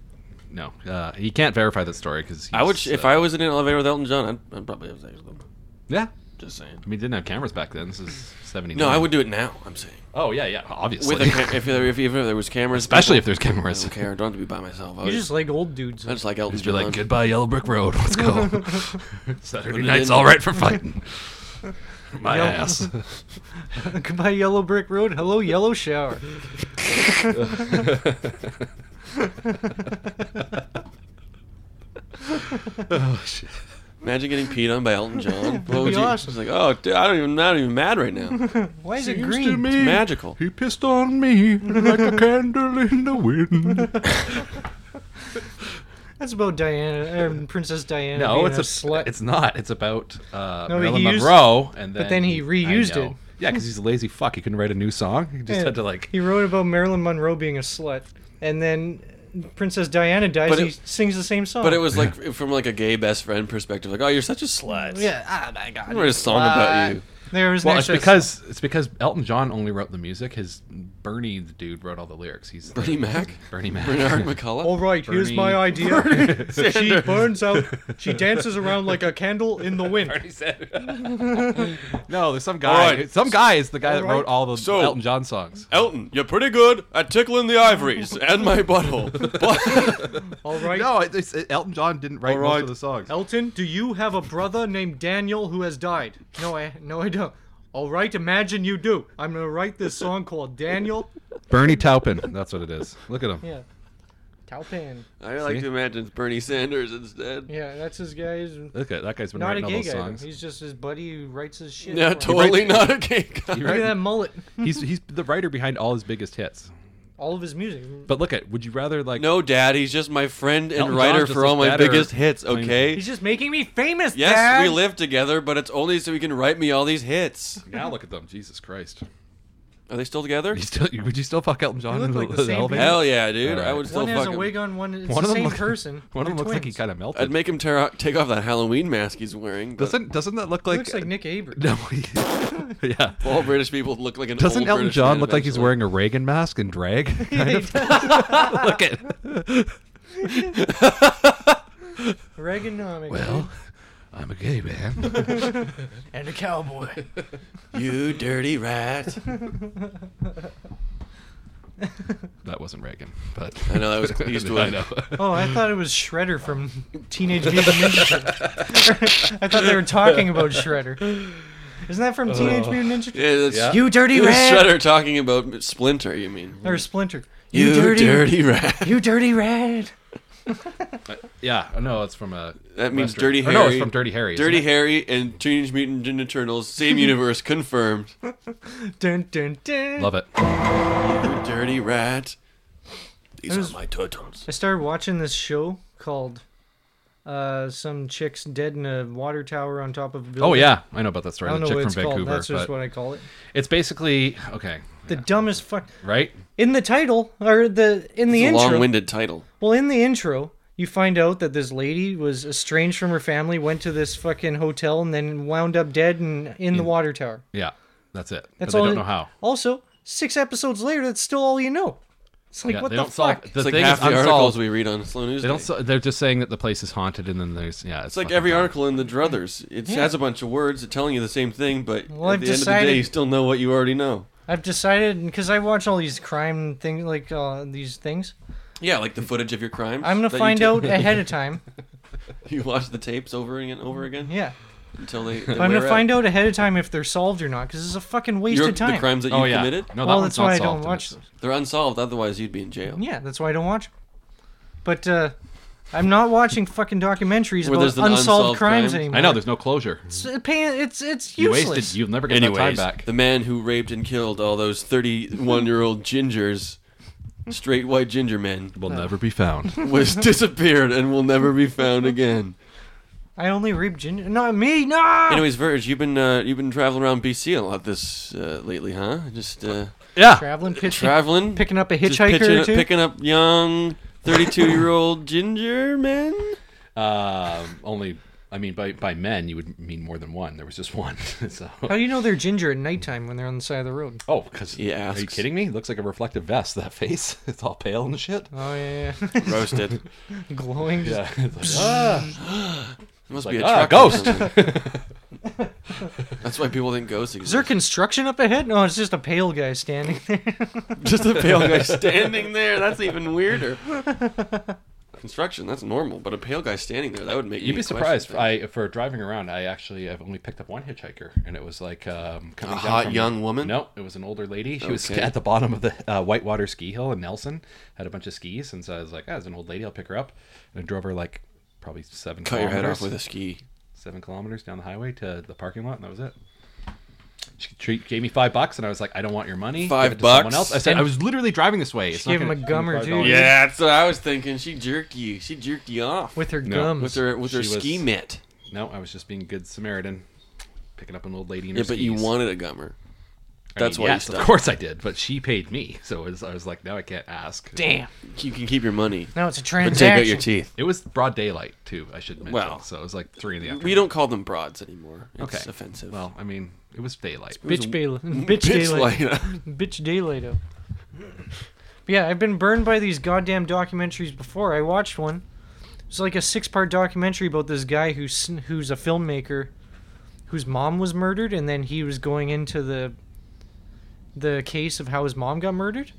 Speaker 6: No, uh, he can't verify that story because
Speaker 4: Mm-hmm. I would, sh- if I was in an elevator with Elton John, I'd, I'd probably have sex with him.
Speaker 6: Yeah.
Speaker 4: Just saying.
Speaker 6: I mean, he didn't have cameras back then. This is seventy.
Speaker 4: No, I would do it now. I'm saying.
Speaker 6: Oh yeah, yeah, obviously.
Speaker 4: With a ca- if, there, if, if there was cameras,
Speaker 6: [laughs] Especially
Speaker 4: people-
Speaker 6: if there's cameras.
Speaker 4: I don't care. I don't have to be by myself. I
Speaker 5: You
Speaker 4: was-
Speaker 5: just like old dudes.
Speaker 4: I just like Elton
Speaker 6: Just be
Speaker 4: John.
Speaker 6: like, goodbye, Yellow Brick Road. Let's
Speaker 5: [laughs]
Speaker 6: go. [laughs] Saturday
Speaker 4: Put it
Speaker 6: night's
Speaker 4: in.
Speaker 6: all right for fighting. My
Speaker 5: Yellow- [laughs]
Speaker 6: ass.
Speaker 5: Goodbye, Yellow Brick Road. Hello, Yellow Shower. [laughs]
Speaker 6: oh shit.
Speaker 4: Imagine getting peed on by Elton John. What
Speaker 5: That'd
Speaker 4: would
Speaker 5: be
Speaker 4: you?
Speaker 5: awesome.
Speaker 4: It's like, oh, dude, I don't even. I'm not even mad right now.
Speaker 5: Why is it
Speaker 6: Seems
Speaker 5: green?
Speaker 6: to me
Speaker 4: It's magical.
Speaker 6: He pissed on me like a candle in
Speaker 5: [laughs]
Speaker 6: the wind.
Speaker 5: That's about Diana, um, Princess Diana.
Speaker 6: no,
Speaker 5: being
Speaker 6: it's
Speaker 5: a,
Speaker 6: a
Speaker 5: slut.
Speaker 6: It's not. It's about uh,
Speaker 5: No, but
Speaker 6: Marilyn
Speaker 5: he used-
Speaker 6: Monroe, and
Speaker 5: but
Speaker 6: then
Speaker 5: then he
Speaker 6: I
Speaker 5: reused
Speaker 6: know.
Speaker 5: it.
Speaker 6: Yeah, because he's a lazy fuck. He couldn't write a new song. He just
Speaker 5: Yeah.
Speaker 6: had to like.
Speaker 5: He wrote about Marilyn Monroe being a slut, and then Princess Diana dies.
Speaker 4: But
Speaker 5: and
Speaker 4: it-
Speaker 5: he sings the same song.
Speaker 4: But it was like from like a gay best friend perspective, like, oh, you're such a slut.
Speaker 5: yeah. Ah, my God.
Speaker 4: I wrote a song about you.
Speaker 5: There was
Speaker 6: well,
Speaker 5: an
Speaker 6: it's
Speaker 5: extra-
Speaker 6: because it's because Elton John only wrote the music. His Bernie the dude wrote all the lyrics. He's
Speaker 4: Bernie Mac?
Speaker 6: [laughs] Bernie Mac.
Speaker 4: Bernard McCullough.
Speaker 5: All right, here's my
Speaker 4: [laughs]
Speaker 6: Bernie-
Speaker 5: idea.
Speaker 6: Bernie [laughs]
Speaker 5: she
Speaker 6: Sanders.
Speaker 5: burns out. She dances around like a candle in the wind.
Speaker 6: [laughs] No, there's some
Speaker 4: All
Speaker 6: guy.
Speaker 4: right.
Speaker 6: Some guy is the guy that
Speaker 4: All right.
Speaker 6: wrote all the
Speaker 4: So-
Speaker 6: Elton John songs.
Speaker 4: Elton, you're pretty good at tickling the ivories and my butthole. But
Speaker 5: All right.
Speaker 6: [laughs] No, it- it's, it- Elton John didn't write
Speaker 4: All
Speaker 6: most
Speaker 4: right.
Speaker 6: of the songs.
Speaker 5: Elton, do you have a brother named Daniel who has died? No, I no, I don't. All right, imagine you do. I'm gonna write this song called Daniel.
Speaker 6: Bernie Taupin. That's what it is. Look at him.
Speaker 5: Yeah. Taupin.
Speaker 4: [laughs] I like
Speaker 6: See?
Speaker 4: to imagine it's Bernie Sanders instead.
Speaker 5: Yeah, that's his guy's.
Speaker 6: Look at that guy's been
Speaker 5: not
Speaker 6: writing
Speaker 5: a
Speaker 6: all
Speaker 5: gay
Speaker 6: those
Speaker 5: guy. though.
Speaker 6: songs.
Speaker 5: He's just his buddy who writes his shit.
Speaker 4: Yeah,
Speaker 5: for him.
Speaker 4: totally not a gay guy.
Speaker 6: He
Speaker 5: Look at
Speaker 6: write-
Speaker 5: that mullet.
Speaker 6: [laughs] he's he's the writer behind all his biggest hits.
Speaker 5: All of his music.
Speaker 6: But look at. Would you rather like?
Speaker 4: No, Dad, he's just my friend and
Speaker 6: Elton John
Speaker 4: writer
Speaker 6: just
Speaker 4: for all
Speaker 6: looks
Speaker 4: my
Speaker 6: better.
Speaker 4: biggest hits.
Speaker 6: I mean-
Speaker 4: Okay.
Speaker 5: He's just making me famous.
Speaker 4: Yes,
Speaker 5: Dad.
Speaker 4: we live together, but it's only so he can write me all these hits.
Speaker 6: Now look at them. Jesus Christ. [laughs]
Speaker 4: Are they still together?
Speaker 6: You still, would you still fuck Elton John
Speaker 5: look
Speaker 6: in the,
Speaker 5: like the
Speaker 6: the
Speaker 5: same
Speaker 6: elevator?
Speaker 5: people.
Speaker 4: Hell yeah, dude.
Speaker 6: All
Speaker 4: I would
Speaker 6: right.
Speaker 4: still
Speaker 5: One has
Speaker 4: fuck
Speaker 5: a
Speaker 4: him.
Speaker 5: wig on. One it's
Speaker 6: One
Speaker 5: the
Speaker 6: of them
Speaker 5: same
Speaker 6: look-
Speaker 5: person.
Speaker 6: [laughs] one of
Speaker 5: They're
Speaker 6: them looks like he
Speaker 5: twins.
Speaker 6: kind of melted.
Speaker 4: I'd make him tear out, take off that Halloween mask he's wearing. but-
Speaker 6: doesn't doesn't that look
Speaker 5: He
Speaker 6: like?
Speaker 5: looks like Nick Abert.
Speaker 6: [laughs] no. he-
Speaker 4: [laughs]
Speaker 6: yeah.
Speaker 4: all British people look like an
Speaker 6: Doesn't
Speaker 4: old
Speaker 6: Elton
Speaker 4: British
Speaker 6: John
Speaker 4: man
Speaker 6: look like he's
Speaker 4: eventually.
Speaker 6: wearing a Reagan mask
Speaker 5: [laughs]
Speaker 6: and drag? Kind of. [laughs] look
Speaker 4: [laughs]
Speaker 6: at.
Speaker 5: Reaganomics.
Speaker 6: well, I'm a
Speaker 5: [laughs]
Speaker 6: gay man.
Speaker 5: and a cowboy.
Speaker 4: You dirty rat.
Speaker 5: [laughs]
Speaker 6: that wasn't Reagan, but
Speaker 4: I know, that was
Speaker 6: [laughs]
Speaker 4: Clint Eastwood.
Speaker 6: I know.
Speaker 5: Oh, I thought it was Shredder from
Speaker 6: [laughs]
Speaker 5: Teenage Mutant Ninja Turtles. I thought they were talking about Shredder. Isn't that from Teenage
Speaker 6: Oh.
Speaker 5: Mutant Ninja Turtles?
Speaker 4: Yeah, that's,
Speaker 5: You dirty
Speaker 4: it was
Speaker 5: rat.
Speaker 4: Shredder talking about Splinter, you mean?
Speaker 5: Or Splinter.
Speaker 4: You dirty rat.
Speaker 5: You dirty rat.
Speaker 6: Yeah, I know it's from a.
Speaker 4: That means
Speaker 6: Western-
Speaker 4: Dirty
Speaker 6: or
Speaker 4: Harry.
Speaker 6: No, it's from Dirty Harry. isn't
Speaker 4: Dirty
Speaker 6: it?
Speaker 4: Harry and Teenage Mutant Ninja Turtles,
Speaker 6: [laughs]
Speaker 4: same universe, confirmed.
Speaker 5: Dun dun dun.
Speaker 6: Love it.
Speaker 4: You dirty rat. These
Speaker 5: There's-
Speaker 4: are my turtles.
Speaker 5: I started watching this show called uh, "Some Chicks Dead in a Water Tower on Top of a Building."
Speaker 6: Oh yeah, I know about that story.
Speaker 5: I don't
Speaker 6: The
Speaker 5: know
Speaker 6: chick
Speaker 5: what
Speaker 6: from
Speaker 5: it's called.
Speaker 6: Vancouver.
Speaker 5: That's just
Speaker 6: but
Speaker 5: what I call it.
Speaker 6: It's basically okay,
Speaker 5: The dumbest fuck.
Speaker 6: right?
Speaker 5: In the title or the in the
Speaker 4: It's a
Speaker 5: intro.
Speaker 4: long-winded title.
Speaker 5: Well, in the intro, you find out that this lady was estranged from her family, went to this fucking hotel, and then wound up dead and in the water tower.
Speaker 6: Yeah, that's it.
Speaker 5: That's
Speaker 6: but
Speaker 5: all.
Speaker 6: Hmm. they don't
Speaker 5: it-
Speaker 6: know how.
Speaker 5: Also, six episodes later, that's still all you know. It's like
Speaker 6: Yeah,
Speaker 5: what
Speaker 6: they
Speaker 5: the
Speaker 6: don't solve-
Speaker 5: fuck?
Speaker 6: the
Speaker 4: it's like
Speaker 6: thing is
Speaker 4: half the articles
Speaker 6: unsolved.
Speaker 4: we read on Slow News.
Speaker 6: They don't.
Speaker 4: Day.
Speaker 6: so- They're just saying that the place is haunted, and then there's yeah. It's,
Speaker 4: It's like
Speaker 6: fucking
Speaker 4: every
Speaker 6: dumb.
Speaker 4: article in the Druthers. It has a bunch of words telling you the same thing, but
Speaker 5: Well,
Speaker 4: at
Speaker 5: I've
Speaker 4: the end of the
Speaker 5: decided-
Speaker 4: day, you still know what you already know.
Speaker 5: I've decided because I watch all these crime things, like uh, these things.
Speaker 4: Yeah, like the footage of your crimes.
Speaker 5: I'm gonna
Speaker 4: that you
Speaker 5: find
Speaker 4: ta-
Speaker 5: out ahead of time.
Speaker 4: [laughs] you watch the tapes over and over again
Speaker 5: Yeah,
Speaker 4: until they.
Speaker 5: but I'm gonna find out ahead of time if they're solved or not, because it's a fucking waste
Speaker 4: your,
Speaker 5: of time.
Speaker 4: the crimes that you
Speaker 6: Oh,
Speaker 4: have
Speaker 6: yeah.
Speaker 4: committed.
Speaker 6: No, that
Speaker 5: well,
Speaker 6: one's
Speaker 5: that's why
Speaker 6: not
Speaker 5: I don't
Speaker 6: solved, and
Speaker 5: watch
Speaker 6: it's-
Speaker 5: them.
Speaker 4: They're unsolved. Otherwise, you'd be in jail.
Speaker 5: Yeah, that's why I don't watch them. But uh, I'm not watching fucking documentaries
Speaker 4: Where
Speaker 5: about
Speaker 4: there's an
Speaker 5: unsolved,
Speaker 4: unsolved
Speaker 5: crimes
Speaker 4: crime.
Speaker 5: anymore.
Speaker 6: I know there's no closure.
Speaker 5: It's a pain. It's it's
Speaker 6: You
Speaker 5: useless.
Speaker 6: wasted. You'll never get that time
Speaker 4: Anyways,
Speaker 6: back.
Speaker 4: the man who raped and killed all those 31-year-old gingers, straight white ginger
Speaker 5: [laughs]
Speaker 4: men,
Speaker 5: Oh.
Speaker 6: Will never be found.
Speaker 4: was disappeared and will never be found again.
Speaker 5: I only reap ginger. No, me. No.
Speaker 4: Anyways, Verge, you've been uh, you've been traveling around BC a lot this uh, lately, huh? Just uh,
Speaker 6: yeah,
Speaker 5: traveling, pitching,
Speaker 4: traveling,
Speaker 5: picking up a
Speaker 4: Just
Speaker 5: hitchhiker
Speaker 4: pitching-
Speaker 5: or two.
Speaker 4: picking up young thirty-two-year-old [laughs] ginger men.
Speaker 6: Um only. I mean, by by men, you would mean more than one. There was just one. [laughs] so.
Speaker 5: How do Oh, you know they're ginger at nighttime when they're on the side of the road?
Speaker 6: Oh, because
Speaker 4: He
Speaker 6: are you
Speaker 4: asks.
Speaker 6: kidding me? It looks like a reflective vest. That face, [laughs] it's all pale and shit.
Speaker 5: Oh yeah, [laughs] yeah.
Speaker 4: Roasted.
Speaker 5: glowing. just-
Speaker 6: Yeah, [laughs] it's like, ah,
Speaker 4: Must
Speaker 6: like,
Speaker 4: be a
Speaker 6: ah,
Speaker 4: truck or
Speaker 6: ghost.
Speaker 4: something. That's why people think ghosts
Speaker 5: Is there
Speaker 4: exist.
Speaker 5: construction up ahead? No, it's just a pale guy standing [laughs] there.
Speaker 4: Just a pale guy standing there. That's even weirder. Construction, that's normal, but a pale guy standing there, that would make
Speaker 6: You'd
Speaker 4: me
Speaker 6: be
Speaker 4: question
Speaker 6: surprised.
Speaker 4: things.
Speaker 6: I for driving around, I actually I've only picked up one hitchhiker, and it was like um, coming
Speaker 4: A
Speaker 6: down
Speaker 4: hot
Speaker 6: from-
Speaker 4: young woman?
Speaker 6: No, it was an older lady. She was
Speaker 4: Okay.
Speaker 6: at the bottom of the uh, Whitewater ski hill in Nelson, had a bunch of skis, and so I was like, ah, it's an old lady. I'll pick her up, and I drove her like probably seven.
Speaker 4: Cut your
Speaker 6: kilometers,
Speaker 4: head off with a ski.
Speaker 6: seven kilometers down the highway to the parking lot, and that was it. She tre- gave me five bucks, and I was like, I don't want your money.
Speaker 4: Five
Speaker 6: Give it to someone
Speaker 4: bucks?
Speaker 6: else. I said I was literally driving this way. It's
Speaker 5: She
Speaker 6: not
Speaker 5: gave him
Speaker 6: gonna-
Speaker 5: a gummer,
Speaker 6: $25.
Speaker 5: dude.
Speaker 4: Yeah, that's what I was thinking. She jerked you. She jerked you off
Speaker 5: With her
Speaker 6: No.
Speaker 5: gums.
Speaker 4: with her with her
Speaker 6: She was-
Speaker 4: ski mitt.
Speaker 6: No, I was just being a good Samaritan, picking up an old lady. In her
Speaker 4: Yeah, but you
Speaker 6: skis.
Speaker 4: wanted a gummer.
Speaker 6: I
Speaker 4: That's
Speaker 6: mean,
Speaker 4: why you
Speaker 6: yes,
Speaker 4: stopped.
Speaker 6: of course I did, but she paid me, so it was, I was like, now I can't ask.
Speaker 5: Damn.
Speaker 4: You can keep your money,
Speaker 5: Now it's a
Speaker 4: but take out
Speaker 5: transaction.
Speaker 4: your teeth.
Speaker 6: It was broad daylight too. I should mention.
Speaker 4: Well,
Speaker 6: so it was like three in the afternoon.
Speaker 4: We don't call them broads anymore. It's
Speaker 6: Okay.
Speaker 4: offensive. [laughs]
Speaker 6: Well, I mean, it was daylight.
Speaker 5: Bitch, bail- bitch
Speaker 4: bitch
Speaker 5: daylight.
Speaker 4: light.
Speaker 5: bitch daylight out. But yeah, I've been burned by these goddamn documentaries before. I watched one. It's like a six-part documentary about this guy who's who's a filmmaker, whose mom was murdered, and then he was going into the the case of how his mom got murdered,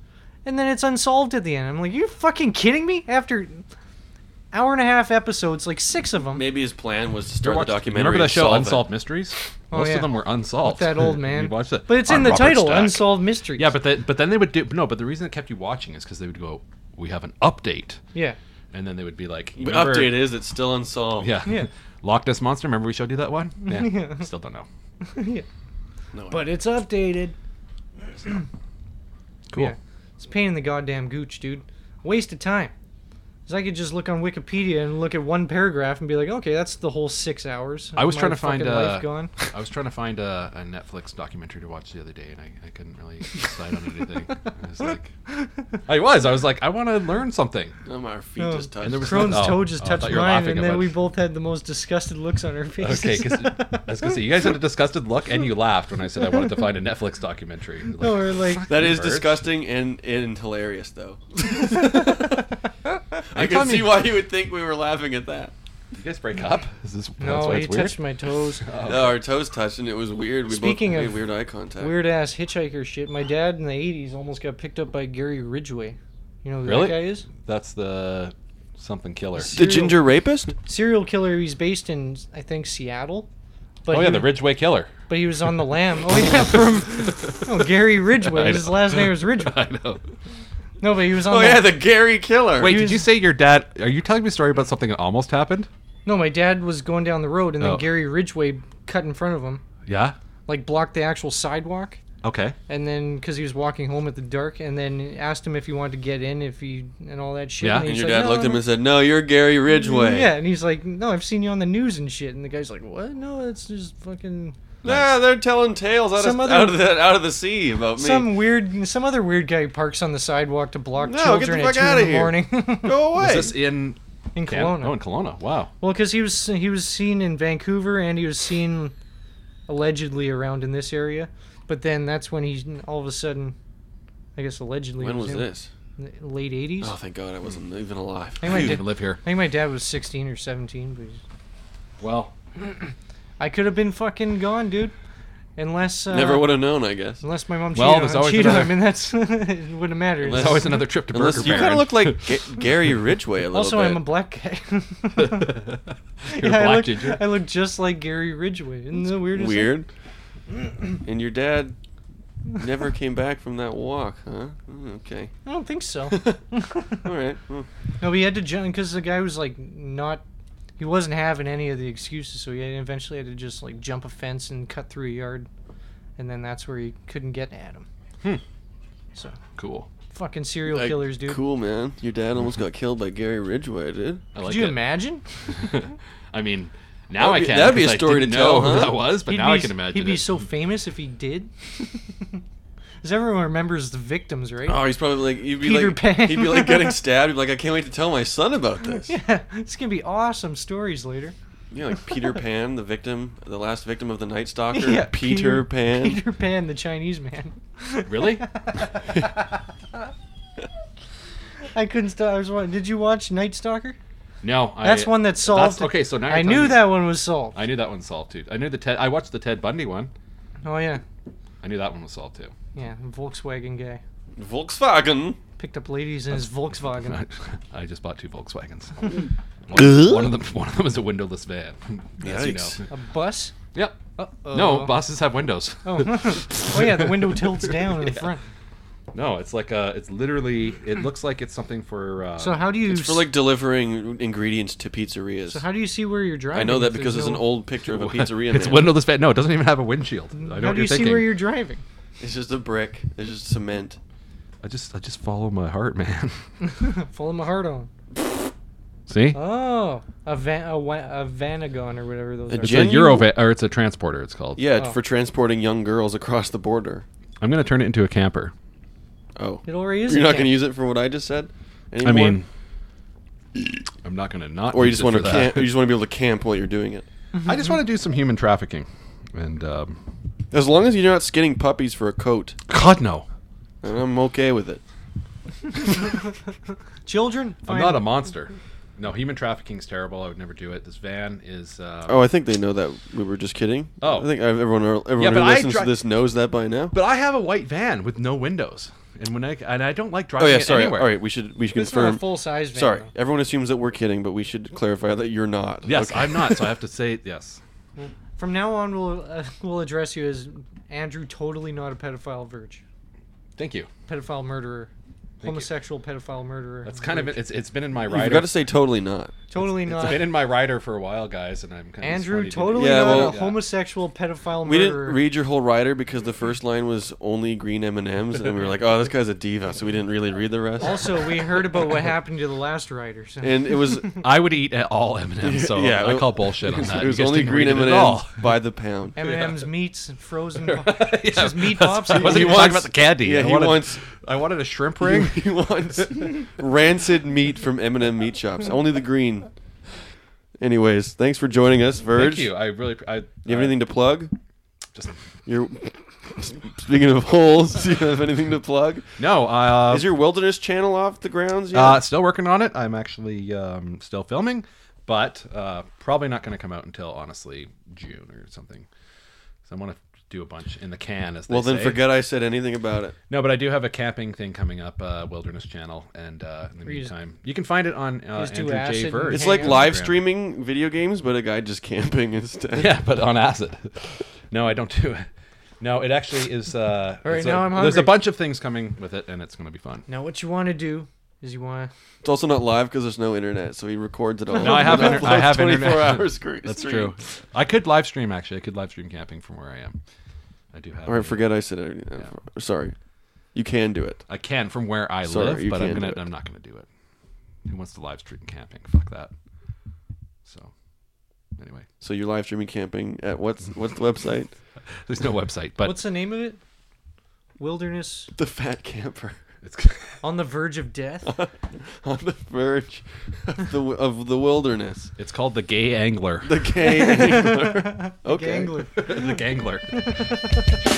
Speaker 5: and then it's unsolved at the end. I'm like, you fucking kidding me? After hour and a half episodes, like six of
Speaker 4: [laughs]
Speaker 5: them.
Speaker 4: Maybe his plan was to
Speaker 6: You
Speaker 4: start
Speaker 6: watched-
Speaker 4: the
Speaker 6: you
Speaker 4: documentary.
Speaker 6: Remember that
Speaker 4: and
Speaker 6: show
Speaker 4: solve it.
Speaker 6: Unsolved Mysteries?
Speaker 5: Oh,
Speaker 6: Most
Speaker 5: yeah.
Speaker 6: of them were unsolved.
Speaker 5: With that
Speaker 6: [laughs]
Speaker 5: old
Speaker 6: We
Speaker 5: man.
Speaker 6: watched it.
Speaker 5: But it's in
Speaker 6: On
Speaker 5: the
Speaker 6: Robert
Speaker 5: title,
Speaker 6: Stack.
Speaker 5: Unsolved Mysteries.
Speaker 6: Yeah, but that, but then they would do no. But the reason it kept you watching is because they would go, "We have an update."
Speaker 5: Yeah.
Speaker 6: [laughs] And then they would be like,
Speaker 4: The
Speaker 6: "Remember-"
Speaker 4: update is it's still unsolved.
Speaker 6: Yeah.
Speaker 5: Yeah.
Speaker 6: [laughs] Loch Ness monster. Remember we showed you
Speaker 5: [laughs]
Speaker 6: that one? Yeah.
Speaker 5: Yeah.
Speaker 6: Still don't know.
Speaker 5: yeah.
Speaker 4: No.
Speaker 5: But it's updated.
Speaker 6: Cool.
Speaker 5: Yeah. It's a pain in the goddamn gooch, dude. Waste of time. Cause I could just look on Wikipedia and look at one paragraph and be like, okay, that's the whole six hours. of
Speaker 6: I was
Speaker 5: my
Speaker 6: trying to find
Speaker 5: fucking
Speaker 6: uh,
Speaker 5: life gone.
Speaker 6: [laughs] I was trying to find a, a Netflix documentary to watch the other day, and I, I couldn't really decide on anything. I
Speaker 5: [laughs]
Speaker 6: was like, I was, I was like, I want to learn something.
Speaker 4: Um, our feet
Speaker 5: No,
Speaker 4: just touched.
Speaker 6: And there was
Speaker 5: Crone's
Speaker 6: no-
Speaker 5: toe
Speaker 6: oh,
Speaker 5: just
Speaker 6: oh, I
Speaker 5: touched
Speaker 6: thought you were
Speaker 5: mine,
Speaker 6: laughing
Speaker 5: and then
Speaker 6: about-
Speaker 5: we both had the most disgusted looks on our faces.
Speaker 6: Okay,
Speaker 5: [laughs]
Speaker 6: because I was gonna say you guys had a disgusted look, and you laughed when I said I wanted to find a Netflix documentary. Like,
Speaker 5: No, we're [laughs] like-
Speaker 4: That is
Speaker 6: Birds.
Speaker 4: disgusting and, and hilarious, though. I
Speaker 6: you
Speaker 4: can
Speaker 6: telling
Speaker 4: see
Speaker 6: me-
Speaker 4: why you would think we were laughing at that.
Speaker 6: you guys break up? Is this that's
Speaker 5: no,
Speaker 6: why
Speaker 5: he
Speaker 6: it's weird?
Speaker 5: touched my toes.
Speaker 6: Oh.
Speaker 4: No, our toes touched, and it was weird. We
Speaker 5: Speaking
Speaker 4: both
Speaker 5: of
Speaker 4: made weird eye contact.
Speaker 5: Weird ass hitchhiker shit. My dad in the '80s almost got picked up by Gary Ridgway. You know who
Speaker 6: Really?
Speaker 5: that guy is?
Speaker 6: That's the something killer.
Speaker 5: The ginger
Speaker 4: rapist?
Speaker 5: Serial killer. He's based in, I think, Seattle. But
Speaker 6: oh yeah,
Speaker 5: he-
Speaker 6: the
Speaker 5: [laughs]
Speaker 6: Ridgeway killer.
Speaker 5: But he was on
Speaker 6: [laughs]
Speaker 5: the lamb. Oh yeah, from oh, Gary
Speaker 6: I
Speaker 5: Ridgway. His
Speaker 6: know.
Speaker 5: last name is Ridgway.
Speaker 6: [laughs] I know.
Speaker 5: No, but he was on.
Speaker 4: Oh
Speaker 5: the,
Speaker 4: yeah, the Gary Killer.
Speaker 6: Wait, did you say your dad? Are you telling me a story about something that almost happened?
Speaker 5: No, my dad was going down the road, and then
Speaker 6: Oh.
Speaker 5: Gary Ridgway cut in front of him,
Speaker 6: Yeah.
Speaker 5: like blocked the actual sidewalk.
Speaker 6: Okay.
Speaker 5: and then because he was walking home at the dark, and then asked him if he wanted to get in, if he and all that shit.
Speaker 6: Yeah.
Speaker 4: And
Speaker 5: he's
Speaker 4: your
Speaker 5: like,
Speaker 4: dad
Speaker 5: "No,
Speaker 4: looked at him
Speaker 5: no."
Speaker 4: and said, "No, you're Gary Ridgway."
Speaker 5: Yeah, and he's like, "No, I've seen you on the news and shit." And the guy's like, "What? No, it's just fucking
Speaker 4: Nah, they're telling tales out,
Speaker 5: Some
Speaker 4: of,
Speaker 5: other-
Speaker 4: out of the out of the sea about me.
Speaker 5: some weird, some other weird guy parks on the sidewalk to block
Speaker 4: No, get
Speaker 5: children
Speaker 4: the fuck
Speaker 5: at two
Speaker 4: outta
Speaker 5: in the
Speaker 4: here.
Speaker 5: morning." [laughs]
Speaker 4: Go away.
Speaker 6: Was this in
Speaker 5: In
Speaker 6: Can-
Speaker 5: Kelowna.
Speaker 6: Oh, in Kelowna. Wow.
Speaker 5: well, because he was he was seen in Vancouver, and he was seen allegedly around in this area, but then that's when he all of a sudden, I guess allegedly.
Speaker 4: when was
Speaker 5: in
Speaker 4: this?
Speaker 5: the Late '80s.
Speaker 4: Oh, thank God, I wasn't even alive.
Speaker 5: I think my
Speaker 6: You
Speaker 5: dad-
Speaker 6: even live here.
Speaker 5: I think my dad was 16 or 17, but he's-
Speaker 6: Well,
Speaker 5: I could have been fucking gone, dude. Unless uh,
Speaker 4: Never would have known, I guess.
Speaker 5: Unless my mom
Speaker 6: Well,
Speaker 5: cheated
Speaker 6: there's
Speaker 5: on
Speaker 6: always
Speaker 5: cheated on
Speaker 6: another-
Speaker 5: him, and that's [laughs] it wouldn't matter.
Speaker 4: Unless-
Speaker 5: [laughs]
Speaker 6: always another trip to
Speaker 4: Unless
Speaker 6: Burger
Speaker 4: you kind
Speaker 6: Baron.
Speaker 4: of
Speaker 6: [laughs]
Speaker 4: look like G- Gary Ridgway a little
Speaker 5: also,
Speaker 4: bit.
Speaker 5: I'm a black guy.
Speaker 4: [laughs]
Speaker 5: [laughs]
Speaker 6: You're a
Speaker 5: I
Speaker 6: black
Speaker 5: look,
Speaker 6: ginger.
Speaker 5: I look just like Gary Ridgway. Isn't that weird? as hell?
Speaker 4: weird. and your dad never came back from that walk, huh? Mm, Okay.
Speaker 5: I don't think
Speaker 4: [laughs]
Speaker 5: so.
Speaker 4: All
Speaker 5: [laughs]
Speaker 4: right. Mm.
Speaker 5: no, we had to jump because the guy was like not. He wasn't having any of the excuses, so he had- eventually had to just like jump a fence and cut through a yard, and then that's where he couldn't get at him.
Speaker 6: Hmm.
Speaker 5: So
Speaker 6: Cool.
Speaker 5: fucking serial
Speaker 4: Like,
Speaker 5: killers, dude.
Speaker 4: Cool, man. Your dad almost got killed by Gary Ridgway, dude.
Speaker 6: I
Speaker 5: Could
Speaker 6: like
Speaker 5: you
Speaker 6: it.
Speaker 5: imagine?
Speaker 6: [laughs] I mean, now
Speaker 4: That'd
Speaker 6: I
Speaker 4: be-
Speaker 6: can.
Speaker 4: that'd be a
Speaker 6: because I
Speaker 4: story to
Speaker 6: didn't
Speaker 4: tell,
Speaker 6: know who
Speaker 4: huh?
Speaker 6: That was, but
Speaker 5: He'd
Speaker 6: now
Speaker 5: be
Speaker 6: I
Speaker 5: s-
Speaker 6: can imagine.
Speaker 5: He'd be
Speaker 6: it. [laughs]
Speaker 5: so famous if he did. Because everyone remembers the victims, right?
Speaker 4: Oh, he's probably like you'd be
Speaker 5: Peter
Speaker 4: like
Speaker 5: Pan.
Speaker 4: he'd be like
Speaker 5: [laughs]
Speaker 4: getting stabbed. He'd be like, I can't wait to tell my son about this.
Speaker 5: yeah, it's gonna be awesome stories later. [laughs]
Speaker 4: You know, like Peter Pan, the victim, the last victim of the Night Stalker.
Speaker 5: Yeah,
Speaker 4: Peter, Pan.
Speaker 5: Peter Pan, the Chinese man.
Speaker 6: Really?
Speaker 5: I couldn't stop. I was wondering, did you watch Night Stalker?
Speaker 6: No, I,
Speaker 5: That's one that's solved.
Speaker 6: that's- okay, so now
Speaker 5: I
Speaker 6: you're
Speaker 5: knew
Speaker 6: telling me-
Speaker 5: that one was solved.
Speaker 6: I knew that one solved too. I knew the Ted. I watched the Ted Bundy one.
Speaker 5: Oh yeah,
Speaker 6: I knew that one was solved too. [laughs]
Speaker 5: yeah. Volkswagen guy
Speaker 4: [laughs] Volkswagen.
Speaker 5: picked up ladies in his Volkswagen.
Speaker 6: [laughs] I, I just bought two
Speaker 5: [laughs]
Speaker 6: Volkswagens. one, one of them, one of them is a windowless van. [laughs] As you
Speaker 4: Yikes.
Speaker 6: know.
Speaker 5: A bus?
Speaker 6: Yep.
Speaker 5: Uh-oh.
Speaker 6: No, buses have windows.
Speaker 5: Oh. [laughs] oh yeah, the window tilts down in the
Speaker 6: [laughs] Yeah.
Speaker 5: front.
Speaker 6: No, it's like uh It's literally. It looks like it's something for. Uh,
Speaker 5: So how do you?
Speaker 4: It's for like delivering ingredients to pizzerias.
Speaker 5: So how do you see where you're driving?
Speaker 4: I know that
Speaker 5: if
Speaker 4: because
Speaker 5: there's
Speaker 4: there's an
Speaker 5: no-
Speaker 4: old picture
Speaker 6: [laughs]
Speaker 4: of a pizzeria.
Speaker 6: It's
Speaker 4: man.
Speaker 6: windowless van. No, it doesn't even have a windshield. I know
Speaker 5: How
Speaker 6: what
Speaker 5: do
Speaker 6: you're
Speaker 5: you
Speaker 6: thinking.
Speaker 5: see where you're driving?
Speaker 4: It's just a brick. It's just cement.
Speaker 6: I just, I just follow my
Speaker 4: [laughs]
Speaker 6: heart, man.
Speaker 5: Follow my heart on.
Speaker 6: see,
Speaker 5: Oh, a van, a, wa- a vanagon or whatever those
Speaker 4: A
Speaker 5: are.
Speaker 6: it's
Speaker 4: genuine-
Speaker 6: a Eurovan, or it's a transporter. It's called.
Speaker 4: Yeah, it's
Speaker 5: Oh.
Speaker 4: for transporting young girls across the border.
Speaker 6: I'm gonna turn it into a camper.
Speaker 4: Oh,
Speaker 5: It already is.
Speaker 4: you're
Speaker 5: a
Speaker 4: not
Speaker 5: camp.
Speaker 4: going to use it for what I just said.
Speaker 6: I
Speaker 4: Anymore?
Speaker 6: mean, I'm not gonna not.
Speaker 4: or you
Speaker 6: use
Speaker 4: just
Speaker 6: it
Speaker 4: want to
Speaker 6: for that.
Speaker 4: camp, you just want to be able to camp while you're doing it.
Speaker 6: [laughs] I just want to do some human trafficking, and um,
Speaker 4: As long as you're not skinning puppies for a coat,
Speaker 6: God no,
Speaker 4: and I'm okay with it.
Speaker 5: Children. Fine.
Speaker 6: I'm not a monster. No, human trafficking is terrible. I would never do it. This van is. Uh,
Speaker 4: Oh, I think they know that we were just kidding.
Speaker 6: Oh.
Speaker 4: I think everyone everyone
Speaker 6: Yeah,
Speaker 4: who
Speaker 6: but I
Speaker 4: listens
Speaker 6: dri-
Speaker 4: to this knows that by now.
Speaker 6: But I have a white van with no windows, and when I and I don't like driving.
Speaker 4: Oh yeah,
Speaker 6: it
Speaker 4: sorry.
Speaker 6: Anywhere.
Speaker 4: All right, we should we should
Speaker 6: This is not a
Speaker 4: confirm.
Speaker 6: full-size van,
Speaker 4: Sorry,
Speaker 6: though.
Speaker 4: everyone assumes that we're kidding, but we should clarify that you're not.
Speaker 6: Yes, I'm not. So I have to say yes.
Speaker 5: Well, From now on, we'll uh, [laughs] we'll address you as Andrew. Totally not a pedophile verge.
Speaker 6: Thank you.
Speaker 5: Pedophile murderer,
Speaker 6: you.
Speaker 5: homosexual pedophile murderer.
Speaker 6: That's kind of
Speaker 5: Verge.
Speaker 6: it's it's been in my
Speaker 4: You've
Speaker 6: rider.
Speaker 4: gotta say totally not.
Speaker 5: Totally
Speaker 6: It's-
Speaker 5: not.
Speaker 6: It's been in my rider for a while, guys, and I'm kind of
Speaker 5: Andrew. Totally
Speaker 4: Yeah,
Speaker 5: not
Speaker 4: well-
Speaker 5: a homosexual pedophile
Speaker 4: We didn't
Speaker 5: murderer.
Speaker 4: read your whole rider because the first line was only green M and M's, and we were like, "Oh, this guy's a diva," so we didn't really read the rest.
Speaker 5: also, we heard about what happened to the last writer. So.
Speaker 4: and it
Speaker 6: [laughs]
Speaker 4: was
Speaker 6: I would eat all M&Ms,
Speaker 4: [laughs]
Speaker 6: so Oh, I call bullshit on that.
Speaker 4: It was
Speaker 6: You guys
Speaker 4: only
Speaker 6: didn't
Speaker 4: green
Speaker 6: read
Speaker 4: M
Speaker 6: it
Speaker 4: and
Speaker 6: at all.
Speaker 4: [laughs] M's by the pound.
Speaker 5: M&M's meats
Speaker 4: [laughs]
Speaker 5: and frozen.
Speaker 6: Yeah,
Speaker 5: It's just meat pops.
Speaker 6: I wasn't even talking about the candy.
Speaker 4: Yeah,
Speaker 6: I
Speaker 4: he
Speaker 6: wanted,
Speaker 4: wants-
Speaker 6: I wanted a
Speaker 4: [laughs]
Speaker 6: shrimp ring.
Speaker 4: He wants rancid meat from M and M meat shops. Only the green. Anyways, thanks for joining us, Verge.
Speaker 6: Thank you. I really. I,
Speaker 4: You have anything to plug?
Speaker 6: Just
Speaker 4: You're speaking of holes. [laughs] Do you have anything to plug?
Speaker 6: No. Uh,
Speaker 4: Is your wilderness channel off the grounds yet?
Speaker 6: Uh, still working on it. I'm actually um, still filming, but uh, probably not going to come out until honestly June or something. So I want to do a bunch in the can. As they
Speaker 4: well, then
Speaker 6: say.
Speaker 4: forget I said anything about it.
Speaker 6: No, but I do have a camping thing coming up, uh, Wilderness Channel, and uh, in the
Speaker 5: Where you just-
Speaker 6: meantime, you can find it on
Speaker 5: you
Speaker 6: uh,
Speaker 5: just do
Speaker 6: Andrew J.
Speaker 5: acid
Speaker 6: Verge.
Speaker 5: and
Speaker 4: It's like live
Speaker 6: Instagram.
Speaker 4: streaming video games, but a guy just camping [laughs] instead.
Speaker 6: [laughs] Yeah, but on acid. No, I don't do it. No, it actually is. Uh,
Speaker 5: [laughs] All right,
Speaker 6: it's
Speaker 5: now
Speaker 6: a,
Speaker 5: I'm
Speaker 6: There's a
Speaker 5: hungry.
Speaker 6: bunch of things coming with it, and it's going to be fun.
Speaker 5: Now, what you want to do is you want to
Speaker 4: It's also not live because there's no internet, so he records it all.
Speaker 6: No, I have.
Speaker 4: and
Speaker 6: Inter- I
Speaker 4: uploads [laughs]
Speaker 6: have
Speaker 4: 24
Speaker 6: internet.
Speaker 4: hours. screen-
Speaker 6: That's
Speaker 4: stream.
Speaker 6: true. I could live stream actually. I could live stream camping from where I am. I do have.
Speaker 4: All right, forget I said it. Sorry, you can do it.
Speaker 6: I can from where I
Speaker 4: Sorry,
Speaker 6: live,
Speaker 4: you
Speaker 6: but I'm
Speaker 4: can
Speaker 6: gonna.
Speaker 4: do it.
Speaker 6: I'm not gonna do it. Who wants to live stream camping? Fuck that. So, anyway,
Speaker 4: So you're live streaming camping at what's what's the website?
Speaker 6: there's no website, but
Speaker 5: What's the name of it? Wilderness
Speaker 4: [laughs] the Fat Camper.
Speaker 5: on the verge of death.
Speaker 4: [laughs] on the verge of the, of the wilderness.
Speaker 6: it's called the Gay Angler.
Speaker 4: The gay angler.
Speaker 6: The
Speaker 4: [laughs] Okay.
Speaker 6: gangler. The gangler.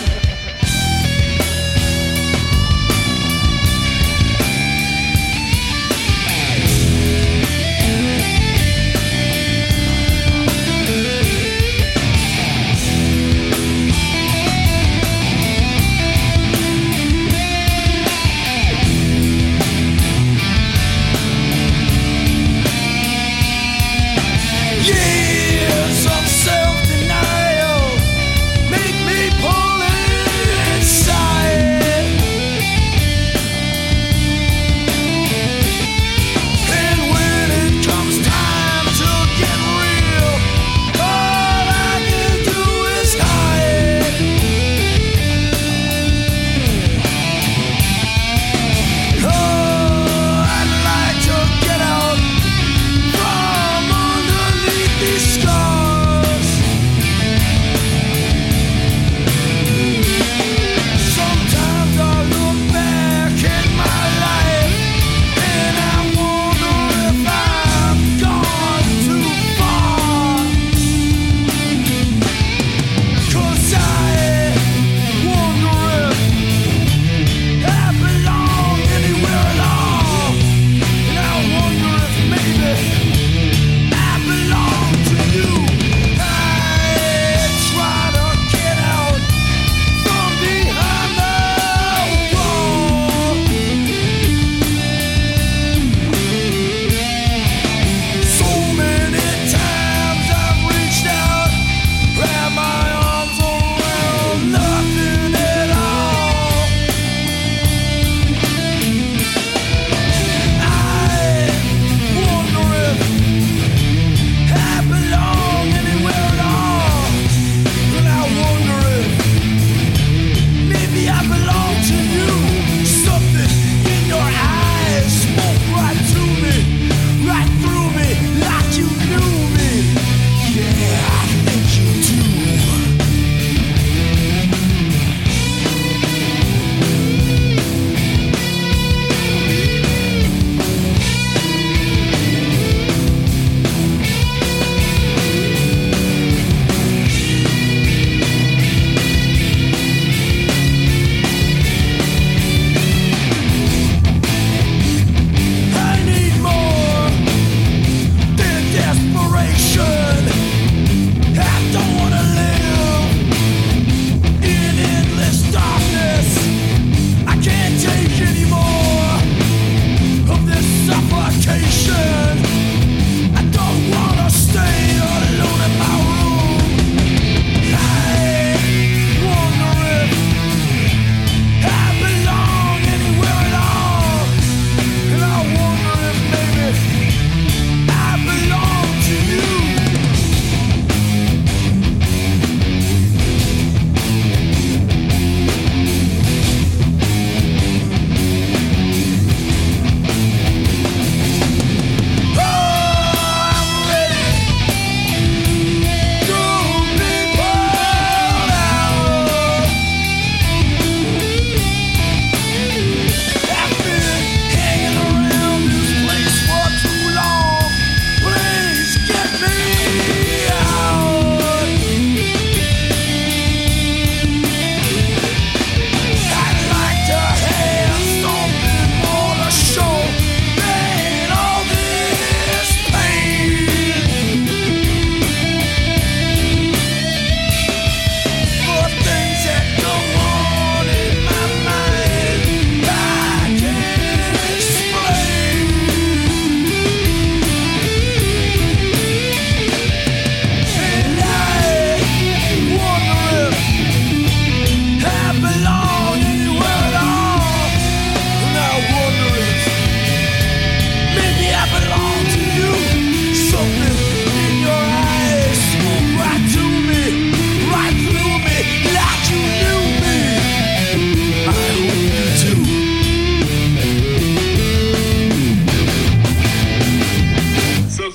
Speaker 18: Years of self-denial make me pull in
Speaker 17: Oh,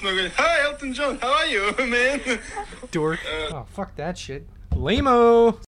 Speaker 17: in. Hi, Elton John. How are you, man?
Speaker 5: Dork. oh, fuck that shit. Lamo.